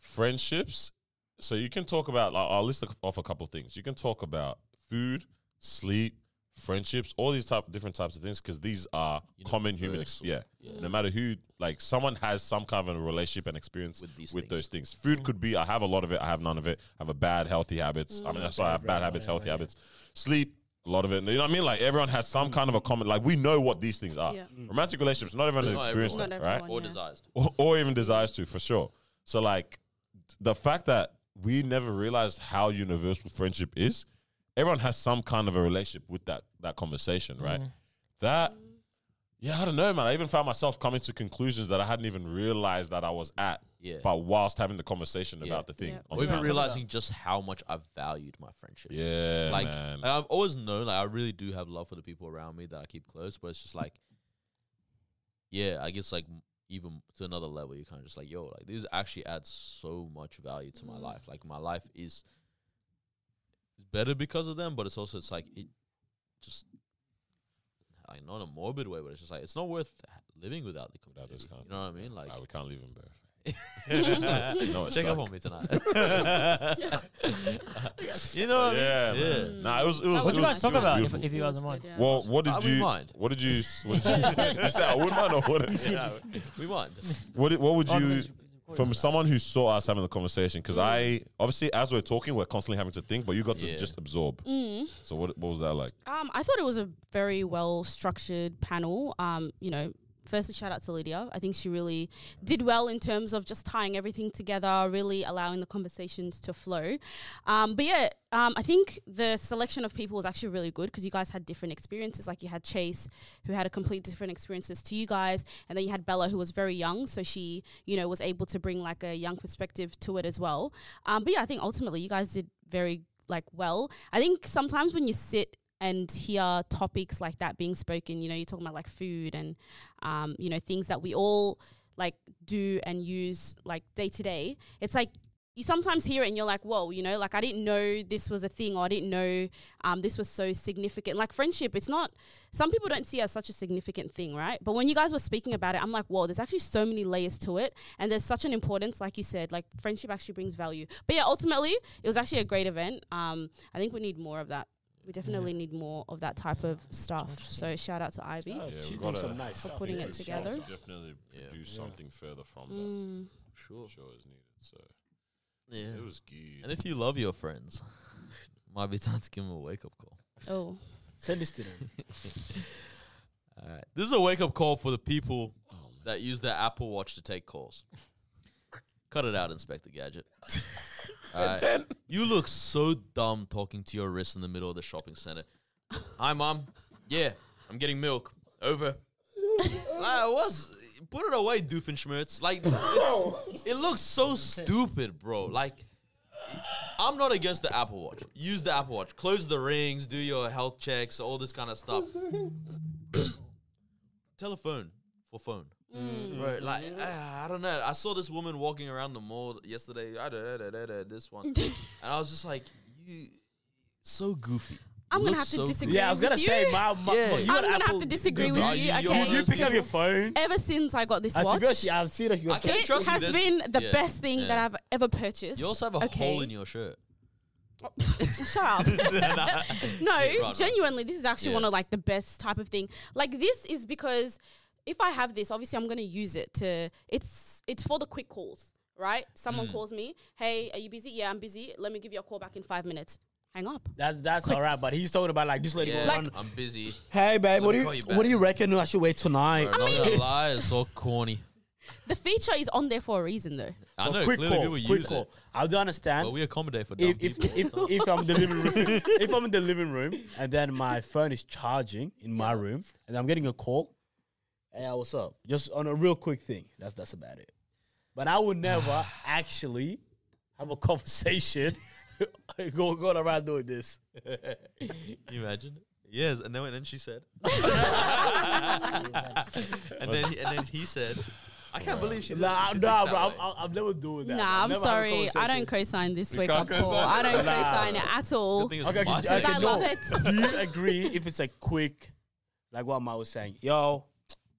D: friendships. So you can talk about, like, I'll list off a couple of things. You can talk about food, sleep, friendships, all these type different types of things because these are common human, ex-
B: Universal.
D: yeah.
B: Yeah.
D: No matter who, like someone has some kind of a relationship and experience
B: With
D: with,
B: these things.
D: those things. Food could be I have a lot of it, I have none of it. I have a bad healthy habits. I
E: Mm.
D: mean, sorry, I have bad habits, healthy habits. Sleep, a lot of it. You know what I mean? Like everyone has some kind of a common. Like we know what these things are.
E: Yeah.
D: Romantic relationships, not everyone has
B: Mm. Not
D: experienced
B: everyone.
D: that,
E: Not
D: right?
E: everyone.
B: Or
E: Oh, Yeah.
B: desires.
D: Or, or even desires to, for sure. So like the fact that we never realized how universal friendship is. Everyone has some kind of a relationship with that that conversation, right?
E: Mm.
D: That yeah, I don't know, man. I even found myself coming to conclusions that I hadn't even realized that I was at.
B: Yeah.
D: But whilst having the conversation
B: Yeah.
D: about the thing,
E: Yeah.
B: Or
D: on the
B: even
D: panel.
B: realizing just how much I've valued my friendship.
D: yeah,
B: Like, uh,
D: man.
B: like, I've always known, like I really do have love for the people around me that I keep close, but it's just like, yeah, I guess like m- even to another level, you're kind of just like, yo, like this actually adds so much value to my life. Like my life is is better because of them, but it's also it's like it just like not in a morbid way, but it's just like it's not worth h- living without the
D: Without
B: community.
D: this kind of
B: you know what I mean? Like
D: Ah, we can't leave him, bro.
E: Mm.
D: No, it's
B: Check up
D: dark.
B: on me tonight. you know what
D: Yeah,
B: I mean?
D: man. Nah, it was. It was.
E: Mm. What
D: it was-
E: you guys
D: it
E: talk
D: was
F: about if-
D: beautiful.
F: if you
E: It
F: guys
E: was
F: are mine.
E: good, yeah.
D: Well, what did
B: I
D: you?
B: wouldn't mind.
D: What did you? s- What did you, you say? I wouldn't mind. Or what? Did,
B: Yeah. no, we won.
D: what, did, what would
F: Oh, no,
D: you?
F: it's- it's
D: From
F: recorded.
D: someone who saw us having the conversation, because I obviously as we're talking, we're constantly having to think, but you got to
B: Mm. Yeah.
D: just absorb.
E: Mm.
D: So what? What was that like?
E: Um, I thought it was a very well structured panel. Um, you know, firstly, shout out to Lydia. I think she really did well in terms of just tying everything together, really allowing the conversations to flow. Um, but yeah, um, I think the selection of people was actually really good because you guys had different experiences. Like you had Chase, who had a complete different experiences to you guys, and then you had Bella, who was very young, so she, you know, was able to bring like a young perspective to it as well. Um, but yeah, I think ultimately you guys did very like well. I think sometimes when you sit and hear topics like that being spoken. You know, you're talking about like food and, um, you know, things that we all like do and use like day to day. It's like you sometimes hear it and you're like, whoa, you know, like I didn't know this was a thing or I didn't know um, this was so significant. Like friendship, it's not, some people don't see it as such a significant thing, right? But when you guys were speaking about it, I'm like, whoa, there's actually so many layers to it. And there's such an importance, like you said, like friendship actually brings value. But yeah, ultimately, it was actually a great event. Um, I think we need more of that. We definitely need more of that type of stuff. So shout out to Ivy.
D: Yeah,
G: Ah, She doing
D: we gotta-
G: some nice stuff.
E: putting it
G: Yeah, she-
E: together.
D: Definitely
B: Yeah.
D: produce something further from
E: Mm.
B: Sure.
D: that. Sure, is needed. So
B: Yeah.
D: it was good.
B: And if you love your friends, might be time to give them a wake up call.
E: Oh,
G: Send this to them.
B: All right. This is a wake up call for the people that use their Apple Watch to take calls. Cut it out, Inspector Gadget. All right. You look so dumb talking to your wrist in the middle of the shopping center. Hi, mom. Yeah, I'm getting milk. Over. I was. Put it away, Doofenshmirtz. Like, it's, it looks so stupid, bro. Like, I'm not against the Apple Watch. Use the Apple Watch. Close the rings, do your health checks, all this kind of stuff. Telephone for phone.
E: Mm.
B: Bro, like, ah, I don't know. I saw this woman walking around the mall yesterday. I da- da- da- da- this one. and I was just like, you. So goofy.
E: I'm
B: You
E: gonna
B: look
E: have to
B: so
E: disagree.
G: Yeah, I was gonna
E: with
G: say,
E: you.
G: my, my
B: Yeah.
G: you
E: I'm
G: got
E: gonna have
G: Apple-
E: to disagree with
B: Are
E: you.
B: you- you're
E: Okay.
B: one
G: You
B: of
G: pick up your phone.
E: Ever since I got this
G: Uh, to
E: watch,
G: be honest, I've seen it. Your
B: I can't
E: it
B: trust you,
E: has
B: there's-
E: been the
B: yeah,
E: best thing that
B: yeah.
E: I've ever purchased.
B: You also have a
E: okay.
B: hole in your shirt.
E: Shut up. no,
B: right.
E: genuinely, this is actually
B: Yeah.
E: one of like the best type of thing. Like this is because if I have this, obviously I'm gonna use it to. It's it's for the quick calls, right? Someone
B: Mm.
E: calls me, hey, are you busy? Yeah, I'm busy. Let me give you a call back in five minutes. Hang up.
G: That's that's all right, but he's talking about like this lady.
B: Yeah,
G: going,
B: I'm busy.
G: hey babe, what
B: me
G: do you,
B: call you back.
G: what do you reckon I should wait tonight?
B: I'm not gonna lie, it's so corny.
E: The feature is on there for a reason, though.
B: I know
G: quick
B: clearly
G: call,
B: people
G: quick
B: use
G: call.
B: it,
G: I do understand.
B: but we accommodate for dumb
G: if if,
B: people.
G: if if I'm in the living room, if I'm in the living room, and then my phone is charging in my room, and I'm getting a call, hey, what's up? Just on a real quick thing. That's that's about it. But I would never actually have a conversation. go go around doing this.
B: Can you imagine? Yes, and then and then she said, and then and then he said, I can't believe she.
G: Nah, nah, bro, I'm, I'm, I'm never doing that.
E: Nah, I'm
G: Never have a
E: sorry. I
G: conversation.
E: don't co-sign this wake
D: can't
E: up call.
D: co-sign
E: I
D: it?
E: don't
G: Nah.
E: co-sign it at all.
G: Okay, okay,
B: Because
E: Because
G: okay,
E: I
G: no.
E: love it.
G: Do you agree if it's a quick, like what Ma was saying? Yo,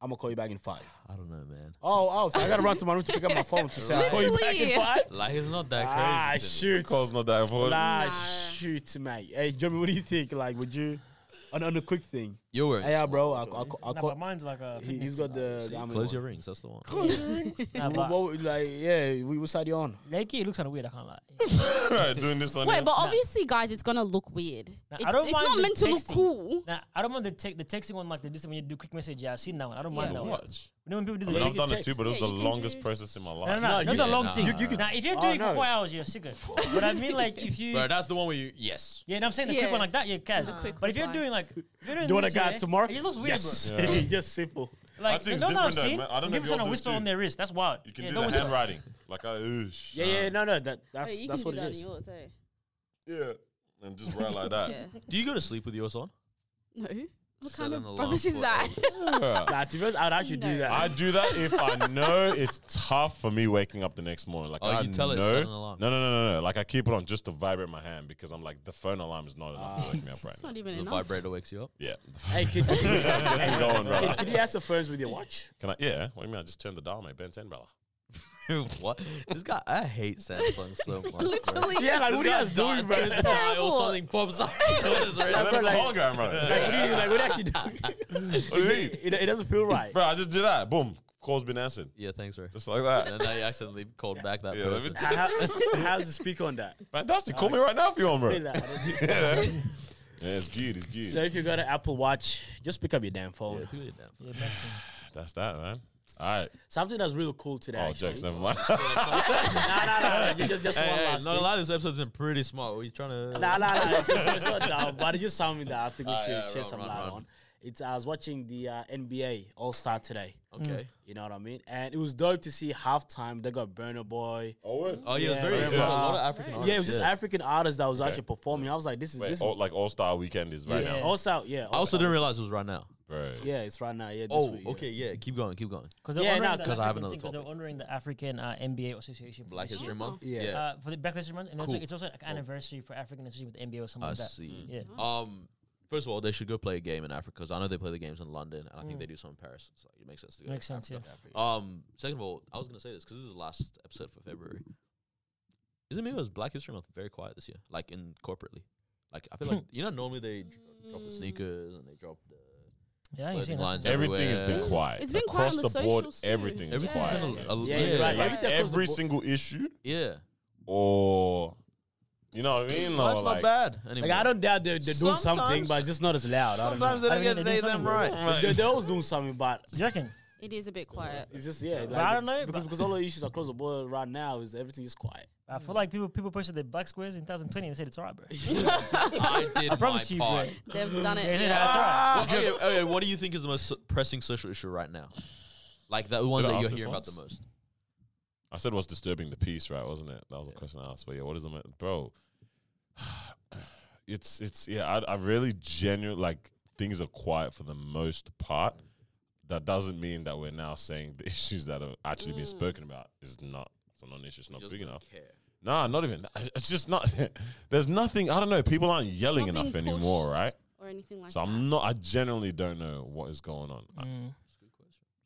G: I'm gonna call you back in five.
B: I don't know, man.
G: Oh, oh, so I gotta run to my room to pick up my phone to say I'll call you back in
E: Literally.
G: five.
B: Like it's not that crazy.
G: Ah,
B: to me.
G: shoot.
D: Calls not that important.
G: Nah,
E: Nah.
G: shoot, mate. Hey, Jeremy, what do you think? Like, would you on on the quick thing?
B: You're wearing.
G: Hey, yeah,
B: slippers,
G: bro, I, I,
B: aren't you?
G: I,
F: Nah, but
G: caught.
F: mine's like a.
G: He, he's got the. the
B: Close your rings. That's the one.
F: Nah,
G: What,
F: but
G: like, yeah, we we side you on.
F: Lakey, it looks kind of weird. I can't lie.
D: Right, doing this one.
E: Wait,
D: here.
E: but obviously, guys, it's gonna look weird.
F: Nah, I
E: it's
F: don't
E: it's
F: mind
E: not
F: the
E: meant to look
F: texting.
E: cool.
F: Now I don't mind the te- the texting one like the this when you do quick message. Yeah, I've seen that one. I don't mind
E: Yeah.
F: that one.
D: Watch.
F: You know when people
D: I
F: do the
D: mean,
G: Yeah,
D: I've
G: you
D: done
G: can
D: it too, but it was
E: text.
D: the
E: Yeah, you can
D: longest
E: do-
D: process in my
F: No,
D: life.
F: no, no,
G: No, you-
F: not the
B: yeah,
F: long
B: nah.
F: thing.
B: You- you could-
F: nah, if you're
G: Oh,
F: doing it for
G: no.
F: four hours, you're sick of. it. but I mean, like, if you,
B: Bro,
F: yeah,
B: that's the one where you. Yes.
F: no, I'm saying the
E: Yeah.
F: quick one like that, you're cash.
E: The quick
F: But if you're
E: reply.
F: doing like, if you're
G: Do
F: doing
G: you want a
F: this
G: guy
F: here,
G: tomorrow?
F: It looks weird,
G: yes.
F: bro.
D: Yeah.
G: just simple.
D: I
F: Like,
D: think it's
F: no, no, I've
D: different though,
F: seen.
D: man. I don't know if y'all
F: people trying to
D: do
F: whisper
D: too.
F: on their wrist. That's wild.
D: You can
F: Yeah,
D: do
F: don't
D: the
F: whisper.
D: handwriting. Like, I, oosh. uh,
G: Yeah, yeah, no, no, that that's
E: Wait, you
G: that's what
E: can do
G: it
E: that
G: is.
E: on yours, eh?
D: Yeah. And just write like that.
E: Yeah.
B: Do you go to sleep with yours on?
E: No. What
B: Set
E: kind
B: an
E: of
B: alarm
E: rubbish is
B: for
E: that?
D: Yeah.
G: Nah, to be honest, I'd actually do
E: No.
G: that.
D: I do that if I know it's tough for me waking up the next morning. Like
B: Oh,
D: I
B: you tell
D: know,
B: it, set an alarm.
D: No, no, no, no, no. Like I keep it on just to vibrate my hand because I'm like the phone alarm is not enough to wake me up right
E: It's
D: now.
E: not even
B: The
E: enough.
B: vibrator wakes you up.
D: Yeah,
G: hey, could, could,
D: Let's keep going, brother.
G: could you ask the phones with your watch?
D: Can I? Yeah. What do you mean? I just turned the dial, mate. Ben ten, brother.
B: what? This guy, I hate Samsung so much. bro.
E: Literally.
G: Yeah, like
B: This
G: what do you
B: guy's
G: guys do,
B: dying
G: bro?
B: to die
G: Like,
B: or
E: terrible.
B: something pops up. on his wrist.
D: And then it's a hologram, bro.
G: what do you like? What actually do?
D: What do you mean?
G: It, it doesn't feel right.
D: Bro, I just did that. Boom. Call's been answered.
B: Yeah, thanks, bro.
D: Just like that.
B: And then I accidentally called back that
D: Yeah, let me
B: person.
G: How, how's the speaker on that?
D: Fantastic. Call me right now if you want, bro. Yeah,
G: Like,
D: it's good. It's good.
G: so if you got an Apple Watch, just pick up your damn
B: Yeah,
G: phone.
B: who did that?
F: Yeah, back to
D: That's that, man. All right.
G: Something that's really cool today.
D: Oh,
G: actually.
D: jokes. Never mind.
G: Nah, nah, nah. nah, You just, just
B: Hey,
G: one
B: hey,
G: last
B: not a
G: thing.
B: lot of this episode's been pretty smart. What are you trying to?
G: Nah, nah, nah. It's, it's, it's not down, but it's just something that I think we
B: Ah,
G: should
B: yeah,
G: share
B: run,
G: some
B: run,
G: light
B: run.
G: on. It's I was watching the uh, NBA All Star today.
B: Okay.
G: You know what I mean? And it was dope to see halftime. They got Burner Boy.
D: Oh, wait.
B: Oh yeah, it's
F: Yeah,
B: very
F: yeah.
B: it's got a lot of African.
G: yeah, it was
B: artists,
G: just African artists that was actually performing. I was like, this is this.
D: Wait,
G: Is,
D: all, like All Star Weekend is right
F: Yeah.
D: now,
G: All Star, yeah.
B: I also didn't realize it was right now.
D: bro.
G: Yeah, it's right now. Yeah. This
B: Oh,
G: week, yeah.
B: okay, yeah. Keep going, keep going.
F: Because they're
G: Yeah,
F: honoring
G: nah,
F: the
G: 'cause
B: I have
F: African
B: another
F: thing, 'cause they're
B: topic.
F: honoring the African uh, NBA Association. for
B: Black
F: this
B: History
F: year.
B: Month.
G: Yeah.
B: Yeah.
F: Uh, for the Black History Month, and also,
B: Cool.
F: it's also like an anniversary for African Association with the NBA or something
B: I
F: like that.
B: see.
F: Yeah.
B: Um, first of all, they should go play a game in Africa because I know they play the games in London, and I think they do some in Paris. So it makes sense to go.
F: Mm. Makes sense, yeah.
B: Um, second of all, I was gonna say this because this is the last episode for February. Isn't maybe it was Black History Month very quiet this year, like in corporately? Like I feel like you know normally they dr- drop the
F: Mm.
B: sneakers and they drop the
F: Yeah, you
B: clothing
F: seen
B: lines.
F: that.
D: Everything has
B: everywhere.
D: been quiet.
E: It's been quiet
D: Across
E: on the
D: the board,
E: socials too.
D: everything is
B: Everything's
D: quiet.
B: been a, a
G: Yeah,
B: yeah,
G: you're right.
B: yeah.
D: Like
G: Everything across the
D: every
G: board.
D: single issue,
B: yeah.
D: or you know what I mean? Or
B: Life's not
D: like,
B: bad anymore.
G: Like I don't doubt they're, they're doing something,
B: Sometimes-
G: but it's just not as loud. I don't know.
B: Sometimes they
F: I
B: don't
F: mean,
B: get the
F: they do
B: day them
F: something
B: right.
G: They're, they're always doing something, but
F: Do you reckon?
E: It is a bit quiet.
G: it's just yeah.
F: But I don't know,
G: because
F: but-
G: because all the issues across the board right now is everything is quiet.
F: I feel like people people posted their black squares in 2020 and said it's alright, bro.
B: I did
F: I promise
B: my
F: you,
B: part.
F: bro.
E: They've done
F: They
E: it.
F: said
E: yeah.
F: that's
B: Well,
F: alright.
B: Ah! okay, okay, what do you think is the most so- pressing social issue right now? Like the one
D: Did I
B: that
D: ask
B: you're
D: this
B: hearing about the
D: once?
B: most.
D: I said what's disturbing the peace, right? Wasn't it? That was a question I asked. But yeah, what is the ma- bro? It's it's yeah. I I really genuine like things are quiet for the most
E: Mm.
D: part. That doesn't mean that we're now saying the issues that have actually been
E: Mm.
D: spoken about is not it's a non-issue. It's not big enough. Nah, not even. that. It's just not. there's nothing. I don't know. People aren't yelling
E: Not being
D: enough anymore,
E: pushed.
D: right?
E: Or anything like
D: So
E: that. Mm.
D: I'm not. I generally don't know what is going on. I-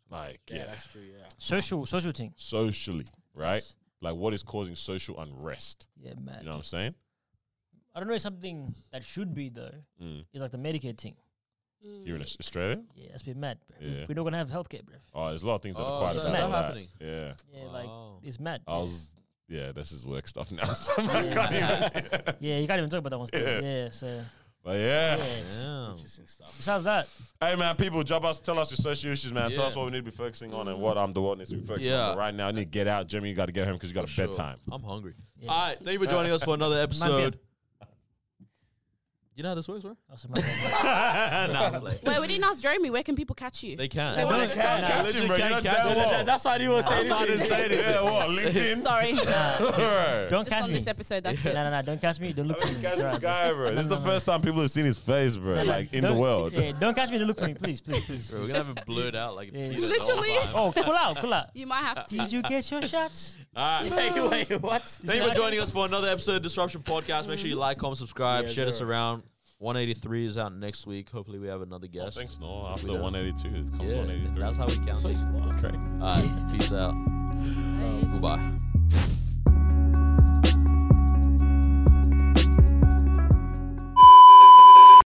D: Like yeah,
G: true. Yeah.
F: Mm. Social social thing.
D: socially, right? Like what is causing social unrest?
F: Yeah, man.
D: You know what I'm saying?
F: I don't know something that should be though
D: Mm.
F: is like the Medicaid thing.
E: Mm.
D: Here in Aus- Australia?
F: Yeah, that's been mad, bro.
D: Yeah.
F: We're not gonna have healthcare, bro.
D: Oh, there's a lot of things that are
B: Oh,
D: quite
F: so
D: aside
F: that's
D: from that.
B: happening.
D: Yeah.
F: Yeah,
B: Wow.
F: like it's mad.
D: I
F: bro.
D: was yeah, this is work stuff now. so I
F: Yeah.
D: can't even-
F: yeah, you can't even talk about that one still.
D: Yeah.
F: Yeah, so
D: but yeah.
F: yeah. Oh.
B: Damn.
G: Interesting stuff.
F: Besides that,
D: Hey man, people job us, tell us your social issues, man. Tell
B: Yeah.
D: us what we need to be focusing on and what um the world needs to be focusing
B: Yeah.
D: on. But right now I need to get out. Jimmy, you gotta get home because you got a
B: Sure.
D: bedtime.
B: I'm hungry.
F: Yeah.
B: All right, thank you for joining us for another episode. You know how this works, bro?
F: also my bad.
B: nah,
E: Wait, we didn't ask Jeremy. Where can people catch you?
B: they can.
E: They
B: not
E: wanna
D: Catch
E: catch-
D: him, bro. You know damn well.
G: That's why I didn't want to say
D: That's why I
G: anything.
D: didn't say anything. Yeah, what? LinkedIn?
E: Sorry, just
D: Alright.
F: don't catch
E: on
F: me.
E: this episode. That's
F: No,
E: it.
F: no, no, don't catch me. Don't look for me.
D: Guys,
F: It's
D: this
F: alright.
D: guy, bro. This is the
F: No, no, no.
D: first time people have seen his face, bro. Like in the
F: Don't-
D: world.
F: Yeah, don't catch me to look for me, please, please, please.
B: Bro, we're gonna have it blurred out like
F: Yeah.
B: Peter the
E: Literally.
B: whole time.
F: Oh, cool out, cool out.
E: You might have to.
F: Did you get your shots?
G: Wait, wait, what?
B: Thank you for joining us for another episode of Disruption Podcast. Make sure you like, comment, subscribe,
G: Yeah,
B: share this
G: sure.
B: around. 183 is out next week. Hopefully, we have another
D: Oh,
B: guest.
D: thanks, no. After
B: We don't-
D: 182, it comes
B: Yeah,
D: 183.
B: that's how we count.
G: So
B: it.
G: smart.
D: Crazy.
B: All right, peace out. Goodbye.